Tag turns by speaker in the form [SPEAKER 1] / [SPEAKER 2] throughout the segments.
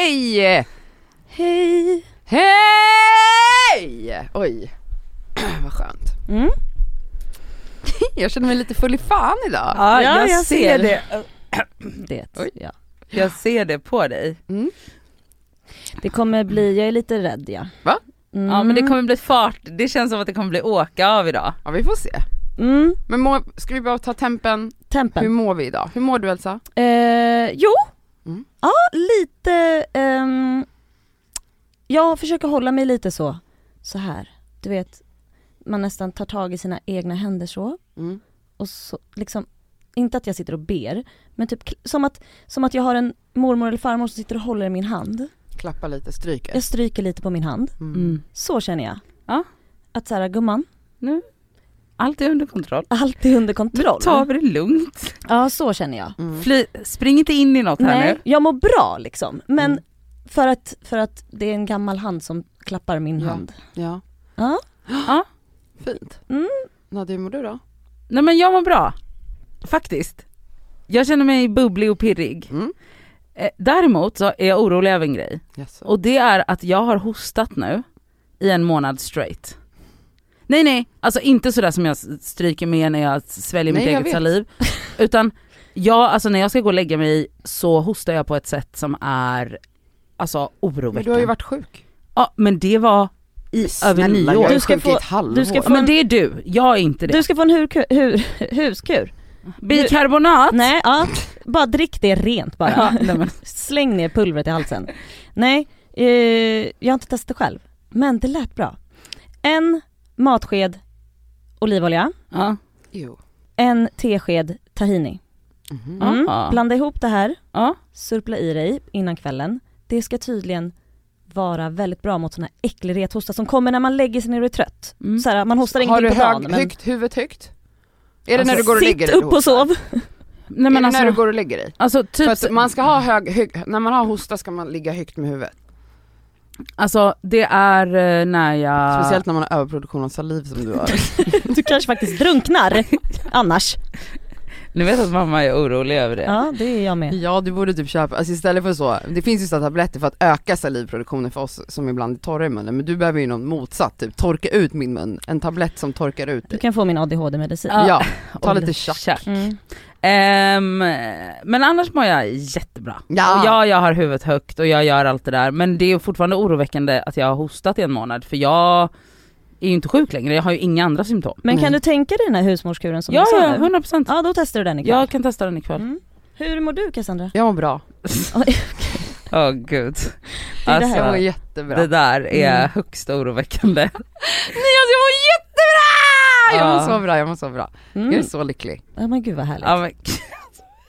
[SPEAKER 1] Hej!
[SPEAKER 2] Hej!
[SPEAKER 1] Hej! Oj, vad skönt.
[SPEAKER 2] Mm.
[SPEAKER 1] Jag känner mig lite full i fan idag.
[SPEAKER 2] Ja,
[SPEAKER 3] Ja,
[SPEAKER 2] jag,
[SPEAKER 3] jag
[SPEAKER 2] ser
[SPEAKER 3] ser.
[SPEAKER 2] det.
[SPEAKER 3] Det,
[SPEAKER 1] Oj.
[SPEAKER 3] ja.
[SPEAKER 2] Jag ser det på dig.
[SPEAKER 3] Mm. det kommer bli, jag är lite rädd ja.
[SPEAKER 1] Va?
[SPEAKER 3] Mm.
[SPEAKER 2] Ja men det kommer bli fart, det känns som att det kommer bli åka av idag.
[SPEAKER 1] Ja, vi får se.
[SPEAKER 3] mm.
[SPEAKER 1] Men må, ska vi bara ta tempen? Hur
[SPEAKER 3] Tempen.
[SPEAKER 1] mår vi idag? Hur mår du Elsa?
[SPEAKER 3] Eh, jo,
[SPEAKER 1] Mm.
[SPEAKER 3] ja lite, ehm, jag försöker hålla mig lite så, så här. Du vet, man nästan tar tag i sina egna händer så.
[SPEAKER 1] Mm.
[SPEAKER 3] Och så liksom, inte att jag sitter och ber, men typ kl- som att, som att jag har en mormor eller farmor som sitter och håller i min hand.
[SPEAKER 1] Klappa lite, stryker.
[SPEAKER 3] Jag stryker lite på min hand.
[SPEAKER 1] Mm.
[SPEAKER 3] Så känner jag.
[SPEAKER 2] Ja.
[SPEAKER 3] Att så här, gumman,
[SPEAKER 2] Allt är under kontroll.
[SPEAKER 3] allt är under kontroll.
[SPEAKER 2] Ta det lugnt.
[SPEAKER 3] Ja så känner jag.
[SPEAKER 1] Mm.
[SPEAKER 2] Fly, spring inte in i något här
[SPEAKER 3] Nej,
[SPEAKER 2] nu.
[SPEAKER 3] jag mår bra liksom. Men
[SPEAKER 1] Mm.
[SPEAKER 3] för, att, för att det är en gammal hand som klappar min
[SPEAKER 1] Ja.
[SPEAKER 3] hand.
[SPEAKER 1] Ja.
[SPEAKER 3] Ja.
[SPEAKER 2] Ja.
[SPEAKER 1] Fint.
[SPEAKER 3] Mm.
[SPEAKER 1] Nadja, hur mår du då?
[SPEAKER 2] Nej men jag mår bra. Faktiskt. Jag känner mig bubblig och pirrig.
[SPEAKER 1] Mm.
[SPEAKER 2] Eh, Däremot så är jag orolig över en grej.
[SPEAKER 1] Yes.
[SPEAKER 2] Och det är att jag har hostat nu i en månad straight. Nej nej, alltså inte sådär som jag s- stryker med när jag sväljer
[SPEAKER 1] Nej,
[SPEAKER 2] mitt
[SPEAKER 1] jag
[SPEAKER 2] eget
[SPEAKER 1] vet.
[SPEAKER 2] saliv. Utan jag, alltså när jag ska gå och lägga mig så hostar jag på ett sätt som är alltså
[SPEAKER 1] Men
[SPEAKER 2] oroväckande.
[SPEAKER 1] du har ju varit sjuk.
[SPEAKER 2] Ja men det var i över nio
[SPEAKER 1] jag
[SPEAKER 2] år.
[SPEAKER 1] är
[SPEAKER 3] Du ska
[SPEAKER 1] sjuk i
[SPEAKER 3] få-
[SPEAKER 1] ett halvår.
[SPEAKER 3] du ska
[SPEAKER 2] Ja, Men det är du, jag är inte det.
[SPEAKER 3] Du ska få en hurku, hur, huskur.
[SPEAKER 2] Bikarbonat!
[SPEAKER 3] Nej, ja. bara drick det rent bara.
[SPEAKER 2] Ja, nej, men.
[SPEAKER 3] Släng ner pulvret i halsen. Nej, eh, jag har inte testat själv. Men det lät bra. En matsked olivolja,
[SPEAKER 2] Ja.
[SPEAKER 1] Jo.
[SPEAKER 3] en tesked tahini.
[SPEAKER 1] Mhm.
[SPEAKER 3] Mm.
[SPEAKER 2] Ah.
[SPEAKER 3] Blanda ihop det här,
[SPEAKER 2] Ja.
[SPEAKER 3] surpla i dig innan kvällen. Det ska tydligen vara väldigt bra mot sån här äcklig rethosta som kommer när man lägger sig ner och är trött.
[SPEAKER 2] Mm.
[SPEAKER 3] Så här, man hostar
[SPEAKER 1] Har du
[SPEAKER 3] ingenting på dagen.
[SPEAKER 1] hög,
[SPEAKER 3] men-
[SPEAKER 1] högt, huvudet högt? Är det
[SPEAKER 2] Alltså,
[SPEAKER 1] när du går och lägger dig?
[SPEAKER 3] Sitt upp
[SPEAKER 1] du
[SPEAKER 3] och sov.
[SPEAKER 2] Nej
[SPEAKER 1] Är
[SPEAKER 2] men
[SPEAKER 1] det när du
[SPEAKER 2] alltså,
[SPEAKER 1] går och lägger dig?
[SPEAKER 2] alltså typ,
[SPEAKER 1] För att man ska ha hög, hög, när man har hosta ska man ligga högt med huvudet.
[SPEAKER 2] alltså det är eh, när jag...
[SPEAKER 1] Speciellt när man har överproduktion av saliv som du har.
[SPEAKER 3] Du kanske faktiskt drunknar annars.
[SPEAKER 2] Ni vet att mamma är orolig över det.
[SPEAKER 3] Ja det är jag med.
[SPEAKER 1] ja du borde typ köpa, alltså istället för så, det finns ju sådana tabletter för att öka salivproduktionen för oss som ibland är torra i munnen, men du behöver ju någon motsatt, typ torka ut min mun, en tablett som torkar ut
[SPEAKER 3] Du Ah.
[SPEAKER 1] dig.
[SPEAKER 3] kan få min ADHD-medicin.
[SPEAKER 2] Ja.
[SPEAKER 1] Ja, ta
[SPEAKER 2] Oj,
[SPEAKER 1] lite tjack.
[SPEAKER 3] Mm.
[SPEAKER 2] Ehm, men annars mår jag jättebra.
[SPEAKER 1] Ja.
[SPEAKER 2] Och ja, jag har huvudet högt och jag gör allt det där. Men det är fortfarande oroväckande att jag har hostat i en månad för jag är ju inte sjuk längre, jag har ju inga andra symptom.
[SPEAKER 3] Men kan
[SPEAKER 1] Mm.
[SPEAKER 3] du tänka dig den här husmorskuren som
[SPEAKER 2] Ja,
[SPEAKER 3] du sa
[SPEAKER 2] ja,
[SPEAKER 3] nu?
[SPEAKER 2] 100 procent.
[SPEAKER 3] Ja då testar du den ikväll.
[SPEAKER 2] Jag kan testa den ikväll.
[SPEAKER 3] Mm. Hur mår du Cassandra?
[SPEAKER 1] Jag mår bra,
[SPEAKER 2] Åh gud.
[SPEAKER 3] Det är det
[SPEAKER 1] jag mår
[SPEAKER 2] Alltså,
[SPEAKER 1] jättebra.
[SPEAKER 2] det där är
[SPEAKER 3] Mm.
[SPEAKER 2] högst oroväckande.
[SPEAKER 1] Nej alltså jag mår jättebra! Jag mår
[SPEAKER 2] Ja.
[SPEAKER 1] så bra, jag mår så bra.
[SPEAKER 3] Ah. Mm.
[SPEAKER 1] Jag är så lycklig.
[SPEAKER 3] Ja men gud vad härligt.
[SPEAKER 2] Ja, men,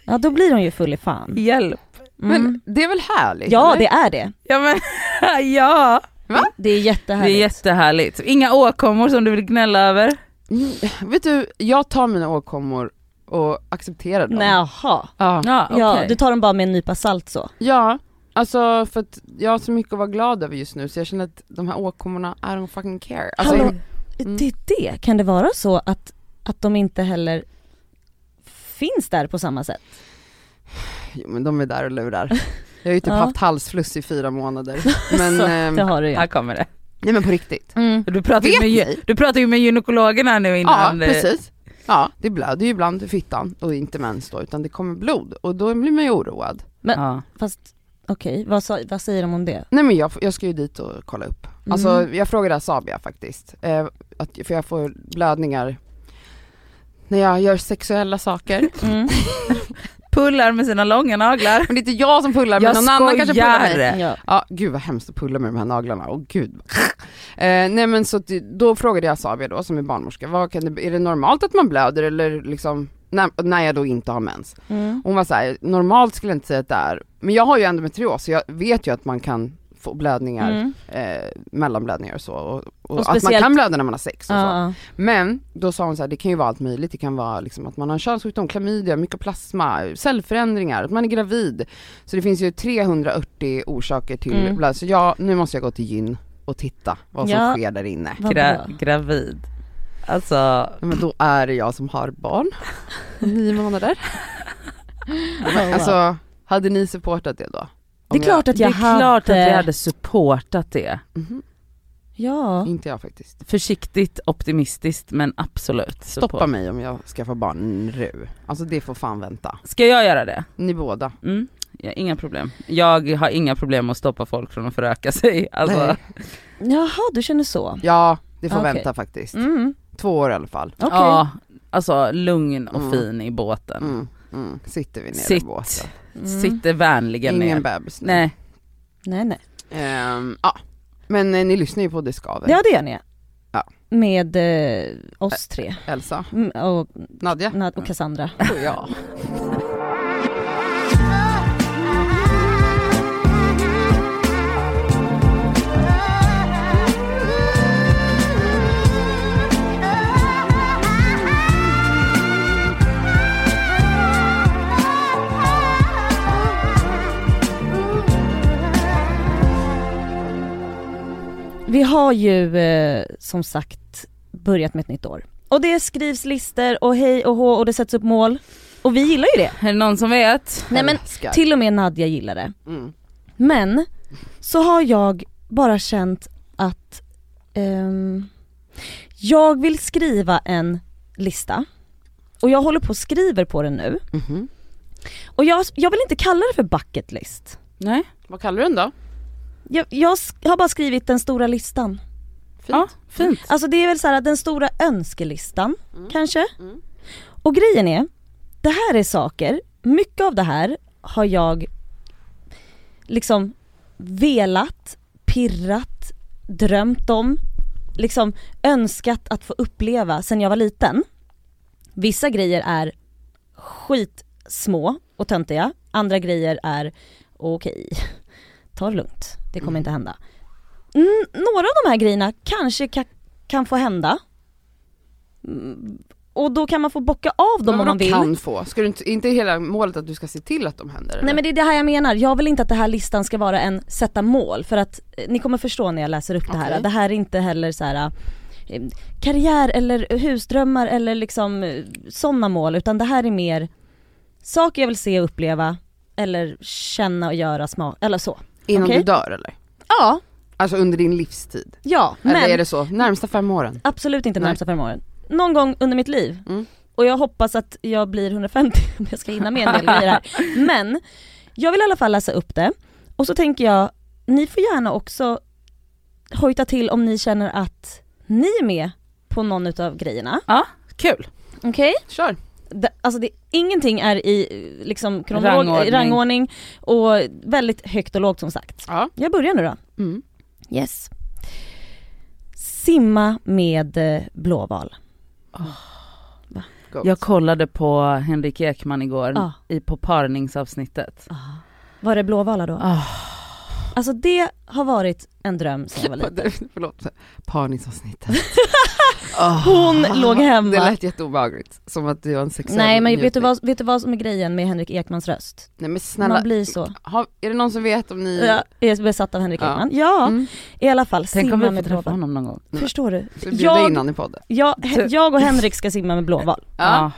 [SPEAKER 3] Ja då blir hon ju full i fan.
[SPEAKER 2] hjälp.
[SPEAKER 3] Mm.
[SPEAKER 1] Men det är väl härligt?
[SPEAKER 3] ja
[SPEAKER 1] eller?
[SPEAKER 3] det är det.
[SPEAKER 2] Ja men ja,
[SPEAKER 3] Det är
[SPEAKER 2] det är
[SPEAKER 3] jättehärligt.
[SPEAKER 2] jättehärligt. Inga åkommor som du vill gnälla över?
[SPEAKER 1] Mm, Vet du, jag tar mina åkommor och accepterar dem.
[SPEAKER 3] Nej, Jaha.
[SPEAKER 1] Ja.
[SPEAKER 2] Ja,
[SPEAKER 3] Ja
[SPEAKER 2] okej.
[SPEAKER 3] du tar dem bara med en nypa salt så.
[SPEAKER 1] ja, alltså för att jag har så mycket att vara glad över just nu så jag känner att de här åkommorna, I don't fucking care. Alltså,
[SPEAKER 3] Hallå,
[SPEAKER 1] Mm.
[SPEAKER 3] det är det. Kan det vara så att, att de inte heller finns där på samma sätt?
[SPEAKER 1] jo, men de är där och lurar. Jag har ju typ
[SPEAKER 3] Ja.
[SPEAKER 1] haft halsfluss i fyra månader. Men,
[SPEAKER 3] så,
[SPEAKER 1] ehm,
[SPEAKER 3] det har du ju.
[SPEAKER 2] Här kommer det.
[SPEAKER 1] nej men på riktigt.
[SPEAKER 3] Mm.
[SPEAKER 2] Du pratar,
[SPEAKER 1] Vet
[SPEAKER 2] ju med,
[SPEAKER 1] ni?
[SPEAKER 2] du pratar ju med gynekologen här nu
[SPEAKER 1] Ja,
[SPEAKER 2] innan. eh,
[SPEAKER 1] precis. Ja, det blöder ju ibland i fittan och inte mens då utan det kommer blod och då blir man ju oroad.
[SPEAKER 2] Ja.
[SPEAKER 3] Fast okej, vad, sa- vad säger de om det?
[SPEAKER 1] Nej men jag, jag ska ju dit och kolla upp. Alltså
[SPEAKER 3] Mm.
[SPEAKER 1] jag frågade Asabia faktiskt, eh, att, för jag får blödningar när jag gör sexuella saker.
[SPEAKER 3] Mm.
[SPEAKER 2] Pullar med sina långa naglar.
[SPEAKER 1] Men det är inte jag som pullar men
[SPEAKER 2] Jag
[SPEAKER 1] någon annan kanske pullar mig.
[SPEAKER 2] skojar.
[SPEAKER 3] Ja.
[SPEAKER 1] Ja, gud vad hemskt att pulla med de här naglarna, åh gud. Eh, nej men så att, det- då frågade jag Asabia då som är barnmorska, vad kan det, är det normalt att man blöder eller liksom, när, när jag då inte har mens?
[SPEAKER 3] Mm.
[SPEAKER 1] Hon var så här, normalt skulle jag inte säga att det är, men jag har ju endometrios så jag vet ju att man kan få blödningar
[SPEAKER 3] Mm.
[SPEAKER 1] eh, mellanblödningar och så. Och, och,
[SPEAKER 3] Och
[SPEAKER 1] att man
[SPEAKER 3] speciellt-
[SPEAKER 1] kan blöda när man har sex och så.
[SPEAKER 3] Ja,
[SPEAKER 1] Men då sa hon så här, det kan ju vara allt möjligt. Det kan vara liksom att man har en könssjukdom, klamydia, mykoplasma, cellförändringar, att man är gravid. Så det finns ju 380 orsaker till
[SPEAKER 3] Mm.
[SPEAKER 1] blöd. Så jag, nu måste jag gå till gyn och titta vad som
[SPEAKER 3] Ja.
[SPEAKER 1] sker där inne.
[SPEAKER 3] vad bra.
[SPEAKER 2] Gra- gravid. Alltså,
[SPEAKER 1] Nej, Men då är det jag som har barn. Nio månader.
[SPEAKER 3] Ja,
[SPEAKER 1] Alltså, hade ni Alltså, supportat det då?
[SPEAKER 3] Det
[SPEAKER 1] Om
[SPEAKER 3] är klart att
[SPEAKER 2] Det
[SPEAKER 3] jag
[SPEAKER 2] är klart att
[SPEAKER 3] hade.
[SPEAKER 2] vi hade eh, supportat det.
[SPEAKER 1] Jag, Mhm.
[SPEAKER 3] Ja.
[SPEAKER 1] Inte jag faktiskt.
[SPEAKER 2] Försiktigt, optimistiskt men absolut.
[SPEAKER 1] Stoppa
[SPEAKER 2] support.
[SPEAKER 1] mig om jag skaffar barn nu. Alltså det får fan vänta.
[SPEAKER 2] Ska jag göra det?
[SPEAKER 1] Ni båda.
[SPEAKER 2] Mm. Ja, inga problem. Jag har inga problem att stoppa folk från att föröka sig. Alltså,
[SPEAKER 1] Nej.
[SPEAKER 3] Jaha, du känner så?
[SPEAKER 1] Ja, det får
[SPEAKER 3] Okej.
[SPEAKER 1] vänta faktiskt.
[SPEAKER 3] Mm,
[SPEAKER 1] Två år i alla fall.
[SPEAKER 3] okej.
[SPEAKER 2] ja, alltså lugn och
[SPEAKER 1] Mm.
[SPEAKER 2] fin i båten.
[SPEAKER 1] Mm, mm. Sitter vi nere
[SPEAKER 2] Sitt.
[SPEAKER 1] i båten.
[SPEAKER 3] Mm.
[SPEAKER 2] Sitter vänligen
[SPEAKER 1] Ingen
[SPEAKER 2] ner.
[SPEAKER 1] bebis nu.
[SPEAKER 2] Nej,
[SPEAKER 3] Nej nej.
[SPEAKER 1] Ehm, ja. Men eh, ni lyssnar ju på Det skaver.
[SPEAKER 3] Ja det gör ni
[SPEAKER 1] Ja.
[SPEAKER 3] Med eh, oss tre.
[SPEAKER 1] Elsa,
[SPEAKER 3] Mm, och,
[SPEAKER 1] Nadja
[SPEAKER 3] Nad- och Cassandra.
[SPEAKER 1] och jag.
[SPEAKER 3] Vi har ju eh, som sagt börjat med ett nytt år. Och det skrivs listor och hej och hå och det sätts upp mål. Och vi gillar ju det.
[SPEAKER 2] är det någon som vet?
[SPEAKER 3] Nej men
[SPEAKER 1] Älskar.
[SPEAKER 3] till och med Nadja gillar det.
[SPEAKER 1] Mm.
[SPEAKER 3] Men så har jag bara känt att ehm, jag vill skriva en lista. Och jag håller på och skriver på den nu.
[SPEAKER 1] Mhm.
[SPEAKER 3] Och jag, jag vill inte kalla det för bucket list.
[SPEAKER 2] Nej.
[SPEAKER 1] Vad kallar du den då?
[SPEAKER 3] Jag, jag sk- har bara skrivit den stora listan.
[SPEAKER 1] Fint.
[SPEAKER 2] Ja, fint.
[SPEAKER 3] Alltså det är väl så här att den stora önskelistan kanske.
[SPEAKER 1] Mm.
[SPEAKER 3] Och grejen är, det här är saker, mycket av det här har jag liksom velat, pirrat, drömt om, liksom önskat att få uppleva sedan jag var liten. Vissa grejer är skitsmå och töntiga, andra grejer är okej, ta det lugnt, det
[SPEAKER 1] Mm.
[SPEAKER 3] kommer inte hända. N- några av de här grejerna kanske ka- kan få hända. Mm, Och då kan man få bocka av dem
[SPEAKER 1] Men
[SPEAKER 3] om
[SPEAKER 1] vadå
[SPEAKER 3] man vill.
[SPEAKER 1] kan få? Ska du inte, inte hela målet att du ska se till att de händer? eller?
[SPEAKER 3] Nej men det är det här jag menar, jag vill inte att den här listan ska vara en sätta mål för att eh, ni kommer förstå när jag läser upp det här.
[SPEAKER 1] Okej.
[SPEAKER 3] Det här är inte heller så här eh, karriär eller husdrömmar eller liksom sådana mål utan det här är mer saker jag vill se och uppleva eller känna och göra smak eller så.
[SPEAKER 1] Innan
[SPEAKER 3] Okej.
[SPEAKER 1] du dör eller?
[SPEAKER 3] Ja,
[SPEAKER 1] Alltså under din livstid?
[SPEAKER 3] ja
[SPEAKER 1] Eller
[SPEAKER 3] men
[SPEAKER 1] är det så? Närmsta fem åren?
[SPEAKER 3] absolut inte
[SPEAKER 1] Nej.
[SPEAKER 3] närmsta fem åren. Någon gång under mitt liv.
[SPEAKER 1] Mm.
[SPEAKER 3] Och jag hoppas att jag blir 150 om jag ska hinna med en del grejer här. Men jag vill i alla fall läsa upp det. Och så tänker jag, ni får gärna också hojta till om ni känner att ni är med på någon utav grejerna.
[SPEAKER 2] Ja, kul.
[SPEAKER 3] Okej?
[SPEAKER 1] Kör!
[SPEAKER 3] Det- Alltså det, ingenting är i eh, liksom, kronolog,
[SPEAKER 2] Rangordning.
[SPEAKER 3] rangordning. rangordning och väldigt högt och lågt som sagt.
[SPEAKER 1] Ja.
[SPEAKER 3] Jag börjar nu då.
[SPEAKER 1] Mm.
[SPEAKER 3] Yes. Simma med eh, blåval.
[SPEAKER 1] Go.
[SPEAKER 2] Jag kollade på Henrik Ekman igår
[SPEAKER 3] Ja.
[SPEAKER 2] i, på parningsavsnittet.
[SPEAKER 3] Ah. Var det blåvala då?
[SPEAKER 2] Ah.
[SPEAKER 3] Alltså det har varit en dröm sedan jag var liten.
[SPEAKER 1] Förlåt, parningsavsnittet.
[SPEAKER 3] Hon låg hemma.
[SPEAKER 1] Ah. Det lät jätteobehagligt, som att du var en sexuell
[SPEAKER 3] Nej men vet du,
[SPEAKER 1] njutning.
[SPEAKER 3] vad, vet du vad som är grejen med Henrik Ekmans röst?
[SPEAKER 1] Nej men snälla,
[SPEAKER 3] Man blir så.
[SPEAKER 1] ha, är det någon som vet om ni...
[SPEAKER 3] Jag är besatt av Henrik
[SPEAKER 1] Ja.
[SPEAKER 3] Ekman. Ja,
[SPEAKER 1] Mm.
[SPEAKER 3] i alla fall.
[SPEAKER 2] Tänk om
[SPEAKER 3] simma
[SPEAKER 2] vi får
[SPEAKER 3] med
[SPEAKER 2] träffa
[SPEAKER 3] blåval.
[SPEAKER 2] honom någon gång.
[SPEAKER 3] Förstår du?
[SPEAKER 1] Så bjuda
[SPEAKER 3] Jag,
[SPEAKER 1] in han i podden.
[SPEAKER 3] jag, he- jag och Henrik ska simma med blåval.
[SPEAKER 1] Ja.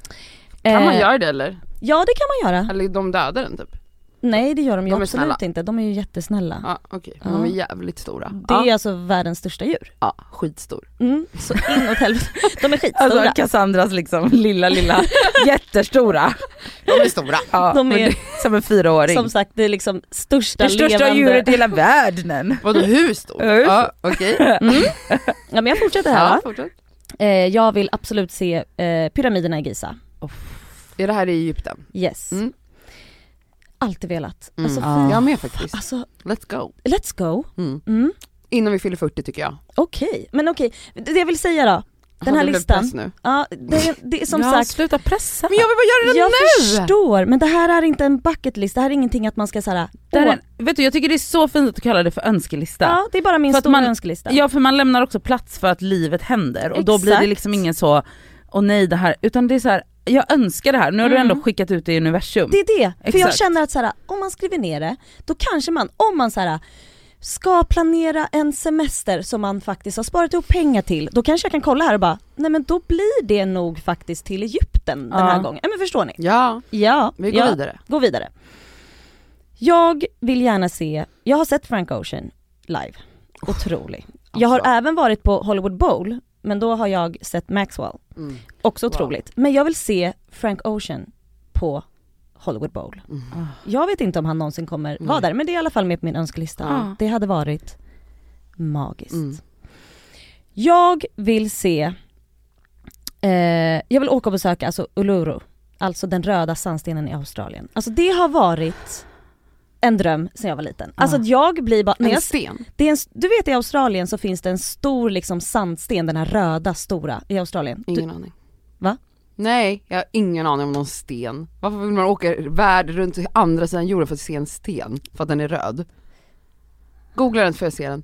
[SPEAKER 1] Kan man
[SPEAKER 3] Eh,
[SPEAKER 1] göra det eller?
[SPEAKER 3] Ja det kan man göra.
[SPEAKER 1] Eller de dödar den typ?
[SPEAKER 3] Nej det gör de ju
[SPEAKER 1] De är
[SPEAKER 3] absolut
[SPEAKER 1] snälla.
[SPEAKER 3] inte, de är ju jättesnälla.
[SPEAKER 1] Ja okej, men de är
[SPEAKER 3] Ja.
[SPEAKER 1] jävligt stora.
[SPEAKER 3] Det är
[SPEAKER 1] ja.
[SPEAKER 3] alltså världens största djur.
[SPEAKER 1] ja, skitstor.
[SPEAKER 3] Mm, så inåt helvete. De är
[SPEAKER 2] Alltså
[SPEAKER 3] skitstora.
[SPEAKER 2] Cassandras liksom lilla lilla jättestora.
[SPEAKER 1] De är stora.
[SPEAKER 2] Ja,
[SPEAKER 3] De
[SPEAKER 2] men
[SPEAKER 3] är-
[SPEAKER 2] det- som en fyraåring.
[SPEAKER 3] Som sagt det är liksom största,
[SPEAKER 2] det största
[SPEAKER 3] levande...
[SPEAKER 2] djuret i hela världen.
[SPEAKER 1] Vadå hur stor?
[SPEAKER 2] Ja, hur
[SPEAKER 1] Ja, okej.
[SPEAKER 3] Ja men jag fortsätter här va?
[SPEAKER 1] Ja, fortsätt.
[SPEAKER 3] Eh, jag vill absolut se eh, pyramiderna i Giza.
[SPEAKER 1] Är det här i Egypten?
[SPEAKER 3] Yes.
[SPEAKER 1] Mm.
[SPEAKER 3] Alltid velat.
[SPEAKER 1] Mm.
[SPEAKER 3] Alltså,
[SPEAKER 2] Ja.
[SPEAKER 3] fy,
[SPEAKER 2] Ah.
[SPEAKER 1] Jag med faktiskt.
[SPEAKER 3] alltså
[SPEAKER 1] Let's go.
[SPEAKER 3] let's go.
[SPEAKER 1] Mm.
[SPEAKER 3] Mm.
[SPEAKER 1] Innan vi fyller 40 tycker jag.
[SPEAKER 3] Okej, men okej. Det jag vill säga då. Den
[SPEAKER 1] Har
[SPEAKER 3] här
[SPEAKER 1] du blivit
[SPEAKER 3] listan.
[SPEAKER 1] press Nu.
[SPEAKER 3] Ja, det, det är som
[SPEAKER 2] ja,
[SPEAKER 3] sagt,
[SPEAKER 2] sluta pressa.
[SPEAKER 1] Men jag vill bara göra det
[SPEAKER 3] jag
[SPEAKER 1] nu!
[SPEAKER 3] förstår. Men det här är inte en bucket list, det här är ingenting att man ska såhär,
[SPEAKER 2] Det här
[SPEAKER 3] åh,
[SPEAKER 2] är, vet du jag tycker det är så fint att du kallar det för önskelista.
[SPEAKER 3] ja det är bara min
[SPEAKER 2] För att
[SPEAKER 3] stora
[SPEAKER 2] man-
[SPEAKER 3] önskelista.
[SPEAKER 2] Ja för man lämnar också plats för att livet händer och då blir det
[SPEAKER 3] Exakt.
[SPEAKER 2] liksom ingen så, åh nej det här, utan det är så här, jag önskar det här, nu har du
[SPEAKER 3] Mm.
[SPEAKER 2] ändå skickat ut det i universum.
[SPEAKER 3] Det är det, för jag
[SPEAKER 2] Exakt.
[SPEAKER 3] känner att så här, om man skriver ner det, då kanske man, om man så här, ska planera en semester som man faktiskt har sparat ihop pengar till, då kanske jag kan kolla här och bara, nej men då blir det nog faktiskt till Egypten den
[SPEAKER 2] Ja.
[SPEAKER 3] här gången. Ja men förstår ni?
[SPEAKER 1] Ja,
[SPEAKER 3] Ja,
[SPEAKER 1] vi går
[SPEAKER 3] ja.
[SPEAKER 1] vidare.
[SPEAKER 3] Gå vidare. Jag vill gärna se, jag har sett Frank Ocean live. Otrolig. Jag har
[SPEAKER 1] Alltså.
[SPEAKER 3] även varit på Hollywood Bowl, men då har jag sett Maxwell.
[SPEAKER 1] Mm.
[SPEAKER 3] Också
[SPEAKER 1] Wow.
[SPEAKER 3] otroligt. Men jag vill se Frank Ocean på Hollywood Bowl.
[SPEAKER 1] Mm.
[SPEAKER 3] Jag vet inte om han någonsin kommer
[SPEAKER 1] Nej.
[SPEAKER 3] vara där, men det är i alla fall med på min önskelista.
[SPEAKER 2] Ja.
[SPEAKER 3] Det hade varit magiskt.
[SPEAKER 1] Mm.
[SPEAKER 3] Jag vill se, eh, jag vill åka och besöka alltså Uluru, alltså den röda sandstenen i Australien. Alltså det har varit en dröm sedan jag var liten. Alltså
[SPEAKER 2] Ja.
[SPEAKER 3] jag blir bara, när
[SPEAKER 1] En
[SPEAKER 3] jag,
[SPEAKER 1] sten.
[SPEAKER 3] det är en, du vet i Australien så finns det en stor liksom sandsten, den här röda stora i Australien. Du,
[SPEAKER 1] Ingen aning.
[SPEAKER 3] Va?
[SPEAKER 1] Nej, jag har ingen aning om någon sten. Varför vill man åka värld runt till andra sidan jorden för att se en sten? För att den är röd? Googla den för jag ser den.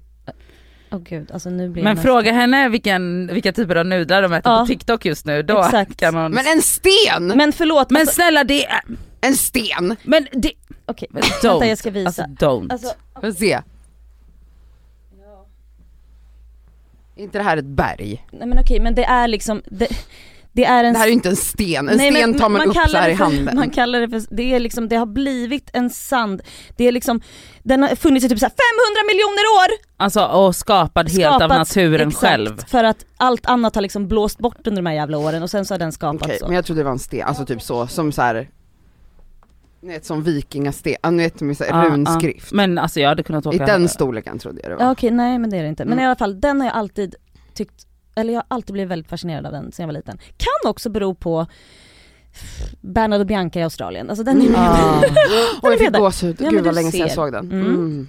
[SPEAKER 3] oh gud, alltså nu blir
[SPEAKER 2] Men
[SPEAKER 3] jag
[SPEAKER 2] fråga henne vilken, vilka typer av nudlar de äter
[SPEAKER 3] Ja.
[SPEAKER 2] på TikTok just nu, då
[SPEAKER 3] Exakt.
[SPEAKER 2] kan hon... Men,
[SPEAKER 1] Men en sten!
[SPEAKER 3] Men förlåt, men,
[SPEAKER 2] men
[SPEAKER 3] alltså,
[SPEAKER 2] snälla det är...
[SPEAKER 1] En sten!
[SPEAKER 2] Men det...
[SPEAKER 3] okej,
[SPEAKER 2] Don't.
[SPEAKER 3] vänta jag ska visa.
[SPEAKER 2] Alltså don't.
[SPEAKER 3] Alltså,
[SPEAKER 1] Får jag se? Är inte det här ett berg?
[SPEAKER 3] nej men okej, men det är liksom, det, det är en
[SPEAKER 1] Det här är ju inte en sten, en
[SPEAKER 3] Nej,
[SPEAKER 1] sten
[SPEAKER 3] men
[SPEAKER 1] tar man, upp så
[SPEAKER 3] kallar
[SPEAKER 1] här
[SPEAKER 3] det
[SPEAKER 1] i
[SPEAKER 3] för-
[SPEAKER 1] handen.
[SPEAKER 3] Man kallar det för, det är liksom, det har blivit en sand, det är liksom, den har funnits i typ så här 500 miljoner år!
[SPEAKER 2] Alltså och skapad helt av
[SPEAKER 3] Skapats,
[SPEAKER 2] naturen själv.
[SPEAKER 3] För att allt annat har liksom blåst bort under de här jävla åren och sen så har den skapats
[SPEAKER 1] Okej,
[SPEAKER 3] så.
[SPEAKER 1] men jag trodde det var en sten, alltså typ så, som så här. Ni vet som vikingasten, ah, ni vet med så
[SPEAKER 2] Ja,
[SPEAKER 1] här,
[SPEAKER 2] ja.
[SPEAKER 1] runskrift.
[SPEAKER 2] Men alltså jag hade kunnat åka...
[SPEAKER 1] I den storleken trodde jag det
[SPEAKER 3] Ja,
[SPEAKER 1] var.
[SPEAKER 3] Okej, nej men det är det inte. Men
[SPEAKER 1] Mm.
[SPEAKER 3] i alla fall, den har jag alltid tyckt, eller jag har alltid blivit väldigt fascinerad av den sen jag var liten. Kan också bero på Bernard och Bianca i Australien, alltså den är
[SPEAKER 2] Ja.
[SPEAKER 1] Oj jag
[SPEAKER 3] den är
[SPEAKER 1] fick
[SPEAKER 3] där.
[SPEAKER 1] gåshud,
[SPEAKER 3] Ja, men
[SPEAKER 1] gud vad
[SPEAKER 3] du
[SPEAKER 1] länge sedan jag
[SPEAKER 3] ser.
[SPEAKER 1] såg den.
[SPEAKER 3] Mm.
[SPEAKER 1] Mm.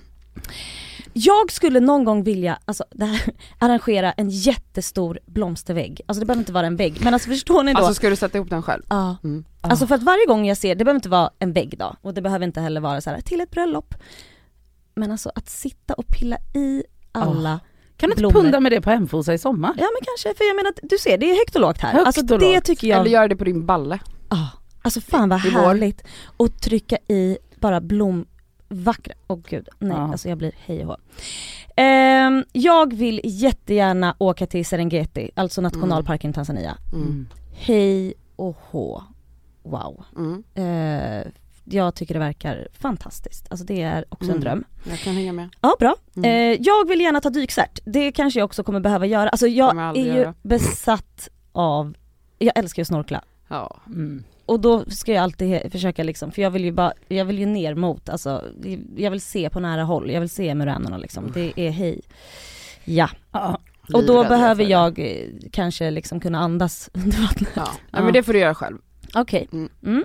[SPEAKER 3] Jag skulle någon gång vilja, alltså det här, arrangera en jättestor blomstervägg. Alltså det behöver inte vara en vägg, men alltså förstår ni då?
[SPEAKER 1] Alltså ska du sätta ihop den själv?
[SPEAKER 3] Ja.
[SPEAKER 1] Mm.
[SPEAKER 3] Alltså för att varje gång jag ser, det behöver inte vara en vägg då och det behöver inte heller vara så här till ett bröllop. Men alltså att sitta och pilla i alla,
[SPEAKER 2] Kan du inte
[SPEAKER 3] blommor.
[SPEAKER 2] punda med det på Hemfosa i sommar?
[SPEAKER 3] ja men kanske, för jag menar att- du ser det är högt och lågt här.
[SPEAKER 2] Högt
[SPEAKER 3] alltså
[SPEAKER 2] och
[SPEAKER 3] det
[SPEAKER 2] lågt.
[SPEAKER 3] tycker jag,
[SPEAKER 1] Eller gör det på din balle.
[SPEAKER 3] ja. alltså fan vad
[SPEAKER 1] I vår.
[SPEAKER 3] härligt. Och trycka i bara blom, vackra, åh gud, nej
[SPEAKER 2] Ja.
[SPEAKER 3] alltså jag blir hej och hå. Ehm, jag vill jättegärna åka till Serengeti, alltså nationalparken i Tanzania.
[SPEAKER 1] Mm.
[SPEAKER 3] Hej och hå, wow.
[SPEAKER 1] Mm.
[SPEAKER 3] Eh, jag tycker det verkar fantastiskt. Alltså det är också en
[SPEAKER 1] Mm.
[SPEAKER 3] dröm.
[SPEAKER 1] Jag kan hänga med.
[SPEAKER 3] Ja, bra.
[SPEAKER 1] Mm.
[SPEAKER 3] Eh, jag vill gärna ta dykcert. Det kanske jag också kommer behöva göra. Alltså jag
[SPEAKER 1] Kommer jag
[SPEAKER 3] är
[SPEAKER 1] aldrig
[SPEAKER 3] ju
[SPEAKER 1] göra.
[SPEAKER 3] besatt av, jag älskar ju att snorkla.
[SPEAKER 1] Ja.
[SPEAKER 2] Mm.
[SPEAKER 3] Och då ska jag alltid he- försöka liksom, för jag vill ju bara, jag vill ju ner mot, alltså jag vill se på nära håll, jag vill se muränerna liksom. Det är hej. Ja,
[SPEAKER 2] Ja.
[SPEAKER 3] och då
[SPEAKER 1] Livrädd är
[SPEAKER 3] behöver
[SPEAKER 1] för
[SPEAKER 3] jag eh, kanske liksom kunna andas under vattnet.
[SPEAKER 1] det. Ja. ja men det får du göra själv.
[SPEAKER 3] Okej.
[SPEAKER 1] Mm.
[SPEAKER 3] Mm.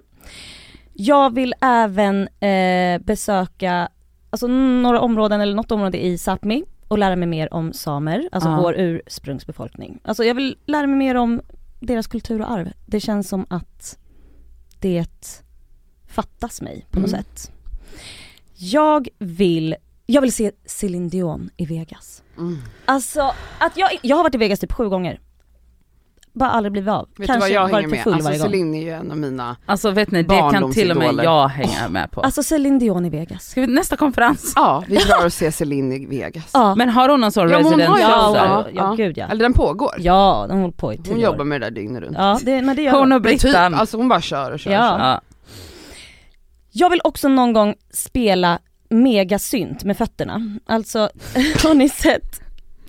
[SPEAKER 3] Jag vill även eh, besöka alltså, några områden eller något område i Sápmi och lära mig mer om samer, alltså
[SPEAKER 1] Ah.
[SPEAKER 2] Ja.
[SPEAKER 3] vår ursprungsbefolkning. Alltså jag vill lära mig mer om deras kultur och arv. Det känns som att det fattas mig på något
[SPEAKER 1] Mm.
[SPEAKER 3] sätt. Jag vill, jag vill se Céline Dion i Vegas.
[SPEAKER 1] Mm.
[SPEAKER 3] Alltså att jag, jag har varit i Vegas typ sju gånger. Bara aldrig blivit av.
[SPEAKER 1] Vet du vad jag hänger
[SPEAKER 3] varit för
[SPEAKER 1] med?
[SPEAKER 3] full
[SPEAKER 1] Alltså
[SPEAKER 3] varje gång.
[SPEAKER 1] Celine är ju en av mina,
[SPEAKER 2] Alltså vet ni, det kan till och med
[SPEAKER 1] Barndomsidoler.
[SPEAKER 2] jag hänga med på.
[SPEAKER 3] Alltså Céline Dion i Vegas.
[SPEAKER 2] Ska vi, nästa konferens.
[SPEAKER 1] ja vi drar och ser Celine i Vegas.
[SPEAKER 3] Ja,
[SPEAKER 2] Men har hon någon sån
[SPEAKER 1] Ja, men hon
[SPEAKER 2] residence
[SPEAKER 1] har ju-
[SPEAKER 2] house där?
[SPEAKER 1] Ja,
[SPEAKER 3] ja, ja, gud ja.
[SPEAKER 1] Eller den pågår.
[SPEAKER 3] Ja, de håller på i tio
[SPEAKER 1] Hon
[SPEAKER 3] år.
[SPEAKER 1] jobbar med det där dygnet runt.
[SPEAKER 3] Ja, det, men det gör
[SPEAKER 2] Hon
[SPEAKER 3] de.
[SPEAKER 2] och
[SPEAKER 1] Men typ,
[SPEAKER 2] Brittan.
[SPEAKER 1] alltså hon bara kör och kör.
[SPEAKER 3] Ja.
[SPEAKER 1] Och kör.
[SPEAKER 2] ja.
[SPEAKER 3] Jag vill också någon gång spela megasynt med fötterna. Alltså, har ni sett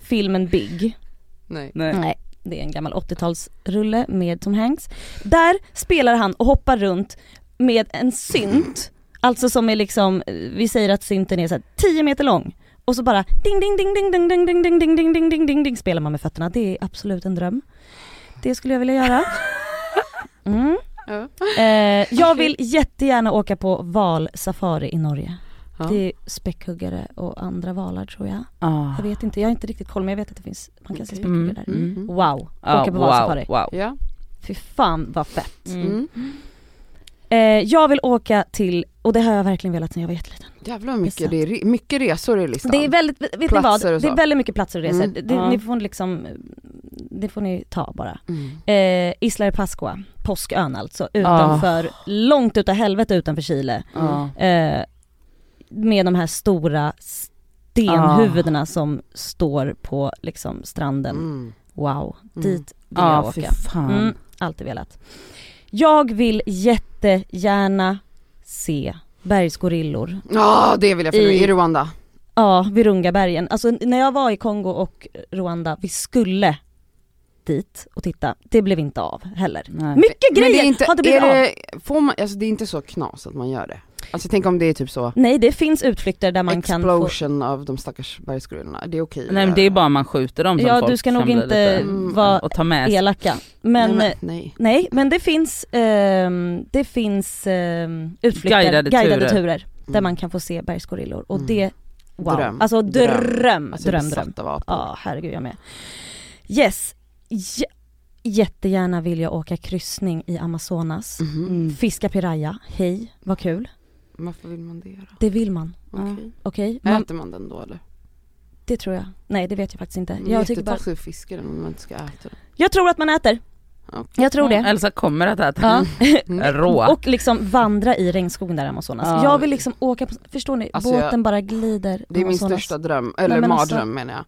[SPEAKER 3] filmen Big?
[SPEAKER 1] Nej.
[SPEAKER 2] Nej.
[SPEAKER 3] Nej. Det är en gammal 80-talsrulle med Tom Hanks. Där spelar han och hoppar runt med en synt, alltså som är liksom, eh, vi säger att synten är så här 10 meter lång. Och så bara ding ding ding ding ding ding ding ding ding ding ding ding ding ding spelar man med fötterna. Det är absolut en dröm. Det skulle jag vilja göra. Mm.
[SPEAKER 1] Ja.
[SPEAKER 3] Eh, jag vill jättegärna åka på valsafari i Norge.
[SPEAKER 1] Ja.
[SPEAKER 3] Det är späckhuggare och andra valar tror jag.
[SPEAKER 2] Ah.
[SPEAKER 3] Jag vet inte, jag har inte riktigt koll men jag vet att det finns, man kan se
[SPEAKER 1] Okej.
[SPEAKER 3] späckhuggare där.
[SPEAKER 2] Mm.
[SPEAKER 1] Mm.
[SPEAKER 3] Wow,
[SPEAKER 2] Ah,
[SPEAKER 3] åka på Mm.
[SPEAKER 2] wow,
[SPEAKER 3] valsafari.
[SPEAKER 2] wow.
[SPEAKER 1] Ja.
[SPEAKER 3] Fy fan vad fett.
[SPEAKER 2] Mm.
[SPEAKER 1] Mm.
[SPEAKER 3] Eh, jag vill åka till, och det har jag verkligen velat sedan jag var jätteliten.
[SPEAKER 1] Jävlar vad mycket,
[SPEAKER 3] Precis.
[SPEAKER 1] det är re- mycket resor i listan. Mm.
[SPEAKER 3] Det är väldigt, vet ni vad?
[SPEAKER 1] Platser och
[SPEAKER 3] Det
[SPEAKER 1] så.
[SPEAKER 3] är väldigt mycket platser och resor.
[SPEAKER 1] Mm.
[SPEAKER 3] Det,
[SPEAKER 2] Ja.
[SPEAKER 3] Ni får liksom, det får ni ta bara.
[SPEAKER 1] mm.
[SPEAKER 3] Eh, Isla de Pascua, påskön alltså, utanför,
[SPEAKER 1] Ah.
[SPEAKER 3] långt utav helvete utanför Chile.
[SPEAKER 2] Ah.
[SPEAKER 3] eh, med de här stora stenhuvudena som står på liksom stranden.
[SPEAKER 1] Ah. Mm.
[SPEAKER 3] Wow,
[SPEAKER 1] Mm.
[SPEAKER 3] dit vill
[SPEAKER 2] Ja
[SPEAKER 3] jag
[SPEAKER 2] fy
[SPEAKER 3] åka.
[SPEAKER 2] fan.
[SPEAKER 3] Mm, alltid velat. Jag vill jättegärna se bergsgorillor.
[SPEAKER 1] Mm. Ja, det vill jag för
[SPEAKER 3] I-
[SPEAKER 1] i Rwanda.
[SPEAKER 3] Ja, Virungabergen. Alltså när jag var i Kongo och Rwanda, vi skulle dit och titta. Det blev inte av heller.
[SPEAKER 2] Nej.
[SPEAKER 3] Mycket
[SPEAKER 1] Men
[SPEAKER 3] grejer
[SPEAKER 1] det är inte,
[SPEAKER 3] har det blivit
[SPEAKER 1] är
[SPEAKER 3] av.
[SPEAKER 1] det, får man, alltså det är inte så knas att man gör det. Alltså tänk om det är typ så
[SPEAKER 3] Nej det finns utflykter där man kan få...
[SPEAKER 1] explosion av de stackars bergsgorillorna, det är okej.
[SPEAKER 2] Nej men det är bara man skjuter dem som
[SPEAKER 3] Ja
[SPEAKER 2] folk
[SPEAKER 3] du ska
[SPEAKER 2] kan
[SPEAKER 3] nog
[SPEAKER 2] bli
[SPEAKER 3] inte
[SPEAKER 2] lite-
[SPEAKER 1] Mm.
[SPEAKER 3] vara
[SPEAKER 2] och ta med sig.
[SPEAKER 3] elaka. Men
[SPEAKER 1] nej,
[SPEAKER 3] eh,
[SPEAKER 1] men, nej.
[SPEAKER 3] nej, men det finns, ehm, det finns ehm, utflykter,
[SPEAKER 2] Guidade turer.
[SPEAKER 3] där man kan få se bergsgorillor och
[SPEAKER 1] Mm.
[SPEAKER 3] det, wow.
[SPEAKER 1] Dröm.
[SPEAKER 3] Alltså dröm, dröm,
[SPEAKER 1] Alltså jag är
[SPEAKER 3] dröm.
[SPEAKER 1] besatt av apor.
[SPEAKER 3] Ja herregud jag med. Yes, J- jättegärna vill jag åka kryssning i Amazonas.
[SPEAKER 1] Mhm.
[SPEAKER 2] Mm.
[SPEAKER 3] Fiska piraya, hej, vad kul.
[SPEAKER 1] Varför vill man det då?
[SPEAKER 3] Det vill man,
[SPEAKER 2] Ja.
[SPEAKER 1] Okej.
[SPEAKER 3] okej? Man-
[SPEAKER 1] Äter man den då eller?
[SPEAKER 3] Det tror jag. Nej det vet jag faktiskt inte.
[SPEAKER 1] Det är
[SPEAKER 3] Jag, tycker bara,
[SPEAKER 1] jättetaskigt att fiska den om man inte ska äta den.
[SPEAKER 3] jag tror att man äter.
[SPEAKER 1] Okej.
[SPEAKER 3] Jag tror det.
[SPEAKER 2] Elsa kommer att äta Mm. Äh,
[SPEAKER 3] Ja. Mm.
[SPEAKER 2] rå.
[SPEAKER 3] Och liksom vandra i regnskogen där i Amazonas.
[SPEAKER 2] Ja.
[SPEAKER 3] Jag vill liksom åka på, förstår ni?
[SPEAKER 1] Alltså,
[SPEAKER 3] Båten bara glider.
[SPEAKER 1] Det är min
[SPEAKER 3] Amazonas.
[SPEAKER 1] största dröm, eller
[SPEAKER 3] Nej, men alltså-
[SPEAKER 1] mardröm menar jag.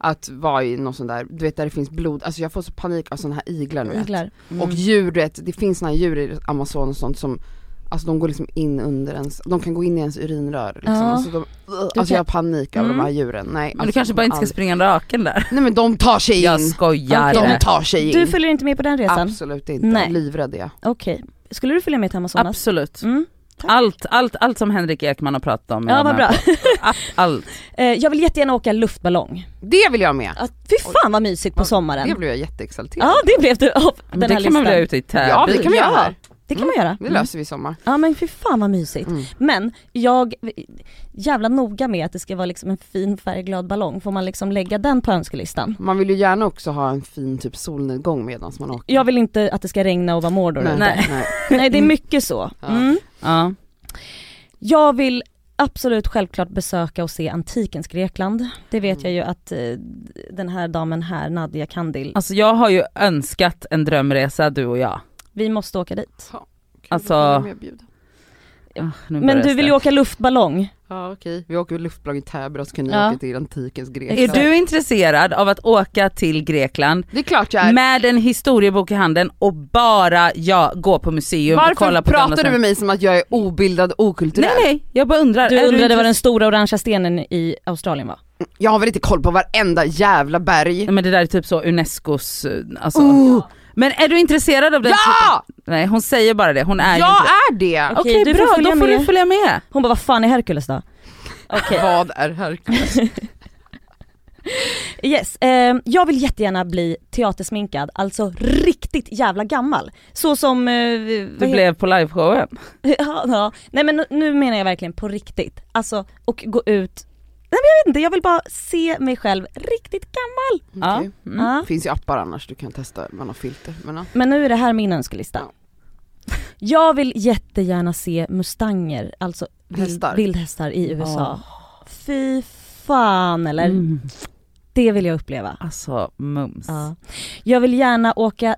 [SPEAKER 1] Att vara i någon sån där, du vet där det finns blod, alltså jag får så panik av såna här iglar nu.
[SPEAKER 3] Iglar.
[SPEAKER 1] Och djuret, det finns såna här djur i Amazon och sånt som Alltså de går liksom in under ens, de kan gå in i ens urinrör liksom.
[SPEAKER 3] Ja.
[SPEAKER 1] alltså, de, alltså
[SPEAKER 3] kan-
[SPEAKER 1] jag har panik över
[SPEAKER 3] Mm.
[SPEAKER 1] de här djuren. Nej,
[SPEAKER 2] Men du
[SPEAKER 1] alltså,
[SPEAKER 2] kanske bara inte ska
[SPEAKER 1] aldrig-
[SPEAKER 2] springa raken där.
[SPEAKER 1] Nej men de tar sig in!
[SPEAKER 2] Jag skojar.
[SPEAKER 3] Okej.
[SPEAKER 1] De tar sig in!
[SPEAKER 3] Du följer inte med på den resan?
[SPEAKER 1] Absolut inte,
[SPEAKER 3] Nej.
[SPEAKER 1] livrädd är jag.
[SPEAKER 3] Okej. Skulle du följa med till Amazonas?
[SPEAKER 2] Absolut.
[SPEAKER 3] Mm. Tack.
[SPEAKER 2] Allt, allt, allt som Henrik Ekman har pratat om. är
[SPEAKER 3] Ja
[SPEAKER 2] jag
[SPEAKER 3] vad
[SPEAKER 2] med
[SPEAKER 3] bra.
[SPEAKER 2] på. A- Allt.
[SPEAKER 3] Eh, jag vill jättegärna åka luftballong.
[SPEAKER 1] Det vill jag med!
[SPEAKER 3] Att, fy fan vad mysigt på
[SPEAKER 1] Ja,
[SPEAKER 3] sommaren.
[SPEAKER 1] Det blev jag jätteexalterad
[SPEAKER 3] Ja det blev du av
[SPEAKER 2] Men
[SPEAKER 3] den
[SPEAKER 2] det
[SPEAKER 3] här
[SPEAKER 2] kan man
[SPEAKER 3] listan.
[SPEAKER 2] väl göra ute i Täby?
[SPEAKER 1] Ja, det kan vi
[SPEAKER 3] Ja.
[SPEAKER 1] göra här.
[SPEAKER 3] Det kan man göra.
[SPEAKER 1] Det
[SPEAKER 3] Mm.
[SPEAKER 1] löser vi i sommar.
[SPEAKER 3] Ja men fy fan vad mysigt.
[SPEAKER 1] Mm.
[SPEAKER 3] Men jag, jävla noga med att det ska vara liksom en fin färgglad ballong, får man liksom lägga den på önskelistan?
[SPEAKER 1] Man vill ju gärna också ha en fin typ solnedgång medan man åker.
[SPEAKER 3] Jag vill inte att det ska regna och vara Mordor
[SPEAKER 1] Nej,
[SPEAKER 3] ute.
[SPEAKER 1] nej.
[SPEAKER 3] Nej det är mycket så.
[SPEAKER 1] Ja.
[SPEAKER 3] Mm.
[SPEAKER 2] Ja.
[SPEAKER 3] Jag vill absolut självklart besöka och se antikens Grekland. Det
[SPEAKER 2] Mm.
[SPEAKER 3] vet jag ju att eh, den här damen här, Nadia Kandil,
[SPEAKER 2] Alltså jag har ju önskat en drömresa du och jag.
[SPEAKER 3] vi måste åka dit.
[SPEAKER 1] Kul att
[SPEAKER 2] Alltså-
[SPEAKER 1] man är medbjuden.
[SPEAKER 2] Ah, nu
[SPEAKER 3] Men
[SPEAKER 2] börjar
[SPEAKER 3] du vill ju
[SPEAKER 2] det.
[SPEAKER 3] åka luftballong.
[SPEAKER 1] Ja okej, vi åker luftbolag i Täby och så kan ni
[SPEAKER 3] Ja.
[SPEAKER 1] åka till antikens Grekland.
[SPEAKER 2] Är du intresserad av att åka till Grekland
[SPEAKER 1] Det är klart jag är.
[SPEAKER 2] med en historiebok i handen och bara ja, gå på museum och kolla
[SPEAKER 1] Varför
[SPEAKER 2] på
[SPEAKER 1] pratar du
[SPEAKER 2] gamla-
[SPEAKER 1] med mig som att jag är obildad och okulturell?
[SPEAKER 2] Nej nej, jag bara undrar. Är
[SPEAKER 3] Du undrade vad
[SPEAKER 2] intresse-
[SPEAKER 3] den stora orangea stenen i Australien var?
[SPEAKER 1] Jag har väl inte koll på varenda jävla berg?
[SPEAKER 2] Nej, men det där är typ så Unescos, eh, alltså. Men är du intresserad av den
[SPEAKER 1] Oh! Ja!
[SPEAKER 2] typen- Nej hon säger bara det, hon är ju
[SPEAKER 1] Jag
[SPEAKER 2] inte...
[SPEAKER 1] är det!
[SPEAKER 3] Okej,
[SPEAKER 2] Okej
[SPEAKER 3] du får
[SPEAKER 2] bra,
[SPEAKER 3] följa
[SPEAKER 2] då får du
[SPEAKER 3] med.
[SPEAKER 2] följa med.
[SPEAKER 3] Hon bara, vad fan är Herkules då? Okej.
[SPEAKER 1] Vad är Herkules?
[SPEAKER 3] Yes, eh, jag vill jättegärna bli teatersminkad, alltså riktigt jävla gammal. Så som... Eh,
[SPEAKER 2] Du
[SPEAKER 3] vad
[SPEAKER 2] blev på liveshowen.
[SPEAKER 3] he- ja, ja. Nej men nu- nu menar jag verkligen på riktigt. Alltså, och gå ut... Nej men jag vet inte, jag vill bara se mig själv riktigt gammal.
[SPEAKER 2] Ja.
[SPEAKER 1] Okej.
[SPEAKER 2] Mm.
[SPEAKER 3] Ja.
[SPEAKER 1] Det finns ju appar annars du kan testa med någon filter. Men, ja.
[SPEAKER 3] Men nu är det här min önskelista. Jag vill jättegärna se mustanger, alltså vild,
[SPEAKER 1] Hästar.
[SPEAKER 3] vildhästar i USA. Fy fan eller?
[SPEAKER 2] Mm.
[SPEAKER 3] Det vill jag uppleva.
[SPEAKER 2] Alltså mums.
[SPEAKER 3] Ja. Jag vill gärna åka,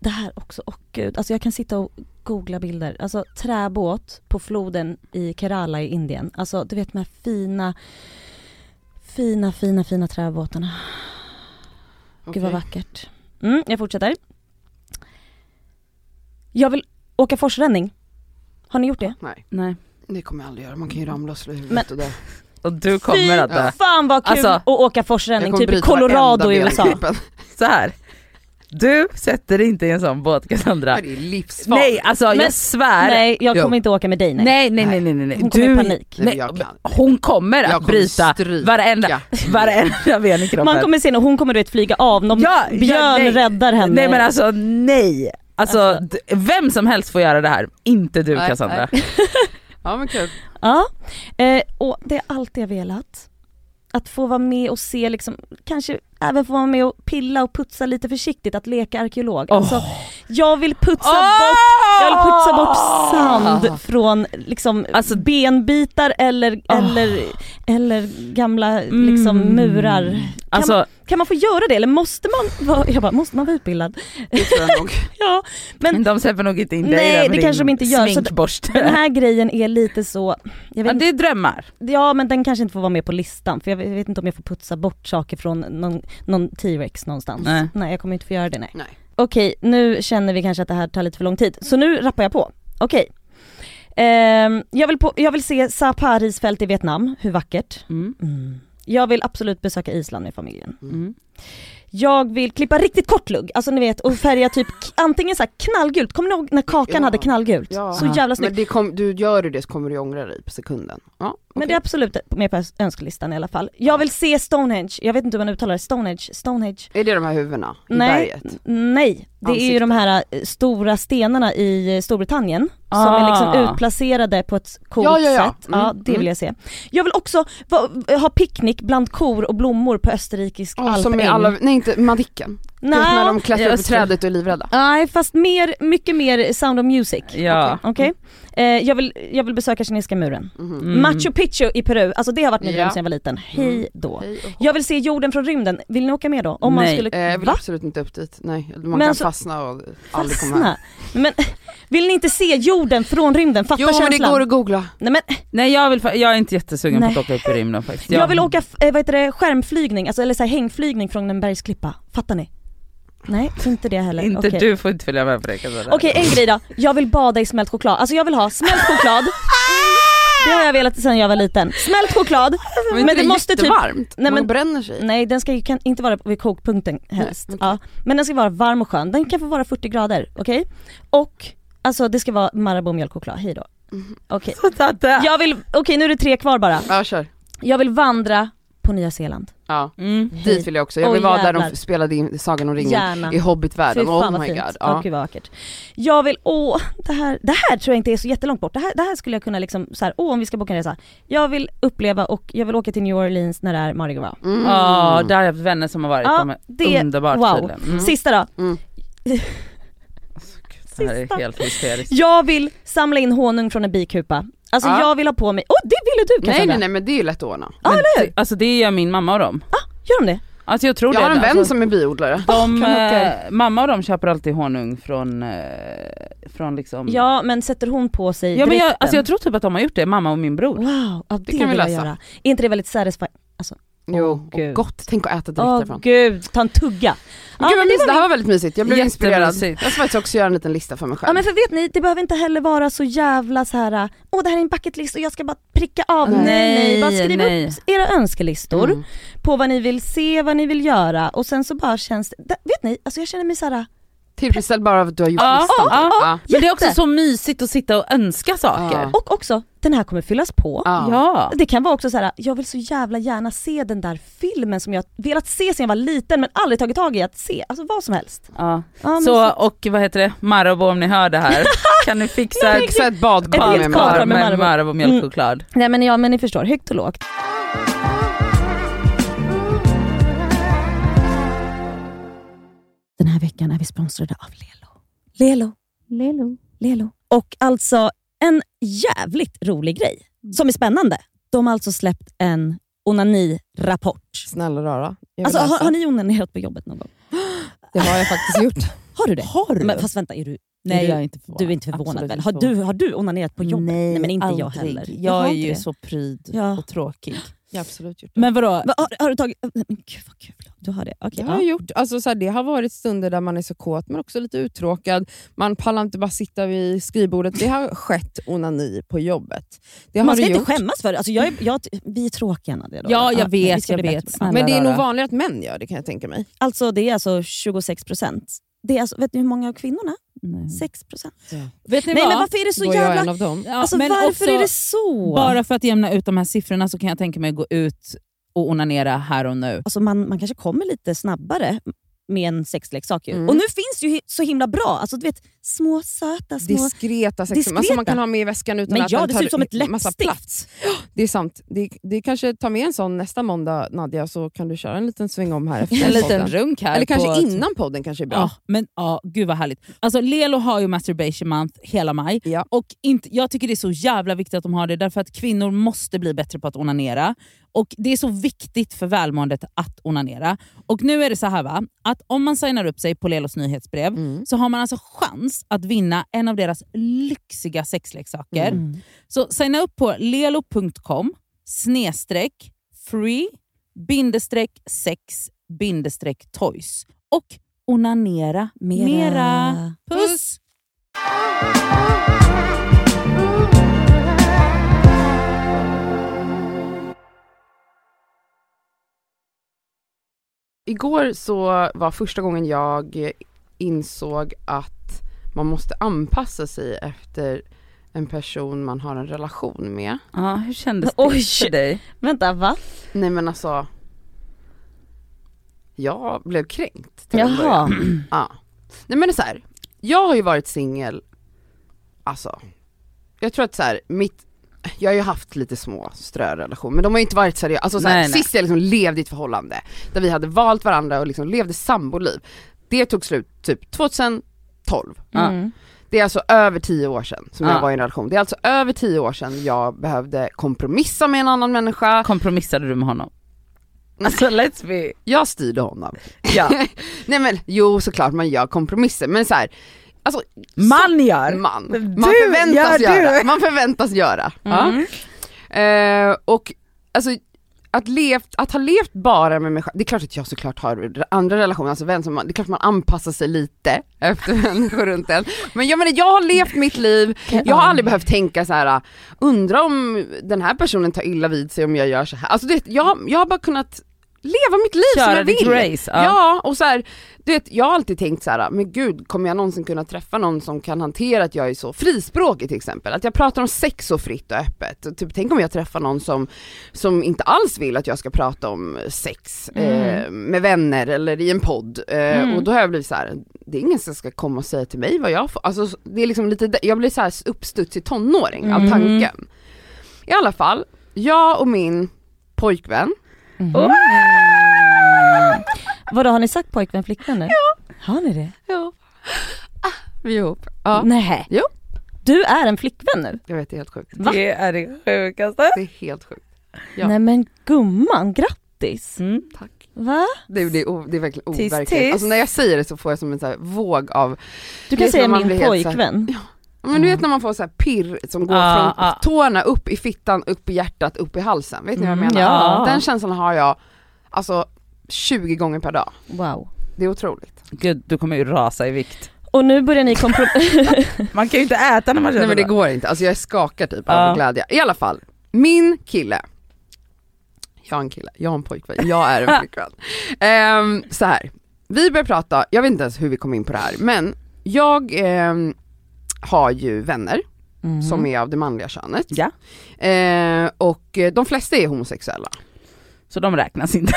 [SPEAKER 3] det här också, åh gud, alltså jag kan sitta och googla bilder. Alltså träbåt på floden i Kerala i Indien. Alltså du vet de här fina, fina, fina, fina träbåtarna. Gud vad
[SPEAKER 1] Okej.
[SPEAKER 3] vackert. Mm, jag fortsätter. Jag vill åka forsränning. Har ni gjort det?
[SPEAKER 1] Nej,
[SPEAKER 2] Nej.
[SPEAKER 1] det kommer jag aldrig göra. Man kan ju ramla och slå i
[SPEAKER 3] Men-
[SPEAKER 1] huvudet och dö.
[SPEAKER 2] Och du kommer att dö.
[SPEAKER 3] Fy fan vad kul
[SPEAKER 2] Alltså,
[SPEAKER 3] att åka
[SPEAKER 1] Jag
[SPEAKER 3] forsränning,
[SPEAKER 1] kommer
[SPEAKER 3] typ i
[SPEAKER 1] bryta
[SPEAKER 3] Colorado i
[SPEAKER 1] varenda
[SPEAKER 3] USA.
[SPEAKER 1] benkupen.
[SPEAKER 2] Så här. Du sätter dig inte i en sån båt Cassandra.
[SPEAKER 1] Det är livsfarligt.
[SPEAKER 2] Nej alltså
[SPEAKER 3] Men-
[SPEAKER 2] jag svär.
[SPEAKER 3] Nej jag
[SPEAKER 2] Jo.
[SPEAKER 3] kommer inte åka med dig nej.
[SPEAKER 2] Nej nej nej nej. nej, nej.
[SPEAKER 3] Hon kommer i
[SPEAKER 2] du,
[SPEAKER 3] panik.
[SPEAKER 1] Nej, men
[SPEAKER 2] nej,
[SPEAKER 1] jag kan.
[SPEAKER 2] hon kommer att
[SPEAKER 1] Jag kommer
[SPEAKER 2] bryta
[SPEAKER 1] stryka.
[SPEAKER 2] varenda, varenda ben i kroppen.
[SPEAKER 3] Man kommer se när hon kommer du vet flyga av, någon
[SPEAKER 2] Ja, ja,
[SPEAKER 3] björn
[SPEAKER 2] nej.
[SPEAKER 3] räddar henne.
[SPEAKER 2] Nej men alltså nej. Alltså,
[SPEAKER 3] Alltså.
[SPEAKER 2] d- vem som helst får göra det här, inte du
[SPEAKER 1] Nej,
[SPEAKER 2] Cassandra.
[SPEAKER 1] Ja men kul.
[SPEAKER 3] Ja, eh, och det är allt jag velat. Att få vara med och se liksom, kanske även få vara med och pilla och putsa lite försiktigt, att leka arkeolog.
[SPEAKER 2] Åh.
[SPEAKER 3] Alltså, jag vill putsa
[SPEAKER 2] Åh!
[SPEAKER 3] bort jag vill putsa bort sand från liksom
[SPEAKER 2] Alltså-
[SPEAKER 3] benbitar eller,
[SPEAKER 2] Åh.
[SPEAKER 3] eller, eller gamla liksom
[SPEAKER 2] Mm.
[SPEAKER 3] murar. Kan,
[SPEAKER 2] Alltså,
[SPEAKER 3] man, kan man få göra det eller måste man vara, jag bara, måste man vara utbildad?
[SPEAKER 1] Det tror jag nog.
[SPEAKER 3] Ja, men
[SPEAKER 2] de släpper nog inte in dig
[SPEAKER 3] Nej,
[SPEAKER 2] där med
[SPEAKER 3] det
[SPEAKER 2] din
[SPEAKER 3] kanske de inte gör, så det-
[SPEAKER 2] Sminkborste.
[SPEAKER 3] den här grejen är lite så, jag vet
[SPEAKER 2] ja,
[SPEAKER 3] inte
[SPEAKER 2] det är drömmar.
[SPEAKER 3] Ja men den kanske inte får vara med på listan för jag vet inte om jag får putsa bort saker från någon, någon T-rex någonstans.
[SPEAKER 2] Nej.
[SPEAKER 3] jag kommer inte få göra det nej.
[SPEAKER 1] Nej.
[SPEAKER 3] Okej, nu känner vi kanske att det här tar lite för lång tid så nu rappar jag på. Okej. Ehm, jag, vill på, jag vill se Saparis fält i Vietnam, hur vackert.
[SPEAKER 2] Mm.
[SPEAKER 3] Jag vill absolut besöka Island med familjen.
[SPEAKER 2] Mm.
[SPEAKER 3] Jag vill klippa riktigt kort lugg, alltså ni vet och färga typ k- antingen så här knallgult, kommer ni ihåg när Kakan
[SPEAKER 1] Ja.
[SPEAKER 3] hade knallgult?
[SPEAKER 1] Ja.
[SPEAKER 3] Så jävla snyggt.
[SPEAKER 1] Men det kom, du gör du det så kommer du ångra dig på sekunden. Ja,
[SPEAKER 3] Men
[SPEAKER 1] okej.
[SPEAKER 3] det är absolut med på önskelistan i alla fall. Jag vill se Stonehenge, jag vet inte hur man uttalar det, Stonehenge, Stonehenge.
[SPEAKER 1] Är det de här huvudena i
[SPEAKER 3] Nej.
[SPEAKER 1] berget?
[SPEAKER 3] Nej, det är ju
[SPEAKER 1] Ansikte.
[SPEAKER 3] de här eh, stora stenarna i eh, Storbritannien som är
[SPEAKER 2] Ah.
[SPEAKER 3] liksom utplacerade på ett coolt
[SPEAKER 1] Ja, ja, ja.
[SPEAKER 3] sätt. Ja,
[SPEAKER 1] Mm,
[SPEAKER 3] det vill jag se. Jag vill också va, ha picknick bland kor och blommor på österrikisk
[SPEAKER 1] Ja, som
[SPEAKER 3] alpäng.
[SPEAKER 1] är alla, nej inte Madicken.
[SPEAKER 3] Nej.
[SPEAKER 1] Vet, När de klättrar upp i
[SPEAKER 2] Just det.
[SPEAKER 1] trädet och är livrädda.
[SPEAKER 3] Nej fast mer, mycket mer Sound of Music.
[SPEAKER 2] Ja.
[SPEAKER 3] Okej? Eh, jag, vill, jag vill besöka kinesiska muren.
[SPEAKER 1] Mhm.
[SPEAKER 2] Mm.
[SPEAKER 3] Machu Picchu i Peru, alltså det har varit min
[SPEAKER 1] Ja. Mm.
[SPEAKER 3] dröm sedan jag var liten. Hej då.
[SPEAKER 1] Hej och hå.
[SPEAKER 3] Jag vill se jorden från rymden, vill ni åka med då? Om man
[SPEAKER 2] Nej.
[SPEAKER 3] skulle...
[SPEAKER 1] Eh, Jag vill
[SPEAKER 3] Va?
[SPEAKER 1] absolut inte upp dit, nej. Man
[SPEAKER 3] Men
[SPEAKER 1] kan
[SPEAKER 3] alltså-
[SPEAKER 1] fastna och aldrig komma hem.
[SPEAKER 3] Fastna? Men vill ni inte se jorden från rymden? Fatta
[SPEAKER 1] Jo
[SPEAKER 3] känslan?
[SPEAKER 1] men det går att googla.
[SPEAKER 3] Nej, men,
[SPEAKER 2] Nej jag, vill, fa- jag är inte jättesugen
[SPEAKER 3] Nej.
[SPEAKER 2] på att åka upp i rymden faktiskt.
[SPEAKER 3] jag vill åka f- eh, vad heter det, skärmflygning, alltså, eller så här, hängflygning från en bergsklippa. Fattar ni? Nej, inte det heller.
[SPEAKER 2] Inte
[SPEAKER 3] Okej.
[SPEAKER 2] du får inte följa med på det kan jag säga.
[SPEAKER 3] Okej en grej då, jag vill bada i smält choklad. Alltså jag vill ha smält choklad, det har jag velat sedan jag var liten. Smält choklad,
[SPEAKER 1] Men, men det måste typ...
[SPEAKER 3] Nej,
[SPEAKER 1] man
[SPEAKER 3] men- Mm.
[SPEAKER 1] bränner sig.
[SPEAKER 3] nej den ska ju kan inte vara vid kokpunkten helst.
[SPEAKER 1] Nej, okej.
[SPEAKER 3] ja. Men den ska vara varm och skön, den kan få vara 40 grader, okej? Och alltså det ska vara Marabou mjölkchoklad, hejdå.
[SPEAKER 1] Mhm.
[SPEAKER 3] Okej,
[SPEAKER 2] eh,
[SPEAKER 3] jag vill, okej nu är det tre kvar bara.
[SPEAKER 1] Ja kör.
[SPEAKER 3] Jag vill vandra på Nya Zeeland.
[SPEAKER 1] Ja.
[SPEAKER 2] Mm.
[SPEAKER 1] Dit vill jag också, jag
[SPEAKER 3] Oj,
[SPEAKER 1] vill vara där
[SPEAKER 3] jävlar.
[SPEAKER 1] de spelade in Sagan om ringen
[SPEAKER 3] Gärna.
[SPEAKER 1] i Hobbitvärlden,
[SPEAKER 3] Fy fan
[SPEAKER 1] oh
[SPEAKER 3] vad
[SPEAKER 1] my
[SPEAKER 3] fint.
[SPEAKER 1] god.
[SPEAKER 3] Ja.
[SPEAKER 1] Ja.
[SPEAKER 3] gud vad vackert. Jag vill, åh, det här, det här tror jag inte är så jättelångt bort. Det här, det här skulle jag kunna liksom så här, åh om vi ska boka en resa. Jag vill uppleva och jag vill åka till New Orleans när det är Mardi Gras.
[SPEAKER 1] Mm.
[SPEAKER 2] Ja, där har jag haft vänner som har varit,
[SPEAKER 3] Ja,
[SPEAKER 2] de är
[SPEAKER 3] det-
[SPEAKER 2] underbart
[SPEAKER 3] wow.
[SPEAKER 2] tydligen. Mm.
[SPEAKER 3] Sista då.
[SPEAKER 1] Mm.
[SPEAKER 2] Det här är
[SPEAKER 3] sista.
[SPEAKER 2] helt hysteriskt.
[SPEAKER 3] Jag vill samla in honung från en bikupa. Alltså
[SPEAKER 1] Ja.
[SPEAKER 3] jag vill ha på mig, åh det ville du Cassandra?
[SPEAKER 1] Nej nej nej men Mm. det är ju lätt att ordna.
[SPEAKER 3] Ja eller hur?
[SPEAKER 2] Alltså det gör min mamma och dem.
[SPEAKER 3] Gör de det?
[SPEAKER 2] Alltså jag tror
[SPEAKER 1] Jag
[SPEAKER 2] det.
[SPEAKER 1] har en vän
[SPEAKER 2] alltså,
[SPEAKER 1] som är biodlare.
[SPEAKER 2] de,
[SPEAKER 1] Kan åka.
[SPEAKER 2] eh, mamma och dem köper alltid honung från, eh, från liksom
[SPEAKER 3] Ja men sätter hon på sig
[SPEAKER 2] Ja, men jag,
[SPEAKER 3] dräkten?
[SPEAKER 2] alltså jag tror typ att de har gjort det, mamma och min bror.
[SPEAKER 3] Wow, ja, det,
[SPEAKER 1] kan vi
[SPEAKER 3] vill jag
[SPEAKER 1] lösa.
[SPEAKER 3] göra. Är inte det väldigt satisfying?
[SPEAKER 1] Jo,
[SPEAKER 3] gud.
[SPEAKER 1] och gott, tänk att äta direkt
[SPEAKER 3] Åh
[SPEAKER 1] därifrån.
[SPEAKER 3] gud, ta en tugga. Ja,
[SPEAKER 1] Gud vad
[SPEAKER 3] men det
[SPEAKER 1] mysigt, det
[SPEAKER 3] var
[SPEAKER 1] här var väldigt mysigt, jag blev inspirerad. Jag
[SPEAKER 2] Jättemysigt.
[SPEAKER 1] ska faktiskt också göra en liten lista för mig själv.
[SPEAKER 3] Ja men för vet ni, det behöver inte heller vara så jävla så här. åh det här är en bucket list och jag ska bara pricka av. Nej nej,
[SPEAKER 2] Nej,
[SPEAKER 3] bara skriv
[SPEAKER 2] nej.
[SPEAKER 3] upp era önskelistor
[SPEAKER 1] Mm.
[SPEAKER 3] på vad ni vill se, vad ni vill göra och sen så bara känns det, det- vet ni, alltså jag känner mig såhär,
[SPEAKER 1] Tillfredsställd bara av att du har gjort
[SPEAKER 2] Ja,
[SPEAKER 1] listan.
[SPEAKER 2] ja,
[SPEAKER 1] ja.
[SPEAKER 2] Men det är också
[SPEAKER 3] Jätte.
[SPEAKER 2] så mysigt att sitta och önska saker.
[SPEAKER 1] Ja.
[SPEAKER 3] och också den här kommer fyllas på.
[SPEAKER 1] Ja.
[SPEAKER 2] Ja.
[SPEAKER 3] Det kan vara också så här: jag vill så jävla gärna se den där filmen som jag velat se sedan jag var liten men aldrig tagit tag i att se, alltså vad som helst.
[SPEAKER 2] ja.
[SPEAKER 3] Ja, men
[SPEAKER 2] Så och vad heter det, Marabou om ni hör det här, kan ni fixa ett
[SPEAKER 1] Fixa ett
[SPEAKER 3] Ett
[SPEAKER 1] badkar
[SPEAKER 3] helt
[SPEAKER 1] med mig.
[SPEAKER 3] badkar
[SPEAKER 2] par
[SPEAKER 3] med
[SPEAKER 2] med
[SPEAKER 3] Marabou.
[SPEAKER 2] Marabou mjölkchoklad?
[SPEAKER 3] Nej men ja men ni förstår, högt och lågt. Den här veckan är vi sponsrade av Lelo. Lelo. Lelo. Lelo. Och alltså en jävligt rolig grej som är spännande. De har alltså släppt en onani-rapport.
[SPEAKER 4] Snälla rara. Jag vill
[SPEAKER 3] Alltså, har,
[SPEAKER 4] läsa.
[SPEAKER 3] har ni onanerat på jobbet någon gång?
[SPEAKER 4] Det har jag faktiskt gjort.
[SPEAKER 3] Har du det?
[SPEAKER 4] Har du?
[SPEAKER 3] Men, fast vänta, är du,
[SPEAKER 2] Nej
[SPEAKER 3] är
[SPEAKER 2] jag är
[SPEAKER 3] du,
[SPEAKER 2] inte förvånad.
[SPEAKER 3] du är inte förvånad
[SPEAKER 2] Absolut
[SPEAKER 3] väl?
[SPEAKER 2] inte
[SPEAKER 3] Har
[SPEAKER 2] förvånad.
[SPEAKER 3] du, har du onanerat på jobbet?
[SPEAKER 4] Nej,
[SPEAKER 3] men inte jag
[SPEAKER 4] aldrig.
[SPEAKER 3] heller. Jag har
[SPEAKER 4] Jag är
[SPEAKER 3] inte
[SPEAKER 4] ju
[SPEAKER 3] det.
[SPEAKER 4] så pryd
[SPEAKER 3] Ja.
[SPEAKER 4] och tråkig.
[SPEAKER 1] Jag har absolut gjort det.
[SPEAKER 4] Men vadå?
[SPEAKER 3] Va, har, har du tagit... Men gud vad kul. Du har det? Okej.
[SPEAKER 4] Det har
[SPEAKER 3] ja.
[SPEAKER 4] jag gjort. Alltså, så här, det har varit stunder där man är så kåt men också lite uttråkad. Man pallar inte bara sitta vid skrivbordet. Det har skett onani på jobbet. Det har
[SPEAKER 3] Man ska
[SPEAKER 4] det
[SPEAKER 3] inte
[SPEAKER 4] gjort.
[SPEAKER 3] skämmas för det. Alltså jag, är- jag, vi är tråkiga Nadia. då.
[SPEAKER 4] Ja, jag
[SPEAKER 3] men
[SPEAKER 4] vet,
[SPEAKER 3] vi ska
[SPEAKER 2] jag
[SPEAKER 3] bli
[SPEAKER 2] vet.
[SPEAKER 3] bättre.
[SPEAKER 2] Snälla.
[SPEAKER 4] Men det är nog
[SPEAKER 2] rara.
[SPEAKER 4] vanligare att män gör det kan jag tänka mig.
[SPEAKER 3] Alltså det är alltså 26 procent. Det är alltså, vet ni hur många av kvinnorna?
[SPEAKER 2] Nej.
[SPEAKER 3] 6 procent.
[SPEAKER 5] Vet ni
[SPEAKER 3] Nej
[SPEAKER 5] vad?
[SPEAKER 3] men varför är det så
[SPEAKER 4] Var jag en
[SPEAKER 3] jävla...
[SPEAKER 4] av dem?
[SPEAKER 5] Ja,
[SPEAKER 3] Alltså
[SPEAKER 5] men
[SPEAKER 3] varför
[SPEAKER 5] också,
[SPEAKER 3] är det så?
[SPEAKER 2] Bara för att jämna ut de här siffrorna så kan jag tänka mig att gå ut och onanera här och nu.
[SPEAKER 3] Alltså man, man kanske kommer lite snabbare med en sexleksak ju.
[SPEAKER 4] Mm.
[SPEAKER 3] Och nu finns det ju hi- så himla bra, alltså du vet små söta små...
[SPEAKER 4] Diskreta sexsymboler alltså,
[SPEAKER 3] Diskreta.
[SPEAKER 4] man kan ha med i väskan utan
[SPEAKER 3] men
[SPEAKER 4] att
[SPEAKER 3] ja,
[SPEAKER 4] den
[SPEAKER 3] det
[SPEAKER 4] tar
[SPEAKER 3] ser ut som ett
[SPEAKER 4] massa plats.
[SPEAKER 3] läppstift.
[SPEAKER 4] Det är sant. Det, det kanske tar med en sån nästa måndag Nadja så kan du köra en liten sväng om här efter
[SPEAKER 5] en liten
[SPEAKER 4] podden.
[SPEAKER 5] runk här.
[SPEAKER 4] Eller
[SPEAKER 5] på
[SPEAKER 4] kanske
[SPEAKER 5] att-
[SPEAKER 4] innan podden kanske är bra.
[SPEAKER 2] Ja, men ja, gud vad härligt. Alltså Lelo har ju masturbation month hela maj.
[SPEAKER 4] Ja.
[SPEAKER 2] Och inte, jag tycker det är så jävla viktigt att de har det därför att kvinnor måste bli bättre på att onanera. Och Det är så viktigt för välmåendet att onanera. Och nu är det så här va, att om man signar upp sig på Lelos nyhetsbrev
[SPEAKER 4] Mm.
[SPEAKER 2] så har man alltså chans att vinna en av deras lyxiga sexleksaker.
[SPEAKER 3] Mm.
[SPEAKER 2] Så signa upp på lelo.com snedstreck free bindestreck sex bindestreck toys och onanera mera. Puss!
[SPEAKER 4] Puss.
[SPEAKER 1] igår så var första gången jag insåg att man måste anpassa sig efter en person man har en relation med.
[SPEAKER 2] Ja, hur kändes det
[SPEAKER 3] Oj.
[SPEAKER 2] för dig?
[SPEAKER 3] Vänta va?
[SPEAKER 1] Nej men alltså, jag blev kränkt. till en början.
[SPEAKER 3] Jaha.
[SPEAKER 1] Ja. Nej men det är så här. jag har ju varit singel, alltså, jag tror att så här, mitt, jag har ju haft lite små strörelationer men de har ju inte varit seriösa, alltså så här,
[SPEAKER 2] Nej, nej.
[SPEAKER 1] sist jag liksom levde i ett förhållande där vi hade valt varandra och liksom levde samboliv, det tog slut typ 2012.
[SPEAKER 2] Ja.
[SPEAKER 3] Mm.
[SPEAKER 1] Det är alltså över 10 år sedan som
[SPEAKER 2] Ja.
[SPEAKER 1] jag var i en relation, det är alltså över 10 år sedan jag behövde kompromissa med en annan människa,
[SPEAKER 2] Kompromissade du med honom? Alltså let's be...
[SPEAKER 1] jag styrde honom.
[SPEAKER 2] Ja.
[SPEAKER 1] Nej men jo såklart man gör kompromisser men så här, alltså
[SPEAKER 2] Man gör!
[SPEAKER 1] man.
[SPEAKER 2] Du
[SPEAKER 1] Man förväntas
[SPEAKER 2] gör du.
[SPEAKER 1] göra. Man förväntas göra.
[SPEAKER 2] Mm.
[SPEAKER 1] Ja. Eh, och alltså, att, levt, att ha levt bara med mig själv, det är klart att jag såklart har andra relationer, alltså vän som man, det är klart man anpassar sig lite efter människor runt en. Men jag menar jag har levt mitt liv, jag har aldrig behövt tänka så här. undra om den här personen tar illa vid sig om jag gör så här. Alltså det, jag, jag har bara kunnat leva mitt liv som
[SPEAKER 2] Köra
[SPEAKER 1] jag
[SPEAKER 2] ditt
[SPEAKER 1] vill.
[SPEAKER 2] race.
[SPEAKER 1] Ja,
[SPEAKER 2] Ja.
[SPEAKER 1] och så här, du vet, jag har alltid tänkt så här, men gud kommer jag någonsin kunna träffa någon som kan hantera att jag är så frispråkig till exempel? Att jag pratar om sex så fritt och öppet. Och typ, tänk om jag träffar någon som, som inte alls vill att jag ska prata om sex eh, med vänner eller i en podd. Eh, Och då har jag blivit så här, det är ingen som ska komma och säga till mig vad jag får. Alltså, det är liksom lite, jag blir så här uppstudsig tonåring av tanken. I alla fall, jag och min pojkvän
[SPEAKER 3] Vadå har ni sagt pojkvän flickvän nu? Ja. Har ni det?
[SPEAKER 1] Ja. Vi är ihop. Ja.
[SPEAKER 3] Nej.
[SPEAKER 1] Jo.
[SPEAKER 3] Du är en flickvän nu?
[SPEAKER 1] Jag vet, det är helt sjukt.
[SPEAKER 3] Va?
[SPEAKER 2] Det är det sjukaste.
[SPEAKER 1] Det är helt sjukt. Ja.
[SPEAKER 3] Nej men gumman, grattis!
[SPEAKER 2] Mm.
[SPEAKER 1] Tack.
[SPEAKER 3] Va?
[SPEAKER 1] Det är, det är, o- det är verkligen
[SPEAKER 2] Tis,
[SPEAKER 1] overkligt.
[SPEAKER 2] tis.
[SPEAKER 1] Alltså när jag säger det så får jag som en så här våg av,
[SPEAKER 3] Du
[SPEAKER 1] Det är
[SPEAKER 3] kan säga
[SPEAKER 1] som man blir
[SPEAKER 3] min
[SPEAKER 1] helt så här-
[SPEAKER 3] pojkvän.
[SPEAKER 1] men du vet när man får så här pirr som går
[SPEAKER 2] Mm. Ah,
[SPEAKER 1] från
[SPEAKER 2] ah.
[SPEAKER 1] tårna upp i fittan, upp i hjärtat, upp i halsen. Vet ni vad jag
[SPEAKER 2] Mm,
[SPEAKER 1] menar?
[SPEAKER 3] ja.
[SPEAKER 1] Den känslan har jag alltså 20 gånger per dag.
[SPEAKER 3] Wow.
[SPEAKER 1] Det är otroligt.
[SPEAKER 2] Gud, du kommer ju rasa i vikt.
[SPEAKER 3] Och nu börjar ni kompromissa.
[SPEAKER 2] Man kan ju inte äta när man
[SPEAKER 1] Nej
[SPEAKER 2] känner
[SPEAKER 1] men det går inte, alltså jag skakar typ
[SPEAKER 2] Ja.
[SPEAKER 1] av glädje. I alla fall, min kille. Jag har en kille, jag har en pojkvän, jag är en flickvän. um, så här. vi börjar prata, jag vet inte ens hur vi kom in på det här, men jag ehm, har ju vänner som är av det manliga könet.
[SPEAKER 2] Mhm. Ja.
[SPEAKER 1] Eh, och eh, de flesta är homosexuella.
[SPEAKER 2] Så de räknas inte.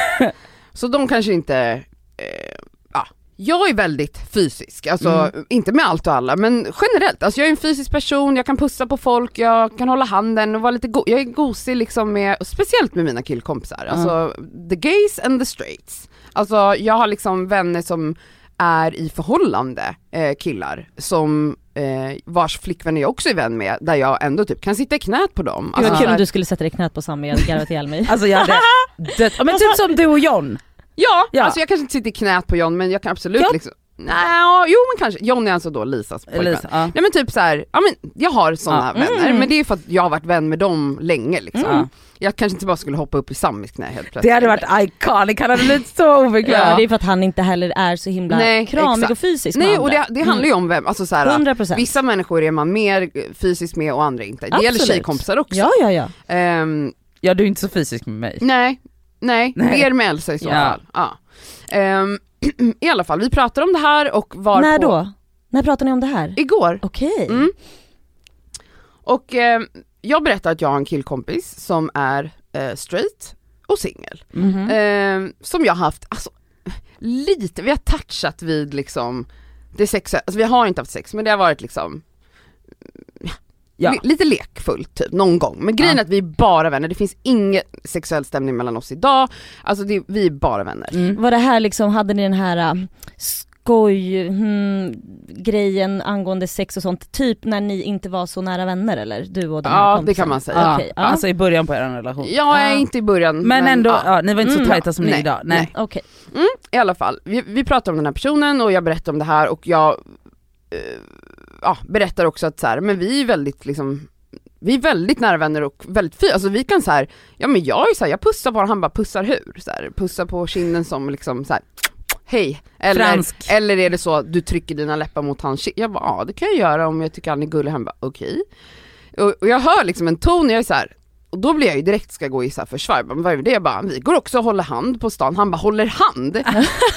[SPEAKER 1] Så de kanske inte, eh, ja. Jag är väldigt fysisk, alltså inte med allt och alla men generellt, alltså jag är en fysisk person, jag kan pussa på folk, jag kan hålla handen och vara lite go- jag är gosig liksom med, och speciellt med mina killkompisar, alltså the gays and the straights. Alltså jag har liksom vänner som är i förhållande eh, killar som eh, vars flickvänner jag också är vän med, där jag ändå typ kan sitta i knät på dem.
[SPEAKER 3] Gud vad
[SPEAKER 1] Alltså,
[SPEAKER 3] kul om du skulle sätta dig i knät på Sami, jag hade garvat ihjäl mig.
[SPEAKER 2] Alltså jag hade dött. Ja, Men typ som du och John.
[SPEAKER 1] Ja,
[SPEAKER 2] Ja.
[SPEAKER 1] alltså jag kanske inte sitter i knät på John men jag kan absolut
[SPEAKER 2] Ja.
[SPEAKER 1] liksom, nej, jo men kanske, John är alltså då Lisas pojkvän.
[SPEAKER 2] Lisa, ja.
[SPEAKER 1] Nej men typ så här, ja men jag har sådana
[SPEAKER 2] Ja. Mm.
[SPEAKER 1] vänner men det är för att jag har varit vän med dem länge liksom.
[SPEAKER 2] Ja.
[SPEAKER 1] Jag kanske inte bara skulle hoppa upp i Samis knä helt plötsligt.
[SPEAKER 2] Det hade varit iconic, han hade blivit så obekväm.
[SPEAKER 3] Ja. Det är för att han inte heller är så himla
[SPEAKER 1] Nej,
[SPEAKER 3] kramig
[SPEAKER 1] exakt.
[SPEAKER 3] och fysisk med
[SPEAKER 1] Nej
[SPEAKER 3] andra.
[SPEAKER 1] och det, det handlar ju om vem, alltså så här,
[SPEAKER 3] 100%.
[SPEAKER 1] vissa människor är man mer eh, fysiskt med och andra inte. Det gäller
[SPEAKER 3] Absolut.
[SPEAKER 1] tjejkompisar också.
[SPEAKER 3] Ja ja ja.
[SPEAKER 1] Ehm,
[SPEAKER 2] Ja du är inte så fysisk med mig.
[SPEAKER 1] Nej, nej,
[SPEAKER 2] Nej.
[SPEAKER 1] mer med Elsa i så
[SPEAKER 2] Ja.
[SPEAKER 1] fall. Ja. Ehm, I alla fall, vi pratar om det här och var
[SPEAKER 3] När
[SPEAKER 1] på,
[SPEAKER 3] då? När pratar ni om det här?
[SPEAKER 1] Igår.
[SPEAKER 3] Okej.
[SPEAKER 1] Mm. Och eh, jag berättar att jag har en killkompis som är eh, straight och singel.
[SPEAKER 3] Mhm.
[SPEAKER 2] Mm.
[SPEAKER 1] Eh, som jag har haft, alltså lite, vi har touchat vid liksom det sexuella, alltså vi har inte haft sex men det har varit liksom
[SPEAKER 2] Ja.
[SPEAKER 1] li- Lite lekfullt typ, någon gång. Men grejen är att vi är bara vänner, det finns ingen sexuell stämning mellan oss idag. Alltså det, vi är bara vänner.
[SPEAKER 2] Mm.
[SPEAKER 3] Var det här liksom, hade ni den här äh, skoj, hmm, grejen angående sex och sånt, typ när ni inte var så nära vänner eller? Du och den här
[SPEAKER 1] Ja, det
[SPEAKER 3] kompisen?
[SPEAKER 1] kan man säga.
[SPEAKER 2] Ja,
[SPEAKER 3] Okej, ja.
[SPEAKER 2] Alltså i början på er relation.
[SPEAKER 1] Jag är inte i början
[SPEAKER 2] Men, ändå,
[SPEAKER 1] ja.
[SPEAKER 2] ja. ni var inte så
[SPEAKER 3] Mm.
[SPEAKER 2] tajta som ni är
[SPEAKER 1] Nej,
[SPEAKER 2] idag. Nej.
[SPEAKER 1] nej.
[SPEAKER 3] Okej.
[SPEAKER 1] i alla fall, vi, vi pratar om den här personen och jag berättar om det här och jag eh, ja, berättar också att så här, men vi är väldigt liksom vi är väldigt nära vänner och väldigt fina, alltså vi kan så här, ja men jag är så här, jag pussar på honom, han bara pussar hur? Så här, pussar på kinden som liksom så här, hej, eller,
[SPEAKER 2] Fransk.
[SPEAKER 1] eller är det så att du trycker dina läppar mot hans kind? Jag bara, ja det kan jag göra om jag tycker han är gullig, han bara okej. Och, och jag hör liksom en ton, jag är så här,
[SPEAKER 6] Och då blir jag ju direkt ska gå i så här försvar, Jag bara, men vad är det? Jag bara, vi går också och håller hand på stan. Han bara, håller hand?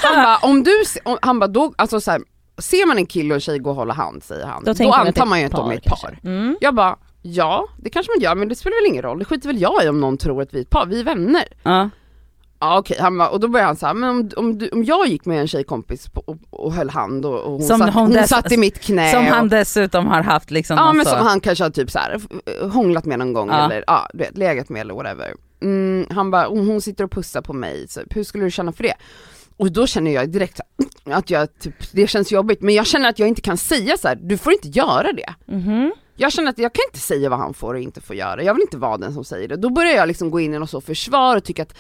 [SPEAKER 6] Han bara, om du, se- om, han bara, då, alltså så här, ser man en kille och en tjej gå och hålla hand säger han, då,
[SPEAKER 3] tänker man att det
[SPEAKER 6] antar
[SPEAKER 3] är
[SPEAKER 6] man ju
[SPEAKER 3] ett
[SPEAKER 6] att de är ett
[SPEAKER 3] par,
[SPEAKER 6] par.
[SPEAKER 3] Mm.
[SPEAKER 6] Jag bara, ja det kanske man gör men det spelar väl ingen roll, det skiter väl jag i om någon tror att vi är ett par, vi är vänner.
[SPEAKER 2] Ja.
[SPEAKER 6] Ja okej, han bara, och då började han säga men om, om, du, om jag gick med en tjejkompis på, och, och höll hand och, och hon,
[SPEAKER 2] Som
[SPEAKER 6] satt,
[SPEAKER 2] hon
[SPEAKER 6] hon
[SPEAKER 2] dess-
[SPEAKER 6] satt i mitt knä.
[SPEAKER 2] Som han
[SPEAKER 6] och,
[SPEAKER 2] dessutom har haft liksom
[SPEAKER 6] ja
[SPEAKER 2] någon
[SPEAKER 6] men
[SPEAKER 2] så-
[SPEAKER 6] som han kanske har typ så här, f- hånglat med någon gång
[SPEAKER 2] Ja.
[SPEAKER 6] eller ja, du vet, legat med eller whatever. Mm, han bara, om hon sitter och pussar på mig, så, hur skulle du känna för det? Och då känner jag direkt så här, att jag, typ, det känns jobbigt men jag känner att jag inte kan säga så här, du får inte göra det.
[SPEAKER 3] Mhm.
[SPEAKER 6] Jag känner att jag kan inte säga vad han får och inte får göra, jag vill inte vara den som säger det. Då börjar jag liksom gå in i något så försvar och tycka att,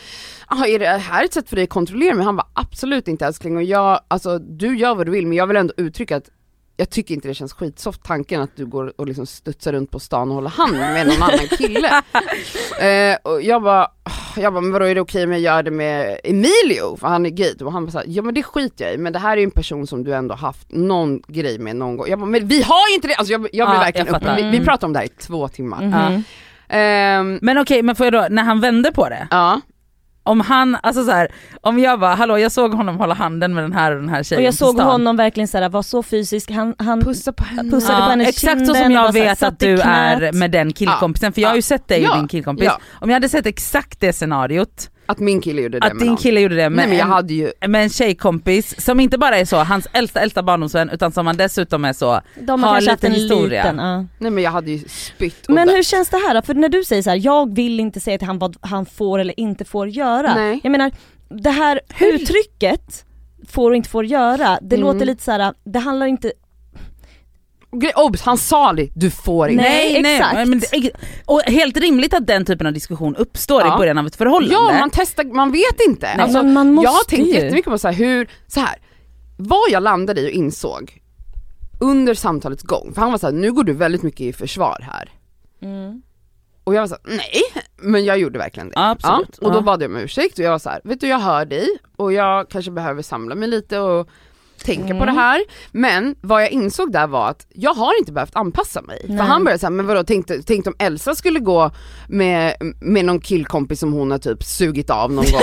[SPEAKER 6] ah, är det här ett sätt för dig att kontrollera mig? Han bara absolut inte älskling och jag, alltså du gör vad du vill men jag vill ändå uttrycka att jag tycker inte det känns skitsoft tanken att du går och liksom studsar runt på stan och håller hand med någon annan kille. eh, och jag bara, ah, jag bara, men vadå är det okej om jag gör det med Emilio? För han är gay. Och han bara såhär, ja men det skiter jag i men det här är ju en person som du ändå haft någon grej med någon gång. Jag bara, men vi har ju inte det! Alltså jag, jag blir
[SPEAKER 2] Ja,
[SPEAKER 6] verkligen
[SPEAKER 2] jag
[SPEAKER 6] uppe,
[SPEAKER 2] fattar.
[SPEAKER 6] vi, vi pratar om det här i två timmar.
[SPEAKER 2] Ja.
[SPEAKER 6] Ehm,
[SPEAKER 2] Men okej, men får jag då, när han vände på det,
[SPEAKER 6] ja,
[SPEAKER 2] om han, alltså så här, om jag bara hallå jag såg honom hålla handen med den här och den här tjejen
[SPEAKER 3] Och jag
[SPEAKER 2] på
[SPEAKER 3] såg
[SPEAKER 2] stan.
[SPEAKER 3] honom verkligen såhär, var så fysisk, han, han
[SPEAKER 6] pussa på henne.
[SPEAKER 3] pussade på hennes
[SPEAKER 2] exakt
[SPEAKER 3] kinden
[SPEAKER 2] så som
[SPEAKER 3] och
[SPEAKER 2] jag
[SPEAKER 3] bara så här,
[SPEAKER 2] vet att
[SPEAKER 3] satt i
[SPEAKER 2] du
[SPEAKER 3] knät.
[SPEAKER 2] är med den killkompisen, för jag har ju
[SPEAKER 6] Ja.
[SPEAKER 2] sett dig
[SPEAKER 6] Ja.
[SPEAKER 2] och din killkompis.
[SPEAKER 6] Ja.
[SPEAKER 2] Om jag hade sett exakt det scenariot,
[SPEAKER 6] Att min kille gjorde det
[SPEAKER 2] att
[SPEAKER 6] med
[SPEAKER 2] din
[SPEAKER 6] någon.
[SPEAKER 2] kille gjorde det med,
[SPEAKER 6] Nej men jag
[SPEAKER 2] en,
[SPEAKER 6] hade ju,
[SPEAKER 2] med en tjejkompis som inte bara är så hans äldsta äldsta barndomsvän utan som han dessutom är så,
[SPEAKER 3] De
[SPEAKER 2] Har
[SPEAKER 3] har kanske
[SPEAKER 2] lite
[SPEAKER 3] haft en
[SPEAKER 2] historia.
[SPEAKER 3] liten, ja.
[SPEAKER 6] nej men jag hade ju spytt och
[SPEAKER 3] Men
[SPEAKER 6] dött.
[SPEAKER 3] hur känns det här då? För när du säger så här, jag vill inte säga till han vad han får eller inte får göra.
[SPEAKER 6] Nej.
[SPEAKER 3] Jag menar, det här uttrycket får och inte får göra,
[SPEAKER 6] Mm.
[SPEAKER 3] det låter lite så här, det handlar inte,
[SPEAKER 6] Gre- Obs, han sa det, du får inte.
[SPEAKER 3] Nej, exakt.
[SPEAKER 2] men det, och helt rimligt att den typen av diskussion uppstår i
[SPEAKER 6] Ja.
[SPEAKER 2] början av ett förhållande.
[SPEAKER 6] Ja man testar, man vet inte. Alltså,
[SPEAKER 3] men man
[SPEAKER 6] jag har
[SPEAKER 3] måste
[SPEAKER 6] tänkt
[SPEAKER 3] ju.
[SPEAKER 6] jättemycket på så här, hur, så här, vad jag landade i och insåg under samtalets gång, för han var så här, nu går du väldigt mycket i försvar här.
[SPEAKER 3] Mm.
[SPEAKER 6] Och jag var så här, nej, men jag gjorde verkligen det.
[SPEAKER 2] Ja, absolut.
[SPEAKER 6] Ja, och
[SPEAKER 2] Ja.
[SPEAKER 6] då bad jag om ursäkt och jag var så här, vet du jag hör dig och jag kanske behöver samla mig lite och tänka på
[SPEAKER 2] Mm.
[SPEAKER 6] det här. Men vad jag insåg där var att jag har inte behövt anpassa mig. För
[SPEAKER 3] Nej.
[SPEAKER 6] han började säga, men vadå tänkte, tänkte om Elsa skulle gå med, med någon killkompis som hon har typ sugit av någon gång.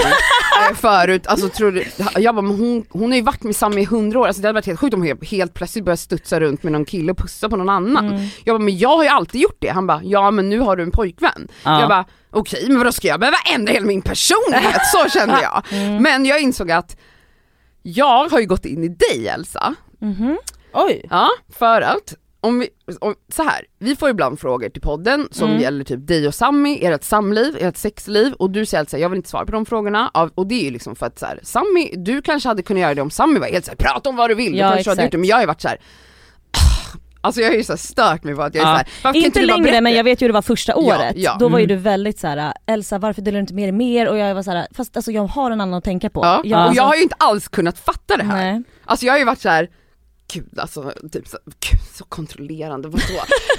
[SPEAKER 6] eh, Förut, alltså tror du, jag bara, men hon, hon är ju varit med Sami i hundra år, alltså det hade varit helt sjukt om hon helt plötsligt började studsa runt med någon kille och pussa på någon annan. Jag bara, men jag har ju alltid gjort det. Han bara, ja men nu har du en pojkvän.
[SPEAKER 2] Ja.
[SPEAKER 6] Jag bara, okej men vadå ska jag behöva ändra hela min personlighet? Så kände jag. Men jag insåg att jag har ju gått in i dig Elsa,
[SPEAKER 3] Mhm.
[SPEAKER 2] Oj.
[SPEAKER 6] ja, för att om vi, om, så här, vi får ibland frågor till podden som
[SPEAKER 3] Mm.
[SPEAKER 6] gäller typ dig och Sammy, ert samliv, ert sexliv och du säger alltid så här, jag vill inte svara på de frågorna av, och det är ju liksom för att så här, Sammy, du kanske hade kunnat göra det om Sammy var helt såhär, prata om vad du vill, du
[SPEAKER 3] Ja,
[SPEAKER 6] kanske hade
[SPEAKER 3] exakt.
[SPEAKER 6] gjort det men jag har ju varit så här. "Ah." alltså jag har ju så här stört mig på att jag är
[SPEAKER 2] Ja.
[SPEAKER 6] så här, varför kan
[SPEAKER 3] Inte
[SPEAKER 6] du bara
[SPEAKER 3] längre
[SPEAKER 6] berätta?"
[SPEAKER 3] men jag vet ju hur det var första året,
[SPEAKER 6] ja.
[SPEAKER 3] då var ju
[SPEAKER 2] Mm.
[SPEAKER 3] du väldigt så här: Elsa varför delar du inte med dig mer? Och jag var så här, fast alltså jag har en annan att tänka på.
[SPEAKER 6] Ja, och
[SPEAKER 3] alltså-
[SPEAKER 6] jag har ju inte alls kunnat fatta det här.
[SPEAKER 3] Nej.
[SPEAKER 6] Alltså jag har ju varit så här. Gud alltså, typ så, gud, så kontrollerande, vadå?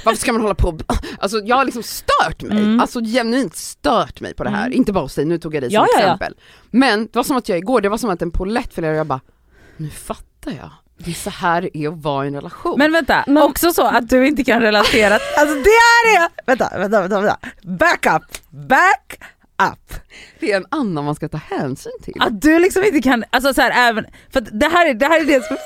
[SPEAKER 6] Varför ska man hålla på? Alltså jag har liksom stört mig, alltså genuint stört mig på det här. Inte bara hos dig, nu tog jag dig som
[SPEAKER 3] Mm. Ja, ja, ja.
[SPEAKER 6] exempel. Men det var som att jag igår, det var som att en polett följde och jag bara, nu fattar jag. Det är så här det är att vara i en relation.
[SPEAKER 2] Men vänta,
[SPEAKER 3] Men-
[SPEAKER 2] också så att du inte kan relatera. alltså det här är, vänta, vänta, vänta, vänta. back up, back up.
[SPEAKER 6] det är en annan man ska ta hänsyn till.
[SPEAKER 2] Att du liksom inte kan, alltså så här, även, för att det här är det, här är det som,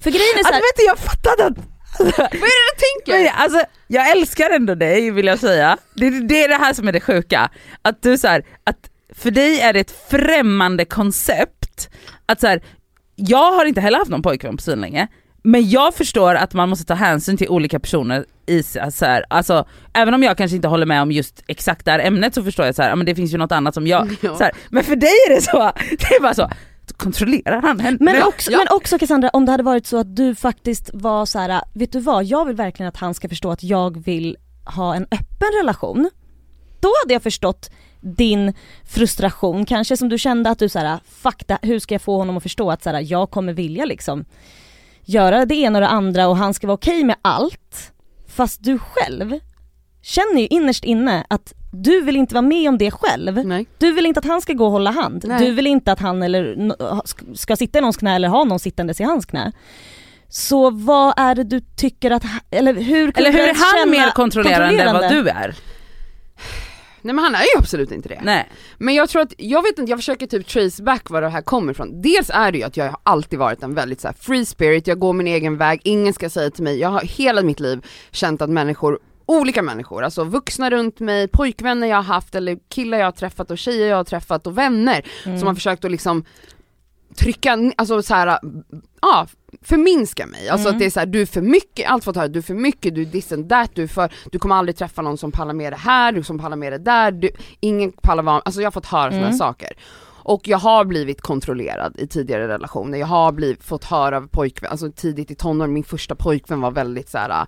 [SPEAKER 3] För grejen är
[SPEAKER 2] alltså,
[SPEAKER 3] såhär,
[SPEAKER 2] vet du, jag fattade att
[SPEAKER 6] vad är det du
[SPEAKER 2] men, jag- alltså, jag älskar ändå dig vill jag säga. Det, det- det är det här som är det sjuka. Att du så här, att för dig är det ett främmande koncept. Att så här, jag har inte heller haft någon pojkvän på länge. men jag förstår att man måste ta hänsyn till olika personer i så så här, alltså även om jag kanske inte håller med om just exakt det här ämnet så förstår jag så här, ja, men det finns ju något annat som jag,
[SPEAKER 6] Ja.
[SPEAKER 2] så här, men för dig är det så, det är bara så, kontrollerar han henne?
[SPEAKER 3] Men,
[SPEAKER 2] Ja.
[SPEAKER 3] också, men också Cassandra, om det hade varit så att du faktiskt var så här: vet du vad, jag vill verkligen att han ska förstå att jag vill ha en öppen relation. Då hade jag förstått din frustration kanske som du kände att du såhär, fuck det, hur ska jag få honom att förstå att såhär, jag kommer vilja liksom göra det ena och det andra och han ska vara okej med allt. Fast du själv känner ju innerst inne att du vill inte vara med om det själv.
[SPEAKER 6] Nej.
[SPEAKER 3] Du vill inte att han ska gå och hålla hand.
[SPEAKER 6] Nej.
[SPEAKER 3] Du vill inte att han eller, n- ha- sk- ska sitta i någons knä eller ha någon sittandes i hans knä. Så vad är det du tycker att, ha- eller hur kunde
[SPEAKER 2] Eller hur
[SPEAKER 3] du
[SPEAKER 2] är
[SPEAKER 3] ens
[SPEAKER 2] han
[SPEAKER 3] känna
[SPEAKER 2] mer kontrollerande än vad du är?
[SPEAKER 6] Nej men han är ju absolut inte det.
[SPEAKER 2] Nej.
[SPEAKER 6] Men jag tror att, jag vet inte, jag försöker typ trace back var det här kommer ifrån. Dels är det ju att jag har alltid varit en väldigt så här free spirit, jag går min egen väg, ingen ska säga till mig, jag har hela mitt liv känt att människor Olika människor, alltså vuxna runt mig, pojkvänner jag har haft eller killar jag har träffat och tjejer jag har träffat och vänner som har försökt att liksom trycka, n- alltså så här, ja, förminska mig. Alltså att det är så här, du är för mycket, allt fått höra, du är för mycket, du är this and that, du är för, du kommer aldrig träffa någon som pallar med det här, du som pallar med det där, du, ingen pallar vara, alltså jag har fått höra sådana saker. Och jag har blivit kontrollerad i tidigare relationer, jag har blivit, fått höra av pojkvän, alltså tidigt i tonåren, min första pojkvän var väldigt så här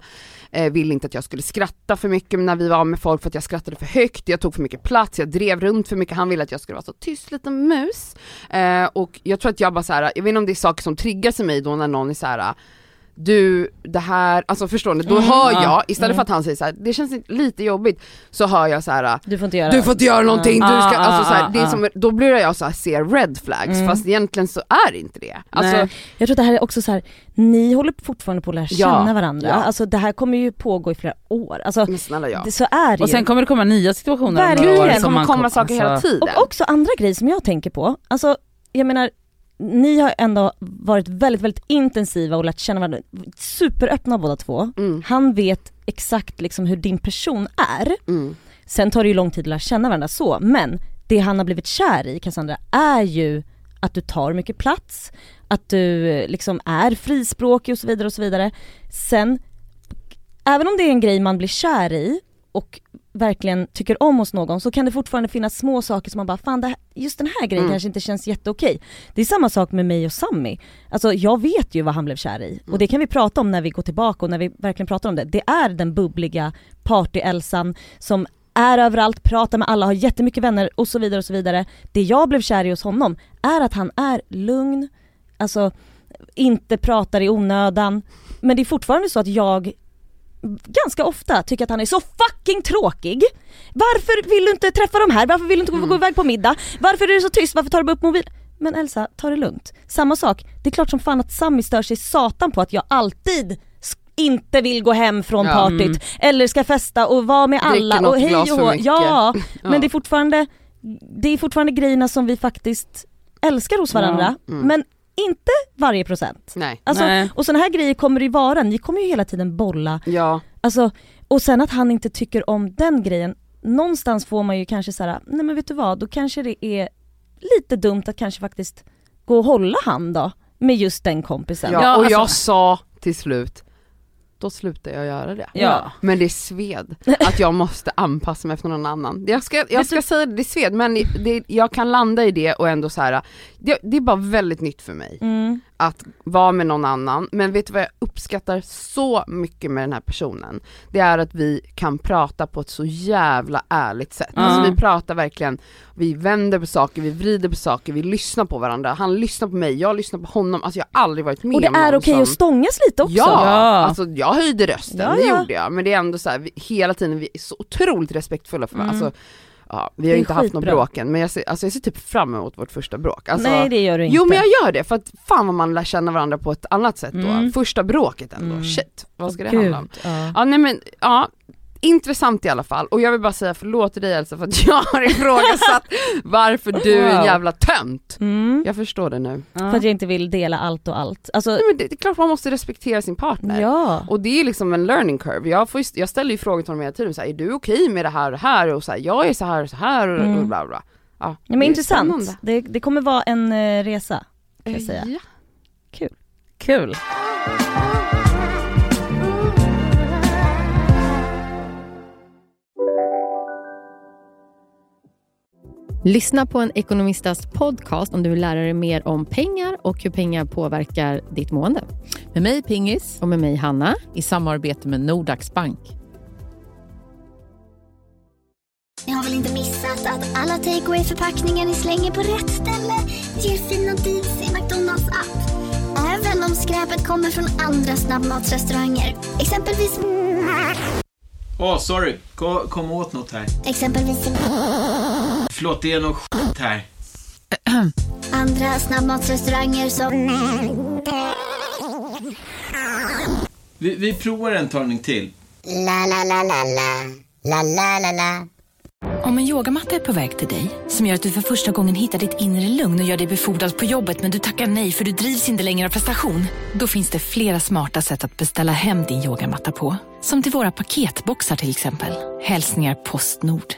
[SPEAKER 6] eh, ville inte att jag skulle skratta för mycket när vi var med folk för att jag skrattade för högt, jag tog för mycket plats, jag drev runt för mycket, han ville att jag skulle vara så tyst liten mus. Eh, och jag tror att jag bara så här, jag vet inte om det är saker som triggas i mig då när någon är så här du, det här, alltså förstår ni? Då hör
[SPEAKER 2] ja.
[SPEAKER 6] jag, istället för att han säger så här, det känns inte- lite jobbigt, så hör jag så här
[SPEAKER 3] Du får inte göra
[SPEAKER 6] du får inte göra någonting, du ska,
[SPEAKER 2] Ah,
[SPEAKER 6] alltså, så
[SPEAKER 2] ah,
[SPEAKER 6] här, det är
[SPEAKER 2] ah.
[SPEAKER 6] som, då blir jag så här, ser red flags
[SPEAKER 2] Mm.
[SPEAKER 6] fast egentligen så är det inte det. Alltså,
[SPEAKER 2] Nej.
[SPEAKER 3] Jag tror att det här är också så här, ni håller fortfarande på att lära
[SPEAKER 6] Ja,
[SPEAKER 3] känna varandra.
[SPEAKER 6] ja.
[SPEAKER 3] Alltså det här kommer ju pågå i flera år. Alltså
[SPEAKER 6] men snälla jag.
[SPEAKER 3] det, så är det
[SPEAKER 2] Och sen
[SPEAKER 3] ju.
[SPEAKER 2] kommer det komma nya situationer. om några
[SPEAKER 3] Verkligen.
[SPEAKER 2] år
[SPEAKER 6] Gud, det
[SPEAKER 2] som
[SPEAKER 6] kommer
[SPEAKER 2] man
[SPEAKER 6] komma saker hela
[SPEAKER 2] alltså,
[SPEAKER 6] tiden.
[SPEAKER 3] Och också andra grejer som jag tänker på. Alltså jag menar, ni har ändå varit väldigt, väldigt intensiva och lärt känna varandra. Superöppna båda två.
[SPEAKER 6] Mm,
[SPEAKER 3] Han vet exakt liksom hur din person är.
[SPEAKER 6] mm.
[SPEAKER 3] Sen tar det ju lång tid att lära känna varandra så, men det han har blivit kär i Cassandra är ju att du tar mycket plats, att du eh, liksom är frispråkig och så vidare och så vidare. Sen, även om det är en grej man blir kär i och verkligen tycker om hos någon så kan det fortfarande finnas små saker som man bara fan det här, just den här grejen
[SPEAKER 6] Mm.
[SPEAKER 3] kanske inte känns jätteokej. Det är samma sak med mig och Sammy. Alltså jag vet ju vad han blev kär i och det kan vi prata om när vi går tillbaka och när vi verkligen pratar om det. Det är den bubbliga party-Elsan som är överallt, pratar med alla, har jättemycket vänner och så vidare och så vidare. Det jag blev kär i hos honom är att han är lugn, alltså inte pratar i onödan. Men det är fortfarande så att jag ganska ofta tycker att han är så fucking tråkig. Varför vill du inte träffa de här? Varför vill du inte gå,
[SPEAKER 6] Mm.
[SPEAKER 3] gå iväg på middag? Varför är du så tyst? Varför tar du upp mobilen? Men Elsa, ta det lugnt. Samma sak, det är klart som fan att Sammy stör sig satan på att jag alltid sk- inte vill gå hem från
[SPEAKER 6] Ja, Mm.
[SPEAKER 3] partyt eller ska festa och vara med
[SPEAKER 6] Dricker
[SPEAKER 3] alla
[SPEAKER 6] något
[SPEAKER 3] och hej och
[SPEAKER 6] glas för
[SPEAKER 3] hå.
[SPEAKER 6] mycket.
[SPEAKER 3] Ja, men
[SPEAKER 6] Ja.
[SPEAKER 3] det är fortfarande det är fortfarande grejerna som vi faktiskt älskar hos varandra
[SPEAKER 6] Ja. Mm.
[SPEAKER 3] men inte varje procent.
[SPEAKER 6] Nej.
[SPEAKER 3] Alltså,
[SPEAKER 2] Nej.
[SPEAKER 3] och sådana här grejer kommer det ju vara, ni kommer ju hela tiden bolla
[SPEAKER 6] Ja.
[SPEAKER 3] Alltså, och sen att han inte tycker om den grejen, någonstans får man ju kanske så här, nej men vet du vad, då kanske det är lite dumt att kanske faktiskt gå och hålla hand då med just den kompisen.
[SPEAKER 6] Ja,
[SPEAKER 2] Ja,
[SPEAKER 6] och
[SPEAKER 2] alltså-
[SPEAKER 6] jag sa till slut, då slutar jag göra det.
[SPEAKER 2] Ja.
[SPEAKER 6] Men det sved att jag måste anpassa mig efter någon annan. Jag ska, jag ska säga det, det sved men det, jag kan landa i det och ändå så här. Det, det är bara väldigt nytt för mig
[SPEAKER 3] Mm.
[SPEAKER 6] att vara med någon annan. Men vet du vad jag uppskattar så mycket med den här personen? Det är att vi kan prata på ett så jävla ärligt sätt.
[SPEAKER 2] Ja.
[SPEAKER 6] Alltså vi pratar verkligen, vi vänder på saker, vi vrider på saker, vi lyssnar på varandra. Han lyssnar på mig, jag lyssnar på honom. Alltså jag har aldrig varit med
[SPEAKER 3] Och det
[SPEAKER 6] om någon
[SPEAKER 3] är okej
[SPEAKER 6] som...
[SPEAKER 3] att stångas lite också.
[SPEAKER 6] Ja,
[SPEAKER 2] Ja.
[SPEAKER 6] alltså jag höjde rösten,
[SPEAKER 3] Ja,
[SPEAKER 6] det
[SPEAKER 3] ja.
[SPEAKER 6] gjorde jag. Men det är ändå så här, vi, hela tiden, vi är så otroligt respektfulla för varandra. Alltså, ja, vi har
[SPEAKER 3] Mm. Det är
[SPEAKER 6] ju inte haft något
[SPEAKER 3] skitbra.
[SPEAKER 6] bråk än men jag ser, alltså, jag ser typ fram emot vårt första bråk. Alltså,
[SPEAKER 3] nej det gör du inte.
[SPEAKER 6] Jo men jag gör det, för att fan vad man lär känna varandra på ett annat sätt då.
[SPEAKER 2] Mm.
[SPEAKER 6] Första bråket ändå,
[SPEAKER 2] Mm.
[SPEAKER 6] shit vad ska det
[SPEAKER 3] Gud,
[SPEAKER 6] handla om?
[SPEAKER 3] ja.
[SPEAKER 6] Ja nej men, ja. Intressant i alla fall, och jag vill bara säga förlåt till dig Elsa för att jag har ifrågasatt varför du är en
[SPEAKER 2] Wow.
[SPEAKER 6] jävla tönt.
[SPEAKER 3] Mm.
[SPEAKER 6] Jag förstår det nu. Nej,
[SPEAKER 3] För att jag inte vill dela allt och allt. Alltså,
[SPEAKER 6] men det, det är klart man måste respektera sin partner.
[SPEAKER 3] ja.
[SPEAKER 6] Och det är ju liksom en learning curve, jag, får ju, jag ställer ju frågor till honom hela tiden, så här, är du okej med det här och det här? Och så här, jag är så här och så här och,
[SPEAKER 3] Mm.
[SPEAKER 6] och bla bla. Ja,
[SPEAKER 3] Nej,
[SPEAKER 6] det
[SPEAKER 3] men
[SPEAKER 6] är
[SPEAKER 3] intressant.
[SPEAKER 6] spännande. Eh,
[SPEAKER 3] Det, det kommer vara en eh, resa. Kan jag säga.
[SPEAKER 6] Ja.
[SPEAKER 2] Kul.
[SPEAKER 5] Lyssna på en ekonomistas podcast om du vill lära dig mer om pengar och hur pengar påverkar ditt mående.
[SPEAKER 7] Med mig Pingis
[SPEAKER 5] Och med mig, Hanna.
[SPEAKER 7] i samarbete med Nordax Bank.
[SPEAKER 8] Ni har väl inte missat att alla takeaway förpackningar ni slänger på rätt ställe ger fina deals i McDonalds app. Även om skräpet kommer från andra snabbmatsrestauranger. Exempelvis...
[SPEAKER 9] Åh, sorry. Kom, kom åt något här.
[SPEAKER 8] Exempelvis...
[SPEAKER 9] Förlåt, det är något skit här.
[SPEAKER 8] Andra snabbmatsrestauranger som...
[SPEAKER 9] Vi, vi provar en talning till.
[SPEAKER 10] La la la la la, la la la la. Om en yogamatta är på väg till dig, som gör att du för första gången hittar ditt inre lugn och gör dig befordrad på jobbet men du tackar nej för du drivs inte längre av prestation. Då finns det flera smarta sätt att beställa hem din yogamatta på. Som till våra paketboxar till exempel. Hälsningar Postnord.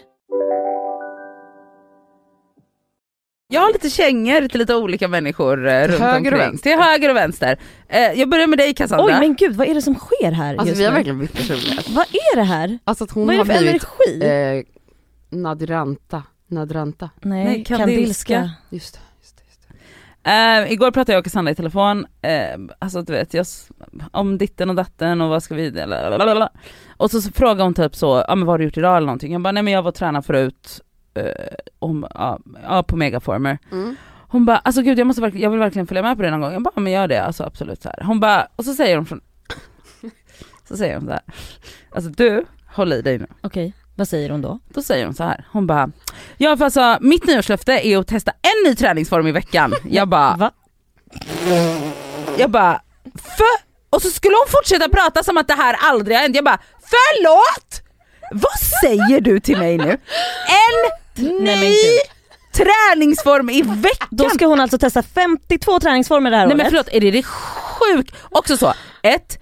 [SPEAKER 2] Jag har lite kängor till lite olika människor eh, runt
[SPEAKER 6] höger och
[SPEAKER 2] omkring.
[SPEAKER 6] vänster.
[SPEAKER 2] Till höger och vänster. Eh, jag börjar med dig Cassandra.
[SPEAKER 3] Oj men gud, vad är det som sker här
[SPEAKER 6] Alltså
[SPEAKER 3] just
[SPEAKER 6] vi har
[SPEAKER 3] nu?
[SPEAKER 6] verkligen bytt personlighet.
[SPEAKER 3] Vad är det här?
[SPEAKER 6] Alltså att hon
[SPEAKER 3] Vad är
[SPEAKER 6] har
[SPEAKER 3] det för
[SPEAKER 6] blivit
[SPEAKER 3] energi?
[SPEAKER 6] eh, Nadranta, Nadranta.
[SPEAKER 3] Nej,
[SPEAKER 2] Nej, kandilska.
[SPEAKER 3] kandilska.
[SPEAKER 6] Just det, just det, just det.
[SPEAKER 2] Eh, igår pratade jag och Cassandra i telefon, eh, alltså du vet, jag, s- om ditten och datten och vad ska vi, lalalala. Och så, så frågade hon typ så, ja men vad har du gjort idag eller någonting? Jag bara, nej men jag var och tränade förut, eh, om, ja, ja, på megaformer.
[SPEAKER 6] Mm.
[SPEAKER 2] Hon bara, alltså gud jag, måste verkligen, jag vill verkligen följa med på det någon gång. Jag bara, men gör det, alltså absolut så här. Hon bara, och så säger hon från, så säger hon så här, alltså du, håll i dig nu.
[SPEAKER 3] Okej, vad säger hon då?
[SPEAKER 2] Då säger hon så här, hon bara, ja för alltså mitt nyårslöfte är att testa en ny träningsform i veckan. Jag bara,
[SPEAKER 3] Va?
[SPEAKER 2] jag bara för... Och så skulle hon fortsätta prata som att det här aldrig har hänt. Jag bara förlåt! Vad säger du till mig nu? En
[SPEAKER 3] men
[SPEAKER 2] ny
[SPEAKER 3] gud.
[SPEAKER 2] träningsform i veckan!
[SPEAKER 3] Då ska hon alltså testa 52 träningsformer det här
[SPEAKER 2] Nej
[SPEAKER 3] året.
[SPEAKER 2] men förlåt, är det det sjuk? Också så, ett,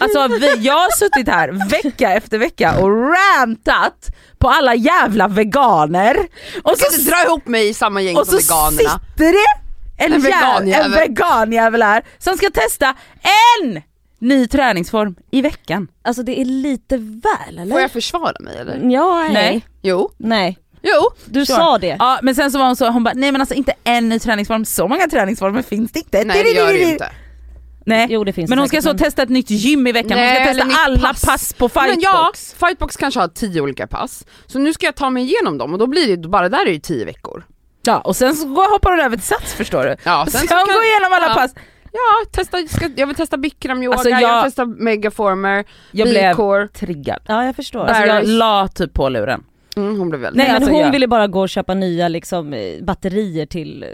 [SPEAKER 2] alltså vi, jag har suttit här vecka efter vecka och rantat på alla jävla veganer. Och
[SPEAKER 6] Kan inte dra ihop mig i samma gäng
[SPEAKER 2] och
[SPEAKER 6] som
[SPEAKER 2] så
[SPEAKER 6] veganerna.
[SPEAKER 2] sitter det en,
[SPEAKER 6] En
[SPEAKER 2] veganjävel.
[SPEAKER 6] veganjävel.
[SPEAKER 2] en veganjävel här som ska testa en ny träningsform i veckan.
[SPEAKER 3] Alltså det är lite väl eller?
[SPEAKER 6] Får jag försvara mig eller?
[SPEAKER 3] Ja, nej. nej.
[SPEAKER 6] Jo, jo.
[SPEAKER 3] Du
[SPEAKER 2] Sure.
[SPEAKER 3] sa det.
[SPEAKER 2] Ja men sen så var hon så, hon bara nej men alltså inte en ny träningsform, så många träningsformer finns det
[SPEAKER 3] Eh,
[SPEAKER 2] inte.
[SPEAKER 6] Nej det gör du inte.
[SPEAKER 2] Nej.
[SPEAKER 3] Jo det finns
[SPEAKER 2] men hon ska alltså
[SPEAKER 3] säkert,
[SPEAKER 2] så testa ett nytt gym i veckan, hon
[SPEAKER 6] Nej,
[SPEAKER 2] ska
[SPEAKER 6] eller
[SPEAKER 2] testa
[SPEAKER 6] nytt
[SPEAKER 2] alla pass,
[SPEAKER 6] pass.
[SPEAKER 2] på
[SPEAKER 6] Men ja,
[SPEAKER 2] fightbox.
[SPEAKER 6] Fightbox kanske har tio olika pass. Så nu ska jag ta mig igenom dem och då blir det, bara där är det tio veckor.
[SPEAKER 2] Ja. och sen så går- hoppar hon över till sats förstår du.
[SPEAKER 6] Ja,
[SPEAKER 2] sen
[SPEAKER 6] sen
[SPEAKER 2] så
[SPEAKER 6] så
[SPEAKER 2] hon
[SPEAKER 6] kan-
[SPEAKER 2] går igenom alla
[SPEAKER 6] ja.
[SPEAKER 2] pass.
[SPEAKER 6] Ja, testa, ska, jag vill testa bikramyoga,
[SPEAKER 2] Alltså, jag-
[SPEAKER 6] jag... vill testa megaformer,
[SPEAKER 2] Jag blev
[SPEAKER 6] B-core.
[SPEAKER 2] triggad.
[SPEAKER 3] Ja jag förstår.
[SPEAKER 2] Alltså jag
[SPEAKER 6] Barry's.
[SPEAKER 2] la typ på luren.
[SPEAKER 6] Mm, hon blev väldigt...
[SPEAKER 3] Nej, men
[SPEAKER 2] alltså,
[SPEAKER 3] hon
[SPEAKER 2] jag-
[SPEAKER 3] ville bara gå och köpa nya liksom, eh, batterier till, eh,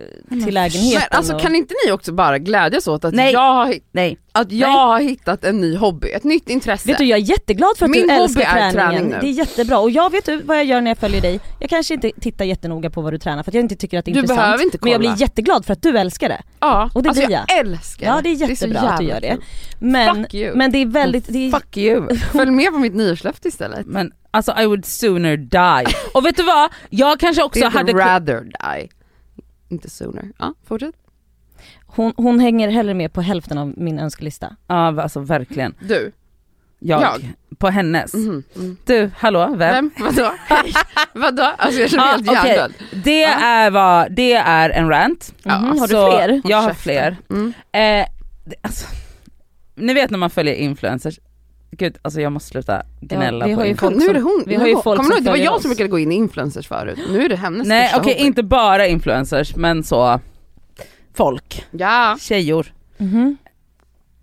[SPEAKER 3] till lägenheten.
[SPEAKER 6] Men alltså
[SPEAKER 3] och...
[SPEAKER 6] kan inte ni också bara glädjas åt att
[SPEAKER 2] Nej.
[SPEAKER 6] jag, har, hitt-
[SPEAKER 2] Nej.
[SPEAKER 6] att jag
[SPEAKER 2] Nej.
[SPEAKER 6] har hittat en ny hobby, ett nytt intresse?
[SPEAKER 3] Vet du jag är jätteglad för att
[SPEAKER 6] Min
[SPEAKER 3] du
[SPEAKER 6] hobby
[SPEAKER 3] älskar
[SPEAKER 6] är träning
[SPEAKER 3] träningen.
[SPEAKER 6] nu.
[SPEAKER 3] det är jättebra och jag vet du vad jag gör när jag följer dig. Jag kanske inte tittar jättenoga på vad du tränar för att jag inte tycker att det är
[SPEAKER 6] Du
[SPEAKER 3] intressant.
[SPEAKER 6] behöver inte
[SPEAKER 3] Men jag
[SPEAKER 6] kolla.
[SPEAKER 3] blir jätteglad för att du älskar det.
[SPEAKER 6] ja,
[SPEAKER 3] och det
[SPEAKER 6] alltså,
[SPEAKER 3] blir
[SPEAKER 6] jag älskar
[SPEAKER 3] Ja det är
[SPEAKER 6] så
[SPEAKER 3] jättebra att du
[SPEAKER 6] jävla
[SPEAKER 3] gör det.
[SPEAKER 6] kul.
[SPEAKER 3] Men,
[SPEAKER 6] Fuck you. Oh,
[SPEAKER 3] men det är väldigt, det är,
[SPEAKER 2] Fuck you.
[SPEAKER 6] Följ med på mitt nyårslöfte
[SPEAKER 3] Mm.
[SPEAKER 6] istället.
[SPEAKER 2] Men alltså I would sooner die. Och vet du vad? Jag kanske
[SPEAKER 6] Det
[SPEAKER 2] också
[SPEAKER 6] är
[SPEAKER 2] hade...
[SPEAKER 6] hade rather die. Inte sooner. Ja, fortsätt.
[SPEAKER 3] hon, hon hänger hellre med på hälften av min önskelista.
[SPEAKER 2] Ja alltså verkligen.
[SPEAKER 6] Du.
[SPEAKER 2] Jag.
[SPEAKER 6] Jag.
[SPEAKER 2] På hennes.
[SPEAKER 6] Mhm. Mm.
[SPEAKER 2] Du, hallå, vem?
[SPEAKER 6] Vem? Vadå? Vadå? Alltså jag känner
[SPEAKER 2] Ja,
[SPEAKER 6] mig helt
[SPEAKER 2] okej.
[SPEAKER 6] hjärndöd.
[SPEAKER 2] Det,
[SPEAKER 6] Ja.
[SPEAKER 2] är vad, det är en rant.
[SPEAKER 6] Ja,
[SPEAKER 3] Mhm, har du
[SPEAKER 2] Så
[SPEAKER 3] fler?
[SPEAKER 2] Jag har
[SPEAKER 6] Käften.
[SPEAKER 2] fler.
[SPEAKER 6] Mm.
[SPEAKER 2] Eh, det, alltså, ni vet när man följer influencers, gud alltså jag måste sluta gnälla
[SPEAKER 3] vi
[SPEAKER 2] på
[SPEAKER 3] har ju
[SPEAKER 2] influencers.
[SPEAKER 3] folk
[SPEAKER 6] nu är
[SPEAKER 3] som-
[SPEAKER 6] det hon.
[SPEAKER 3] vi har ju
[SPEAKER 6] Nu-
[SPEAKER 3] folk
[SPEAKER 6] Kommer du
[SPEAKER 3] som
[SPEAKER 6] ihåg, det var
[SPEAKER 3] följer
[SPEAKER 6] jag
[SPEAKER 3] oss.
[SPEAKER 6] som brukade gå in i influencers förut. Nu är det hennes
[SPEAKER 2] Nej
[SPEAKER 6] största
[SPEAKER 2] okej
[SPEAKER 6] hobby.
[SPEAKER 2] inte bara influencers men så folk,
[SPEAKER 6] Ja.
[SPEAKER 2] tjejor.
[SPEAKER 3] Mhm.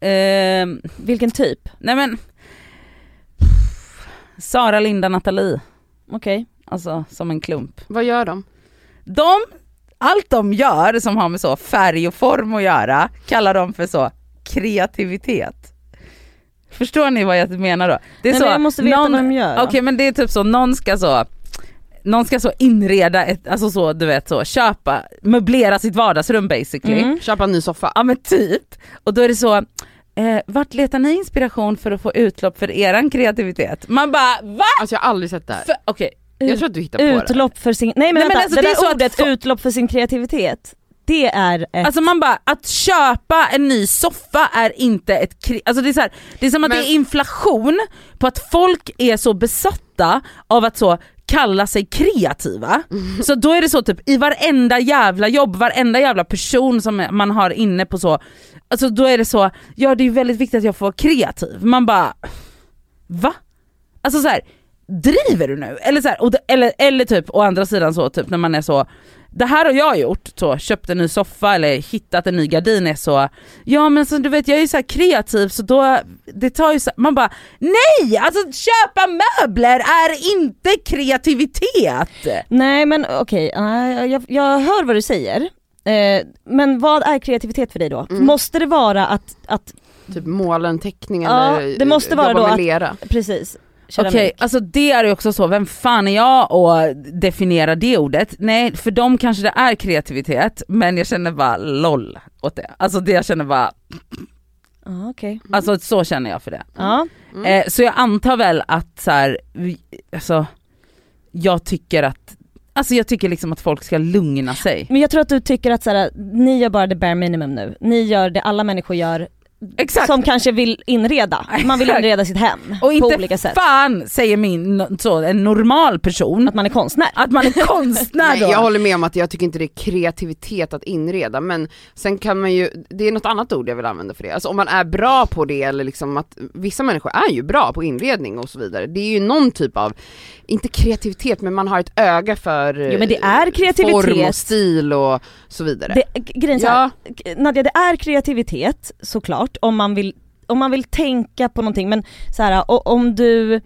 [SPEAKER 2] Ehm,
[SPEAKER 3] Vilken typ?
[SPEAKER 2] nej men Sara, Linda, Nathalie,
[SPEAKER 3] Okej.
[SPEAKER 2] alltså som en klump.
[SPEAKER 6] Vad gör de?
[SPEAKER 2] De, allt de gör som har med så färg och form att göra kallar de för så kreativitet. Förstår ni vad jag menar då? Det
[SPEAKER 3] Nej, men jag måste veta vad de gör.
[SPEAKER 2] Okej men det är typ så, någon ska så någon ska så inreda, ett, alltså så du vet så, köpa, möblera sitt vardagsrum basically.
[SPEAKER 3] Mm.
[SPEAKER 6] Köpa en ny soffa.
[SPEAKER 2] Ja men typ. Och då är det så, eh, vart letar ni inspiration för att få utlopp för eran kreativitet? Man bara va?
[SPEAKER 6] Alltså jag har aldrig sett det här.
[SPEAKER 2] För- Okej,
[SPEAKER 6] Jag tror att du hittar på det.
[SPEAKER 3] Utlopp för sin, nej men
[SPEAKER 2] Nej, men
[SPEAKER 3] vänta,
[SPEAKER 2] alltså,
[SPEAKER 3] det,
[SPEAKER 2] det är så
[SPEAKER 3] där
[SPEAKER 2] att
[SPEAKER 3] ordet
[SPEAKER 2] fo-
[SPEAKER 3] utlopp för sin kreativitet, det är ett,
[SPEAKER 2] Alltså man bara, att köpa en ny soffa är inte ett kri- alltså det är, så här, det är som att
[SPEAKER 6] Men-
[SPEAKER 2] det är inflation på att folk är så besatta av att så kalla sig kreativa. Så då är det så typ i varenda jävla jobb, varenda jävla person som man har inne på så, alltså då är det så, ja det är väldigt viktigt att jag får vara kreativ. Man bara, va? Alltså så här, driver du nu? Eller, så här, och, det- eller, eller typ å andra sidan så, typ när man är så, det här har jag gjort, så, köpt en ny soffa eller hittat en ny gardin är så, ja men så, du vet jag är ju så här kreativ så då, det tar ju så, man bara nej! Alltså köpa möbler är inte kreativitet!
[SPEAKER 3] nej men okej, nej, jag, jag hör vad du säger. Eh, men vad är kreativitet för dig då?
[SPEAKER 6] Mm.
[SPEAKER 3] Måste det vara att, att
[SPEAKER 6] Typ måla en teckning
[SPEAKER 3] Ja,
[SPEAKER 6] eller
[SPEAKER 3] det måste vara
[SPEAKER 6] jobba
[SPEAKER 3] då
[SPEAKER 6] med
[SPEAKER 3] att-
[SPEAKER 6] lera.
[SPEAKER 3] precis,
[SPEAKER 2] Okej,
[SPEAKER 3] keramik.
[SPEAKER 2] alltså det är ju också så, vem fan är jag och definiera det ordet? Nej, för dem kanske det är kreativitet, men jag känner bara LOL åt det. Alltså det jag känner bara,
[SPEAKER 3] Ja, okej.
[SPEAKER 2] alltså så känner jag för det.
[SPEAKER 3] Ja.
[SPEAKER 2] Eh, så jag antar väl att så här, vi, alltså, jag tycker att, alltså jag tycker liksom att folk ska lugna sig.
[SPEAKER 3] Men jag tror att du tycker att så här, ni gör bara det bare minimum nu. Ni gör det alla människor gör
[SPEAKER 2] Exakt!
[SPEAKER 3] som kanske vill inreda. Man vill
[SPEAKER 2] Exakt.
[SPEAKER 3] inreda sitt hem
[SPEAKER 2] och
[SPEAKER 3] på
[SPEAKER 2] inte
[SPEAKER 3] olika sätt.
[SPEAKER 2] fan säger min, no- så, en normal person,
[SPEAKER 3] Att man är konstnär.
[SPEAKER 2] att man är konstnär
[SPEAKER 6] Nej,
[SPEAKER 2] då.
[SPEAKER 6] jag håller med om att jag tycker inte det är kreativitet att inreda men sen kan man ju, det är något annat ord jag vill använda för det. Alltså om man är bra på det eller liksom att vissa människor är ju bra på inredning och så vidare. Det är ju någon typ av, inte kreativitet men man har ett öga för
[SPEAKER 3] Jo, men det
[SPEAKER 6] eh,
[SPEAKER 3] är kreativitet.
[SPEAKER 6] form och stil och så vidare.
[SPEAKER 3] Det, g- grejen är så här, k- Nadja det är kreativitet såklart om man vill, om man vill tänka på någonting men så här, o- om du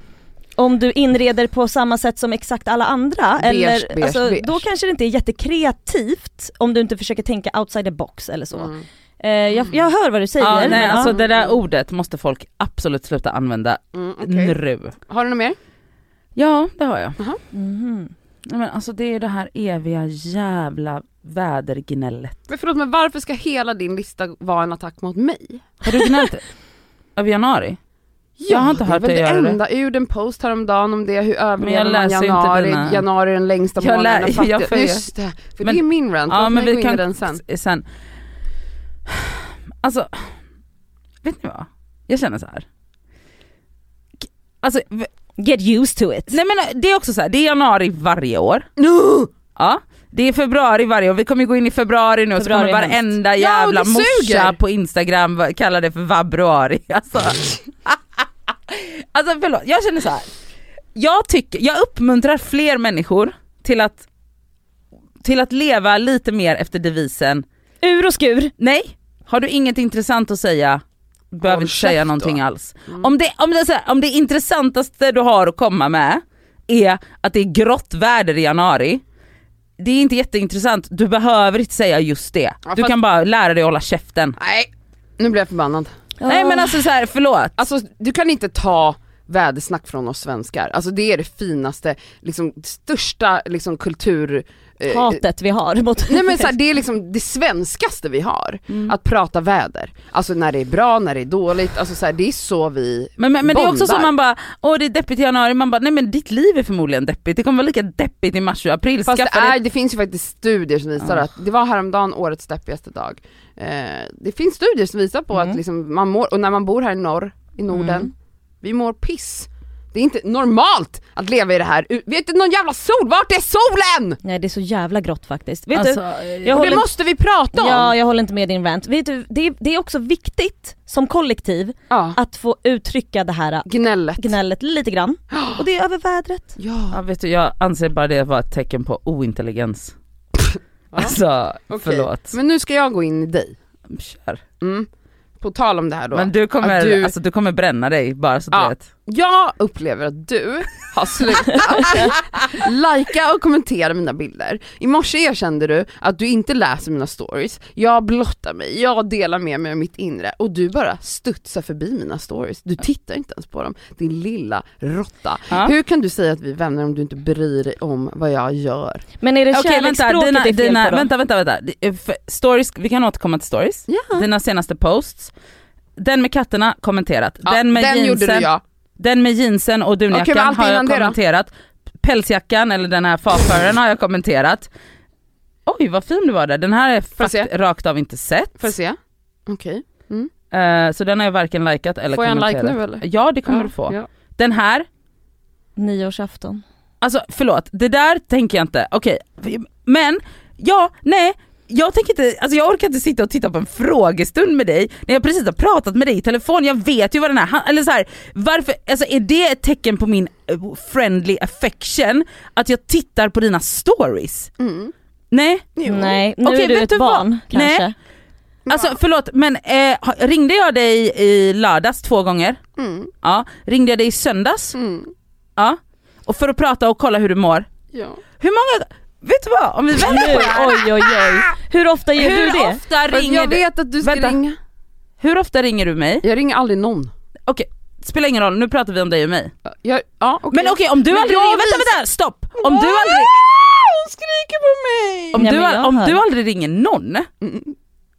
[SPEAKER 3] om du inreder på samma sätt som exakt alla andra,
[SPEAKER 6] Beige,
[SPEAKER 3] eller,
[SPEAKER 6] beige,
[SPEAKER 3] alltså,
[SPEAKER 6] beige.
[SPEAKER 3] då kanske det inte är jättekreativt om du inte försöker tänka outside the box eller så.
[SPEAKER 6] Mm,
[SPEAKER 3] Eh, jag, jag hör vad du säger.
[SPEAKER 2] Mm. Ja, nej,
[SPEAKER 3] men,
[SPEAKER 2] alltså
[SPEAKER 3] ja.
[SPEAKER 2] det där ordet måste folk absolut sluta använda
[SPEAKER 6] Mm, okej.
[SPEAKER 2] nu.
[SPEAKER 6] Har du något mer?
[SPEAKER 2] Ja, det har jag.
[SPEAKER 3] Mhm.
[SPEAKER 2] Nej, men alltså det är det här eviga jävla vädergnället.
[SPEAKER 6] Men förlåt men varför ska hela din lista vara en attack mot mig?
[SPEAKER 2] Har du gnällt över januari? Jag har inte
[SPEAKER 6] det är
[SPEAKER 2] hört
[SPEAKER 6] väl
[SPEAKER 2] dig
[SPEAKER 6] det
[SPEAKER 2] göra det.
[SPEAKER 6] enda, jag gjorde en post häromdagen om det, hur överlever man
[SPEAKER 2] läser ju inte
[SPEAKER 6] januari,
[SPEAKER 2] dina-
[SPEAKER 6] januari är den längsta
[SPEAKER 2] Jag lä-
[SPEAKER 6] månaden och fattig-
[SPEAKER 2] jag får ju-
[SPEAKER 6] Just det, för
[SPEAKER 2] Men-
[SPEAKER 6] det är min rant,
[SPEAKER 2] Ja,
[SPEAKER 6] ja,
[SPEAKER 2] men
[SPEAKER 6] men
[SPEAKER 2] vi
[SPEAKER 6] gå in
[SPEAKER 2] kan-
[SPEAKER 6] i den sen.
[SPEAKER 2] S- Sen, alltså, vet ni vad? Jag känner så här. K- Alltså, v-
[SPEAKER 3] Get used to it.
[SPEAKER 2] nej men det är också så här, det är januari varje år. Ja, det är februari varje år, vi kommer ju gå in i februari nu och så
[SPEAKER 3] Februari
[SPEAKER 2] kommer
[SPEAKER 3] är hemskt.
[SPEAKER 2] varenda
[SPEAKER 6] Ja, och
[SPEAKER 2] jävla
[SPEAKER 6] det
[SPEAKER 2] morsa
[SPEAKER 6] suger.
[SPEAKER 2] på instagram va- kalla det för vabruari. Alltså. alltså förlåt, jag känner så här. Jag, tycker, jag uppmuntrar fler människor till att, till att leva lite mer efter devisen
[SPEAKER 3] Ur och skur.
[SPEAKER 2] Nej, har du inget intressant att säga, behöver
[SPEAKER 6] Håll
[SPEAKER 2] inte säga
[SPEAKER 6] käft
[SPEAKER 2] någonting
[SPEAKER 6] då. Mm.
[SPEAKER 2] alls. Om, det, om, det, är så här, om det intressantaste du har att komma med är att det är grått väder i januari, det är inte jätteintressant, du behöver inte säga just det.
[SPEAKER 6] Ja,
[SPEAKER 2] du
[SPEAKER 6] fast-
[SPEAKER 2] kan bara lära dig att hålla käften.
[SPEAKER 6] Nej, nu blir jag förbannad.
[SPEAKER 2] Nej men alltså så här, förlåt.
[SPEAKER 6] Alltså du kan inte ta vädersnack från oss svenskar, alltså det är det finaste, liksom största liksom kultur... eh,
[SPEAKER 3] Hatet vi har mot...
[SPEAKER 6] Nej men så här, det är liksom det svenskaste vi har,
[SPEAKER 2] Mm.
[SPEAKER 6] att prata väder. Alltså när det är bra, när det är dåligt, alltså så här, det är så vi
[SPEAKER 2] Men, men, men det är också
[SPEAKER 6] bondar.
[SPEAKER 2] som man bara, åh det är deppigt i januari, man bara nej men ditt liv är förmodligen deppigt, det kommer vara lika deppigt i mars och april.
[SPEAKER 6] Fast det,
[SPEAKER 2] Skaffa dig
[SPEAKER 6] är, det finns ju faktiskt studier som visar
[SPEAKER 2] Ah.
[SPEAKER 6] att, det var häromdagen årets deppigaste dag. Eh, det finns studier som visar på
[SPEAKER 2] Mm.
[SPEAKER 6] att liksom man mår, och när man bor här i norr, i Norden, vi mår piss. Det är inte normalt att leva i det här, U- vi har inte någon jävla sol, vart är solen?
[SPEAKER 3] Nej det är så jävla grått faktiskt. Vet
[SPEAKER 2] Alltså,
[SPEAKER 3] du?
[SPEAKER 2] eh,
[SPEAKER 3] Jag
[SPEAKER 6] Och det
[SPEAKER 3] håller-
[SPEAKER 6] måste vi prata om!
[SPEAKER 3] Ja jag håller inte med din rant. Vet du, det, är- det är också viktigt som kollektiv
[SPEAKER 6] Ja.
[SPEAKER 3] att få uttrycka det här
[SPEAKER 6] Gnället.
[SPEAKER 3] gnället lite grann. Och det är över vädret.
[SPEAKER 6] Ja.
[SPEAKER 2] Ja, vet du, jag anser bara det vara ett tecken på ointelligens. alltså,
[SPEAKER 6] Okej.
[SPEAKER 2] förlåt.
[SPEAKER 6] Men nu ska jag gå in i dig.
[SPEAKER 2] Kör.
[SPEAKER 6] Mm. På tal om det här då.
[SPEAKER 2] Men du kommer,
[SPEAKER 6] Att du-
[SPEAKER 2] Alltså, du kommer bränna dig bara så att
[SPEAKER 6] Ja.
[SPEAKER 2] du vet.
[SPEAKER 6] Jag upplever att du har slutat lajka och kommentera mina bilder. I morse erkände du att du inte läser mina stories, jag blottar mig, jag delar med mig av mitt inre och du bara studsar förbi mina stories. Du tittar inte ens på dem, din lilla råtta.
[SPEAKER 2] Ja.
[SPEAKER 6] Hur kan du säga att vi är vänner om du inte bryr dig om vad jag gör?
[SPEAKER 3] Men är det
[SPEAKER 2] Okej vänta,
[SPEAKER 3] kärleksspråket
[SPEAKER 2] dina,
[SPEAKER 3] det är fel
[SPEAKER 2] dina,
[SPEAKER 3] på då?
[SPEAKER 2] vänta, vänta, vänta. Det är för- Stories, vi kan återkomma till stories.
[SPEAKER 6] Ja.
[SPEAKER 2] Dina senaste posts. Den med katterna, kommenterat.
[SPEAKER 6] Ja,
[SPEAKER 2] den, med
[SPEAKER 6] den gjorde du
[SPEAKER 2] jeansen,
[SPEAKER 6] ja.
[SPEAKER 2] den med jeansen och
[SPEAKER 6] Okej, men
[SPEAKER 2] dunjackan
[SPEAKER 6] allt
[SPEAKER 2] har
[SPEAKER 6] innan
[SPEAKER 2] jag
[SPEAKER 6] det då?
[SPEAKER 2] kommenterat. Pälsjackan eller den här farföraren har jag kommenterat. Oj vad fin du var där, den här har jag
[SPEAKER 6] jag se?
[SPEAKER 2] fakt- rakt av inte sett.
[SPEAKER 6] Får jag se? Okej.
[SPEAKER 2] Eh, så den har jag varken likat eller
[SPEAKER 6] Får jag en
[SPEAKER 2] kommenterat.
[SPEAKER 6] like nu eller?
[SPEAKER 2] Ja det kommer
[SPEAKER 6] Ja,
[SPEAKER 2] du få.
[SPEAKER 6] ja.
[SPEAKER 2] Den här,
[SPEAKER 3] Nyårsafton.
[SPEAKER 2] alltså förlåt, det där tänker jag inte, okej, men ja, nej, jag tänker inte, alltså jag orkar inte sitta och titta på en frågestund med dig när jag precis har pratat med dig i telefon, jag vet ju vad den här, han- eller så här, varför, alltså är det ett tecken på min eh, friendly affection att jag tittar på dina stories?
[SPEAKER 6] Mm.
[SPEAKER 2] Nej,
[SPEAKER 3] Nej, nu
[SPEAKER 2] Okej,
[SPEAKER 3] är du
[SPEAKER 2] vet
[SPEAKER 3] ett
[SPEAKER 2] du vad?
[SPEAKER 3] barn kanske.
[SPEAKER 2] Nej. alltså förlåt men eh, ha- ringde jag dig i lördags två gånger?
[SPEAKER 6] Mm.
[SPEAKER 2] Ja. Ringde jag dig i söndags?
[SPEAKER 6] Mm.
[SPEAKER 2] Ja. Och för att prata och kolla hur du mår?
[SPEAKER 6] Ja.
[SPEAKER 2] Hur många, vet du vad? Om vi vänder på
[SPEAKER 3] Nu,
[SPEAKER 2] det här.
[SPEAKER 3] oj oj oj. Hur ofta gör du
[SPEAKER 2] Hur
[SPEAKER 3] det?
[SPEAKER 2] ofta
[SPEAKER 6] Fast
[SPEAKER 2] ringer
[SPEAKER 6] jag
[SPEAKER 2] du?
[SPEAKER 6] vet att du ska
[SPEAKER 2] Vänta.
[SPEAKER 6] ringa.
[SPEAKER 2] Hur ofta ringer du mig?
[SPEAKER 6] Jag ringer aldrig någon.
[SPEAKER 2] Okej, spelar ingen roll, nu pratar vi om dig och mig.
[SPEAKER 6] Jag, ja, okej.
[SPEAKER 2] Men okej om du
[SPEAKER 6] Men
[SPEAKER 2] aldrig
[SPEAKER 6] jag
[SPEAKER 2] ringer, vänta,
[SPEAKER 6] vis-
[SPEAKER 2] vänta, stopp! Om du aldrig,
[SPEAKER 6] Ah, Hon skriker på mig!
[SPEAKER 2] om
[SPEAKER 3] Ja,
[SPEAKER 2] du,
[SPEAKER 3] men
[SPEAKER 2] al-
[SPEAKER 3] jag
[SPEAKER 2] om du
[SPEAKER 3] hör.
[SPEAKER 2] aldrig ringer någon,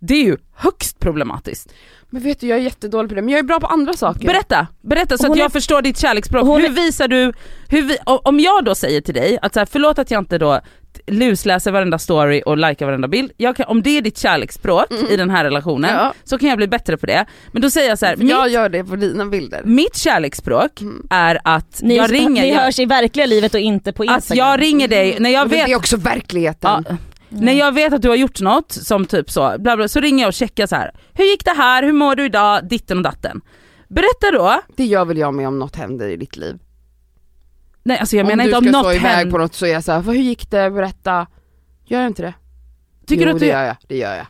[SPEAKER 2] det är ju högst problematiskt.
[SPEAKER 6] Men vet du jag är jättedålig på det, men jag är bra på andra saker.
[SPEAKER 2] Berätta, berätta så
[SPEAKER 3] Hon
[SPEAKER 2] att jag
[SPEAKER 3] är-
[SPEAKER 2] förstår ditt kärleksspråk.
[SPEAKER 3] hon
[SPEAKER 2] Hur
[SPEAKER 3] är-
[SPEAKER 2] visar du, hur vi, o- om jag då säger till dig att så här, förlåt att jag inte då lusläser varenda story och likar varenda bild. Jag kan, om det är ditt kärleksspråk i den här relationen
[SPEAKER 6] Mm. Ja.
[SPEAKER 2] så kan jag bli bättre på det. Men då säger jag så här,
[SPEAKER 6] För jag gör det på dina bilder. Mm.
[SPEAKER 2] mitt, mitt kärleksspråk är att
[SPEAKER 3] Ni,
[SPEAKER 2] jag ringer,
[SPEAKER 3] ni
[SPEAKER 2] jag,
[SPEAKER 3] hörs i verkliga livet och inte på
[SPEAKER 2] att
[SPEAKER 3] Instagram.
[SPEAKER 2] jag ringer dig när jag
[SPEAKER 6] Men
[SPEAKER 2] vet
[SPEAKER 6] Mm. Det Mm. är också verkligheten.
[SPEAKER 2] Ja. När jag vet att du har gjort något som typ så, bla bla, så ringer jag och checkar så här. Hur gick det här? Hur mår du idag? Ditten och datten. Berätta då.
[SPEAKER 6] Det gör väl jag med om något händer i ditt liv.
[SPEAKER 2] Nej alltså jag menar
[SPEAKER 6] om
[SPEAKER 2] inte
[SPEAKER 6] du
[SPEAKER 2] om
[SPEAKER 6] ska stå
[SPEAKER 2] något
[SPEAKER 6] iväg på
[SPEAKER 2] händer.
[SPEAKER 6] något så är jag såhär, hur gick det? Berätta. Gör jag inte det?
[SPEAKER 2] Tycker
[SPEAKER 6] jo,
[SPEAKER 2] du att du...
[SPEAKER 6] det
[SPEAKER 2] Okej
[SPEAKER 6] gör jag. Det gör jag.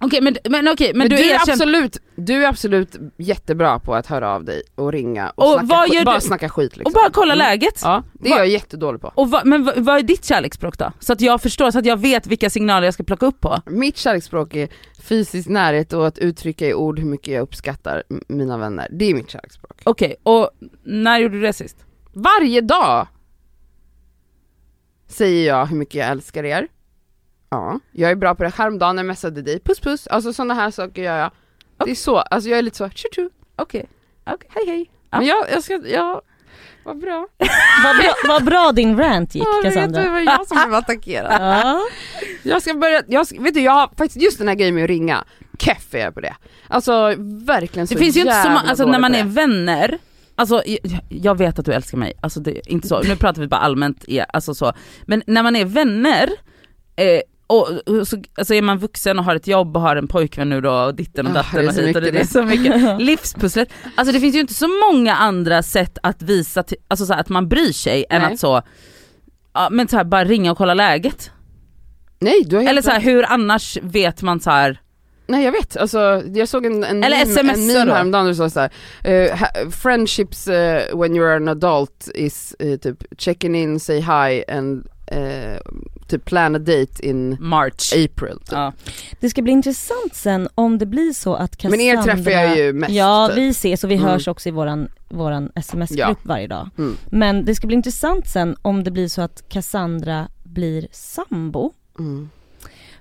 [SPEAKER 2] men, men okej, men,
[SPEAKER 6] Men,
[SPEAKER 2] du,
[SPEAKER 6] du, är
[SPEAKER 2] erkänner...
[SPEAKER 6] absolut, du är absolut jättebra på att höra av dig och ringa och,
[SPEAKER 2] Och
[SPEAKER 6] snacka,
[SPEAKER 2] vad
[SPEAKER 6] skit-
[SPEAKER 2] gör
[SPEAKER 6] bara
[SPEAKER 2] du-
[SPEAKER 6] snacka skit. Liksom.
[SPEAKER 2] Och bara kolla
[SPEAKER 6] Mm.
[SPEAKER 2] läget.
[SPEAKER 6] Ja, det är
[SPEAKER 2] Vad-
[SPEAKER 6] jag jättedålig på.
[SPEAKER 2] Och vad- men vad, vad är ditt kärleksspråk då? Så att jag förstår, så att jag vet vilka signaler jag ska plocka upp på.
[SPEAKER 6] Mitt kärleksspråk är fysisk närhet och att uttrycka i ord hur mycket jag uppskattar m- mina vänner. Det är mitt kärleksspråk.
[SPEAKER 2] Okej, och när gjorde du det sist?
[SPEAKER 6] Varje dag säger jag hur mycket jag älskar er. Ja, jag är bra på det. Häromdagen när jag messade dig, puss puss, alltså sådana här saker gör jag. Det är så, alltså jag är lite så, tju tju,
[SPEAKER 2] Okej.
[SPEAKER 6] hej hej.
[SPEAKER 2] Ja.
[SPEAKER 6] Men jag, jag ska, ja, vad bra.
[SPEAKER 3] Vad bra, vad bra din rant gick
[SPEAKER 6] Ja, vet du, det
[SPEAKER 3] Cassandra.
[SPEAKER 6] var jag som blev attackerad.
[SPEAKER 3] Ja.
[SPEAKER 6] Jag ska börja, jag, ska- vet du jag har faktiskt just den här grejen med att ringa, keff är jag på det. Alltså verkligen så
[SPEAKER 2] Det finns ju inte så
[SPEAKER 6] jävla
[SPEAKER 2] många, alltså
[SPEAKER 6] dålig
[SPEAKER 2] när man
[SPEAKER 6] på
[SPEAKER 2] är
[SPEAKER 6] det.
[SPEAKER 2] vänner, alltså jag, jag vet att du älskar mig, alltså det är inte så, nu pratar vi bara allmänt, ja, alltså så. men när man är vänner, eh, och, och så alltså är man vuxen och har ett jobb och har en pojkvän nu då och ditten och
[SPEAKER 6] Ah,
[SPEAKER 2] datten
[SPEAKER 6] det är
[SPEAKER 2] och
[SPEAKER 6] så
[SPEAKER 2] hit och det,
[SPEAKER 6] mycket
[SPEAKER 2] det är så mycket, livspusslet. Alltså det finns ju inte så många andra sätt att visa till, alltså så här, att man bryr sig än
[SPEAKER 6] Nej.
[SPEAKER 2] att så, ja, men så här, bara ringa och kolla läget.
[SPEAKER 6] Nej du har helt
[SPEAKER 2] Eller så här, hur annars vet man så här
[SPEAKER 6] Nej jag vet, alltså, jag såg en, en
[SPEAKER 2] Eller
[SPEAKER 6] meme, en
[SPEAKER 2] SMS-ar
[SPEAKER 6] meme
[SPEAKER 2] då.
[SPEAKER 6] häromdagen där det stod såhär, eh, ha- friendships eh, when you're an adult is eh, typ checking in, say hi and eh, typ plan a date in
[SPEAKER 2] March.
[SPEAKER 6] April. Typ.
[SPEAKER 2] Ja.
[SPEAKER 3] Det ska bli intressant sen om det blir så att
[SPEAKER 6] Men
[SPEAKER 3] Cassandra...
[SPEAKER 6] er träffar jag ju mest.
[SPEAKER 3] Ja
[SPEAKER 6] typ.
[SPEAKER 3] vi ses och vi
[SPEAKER 6] Mm.
[SPEAKER 3] hörs också i våran, våran sms-grupp
[SPEAKER 6] Ja.
[SPEAKER 3] varje dag.
[SPEAKER 6] Mm.
[SPEAKER 3] Men det ska bli intressant sen om det blir så att Cassandra blir sambo.
[SPEAKER 6] Mm.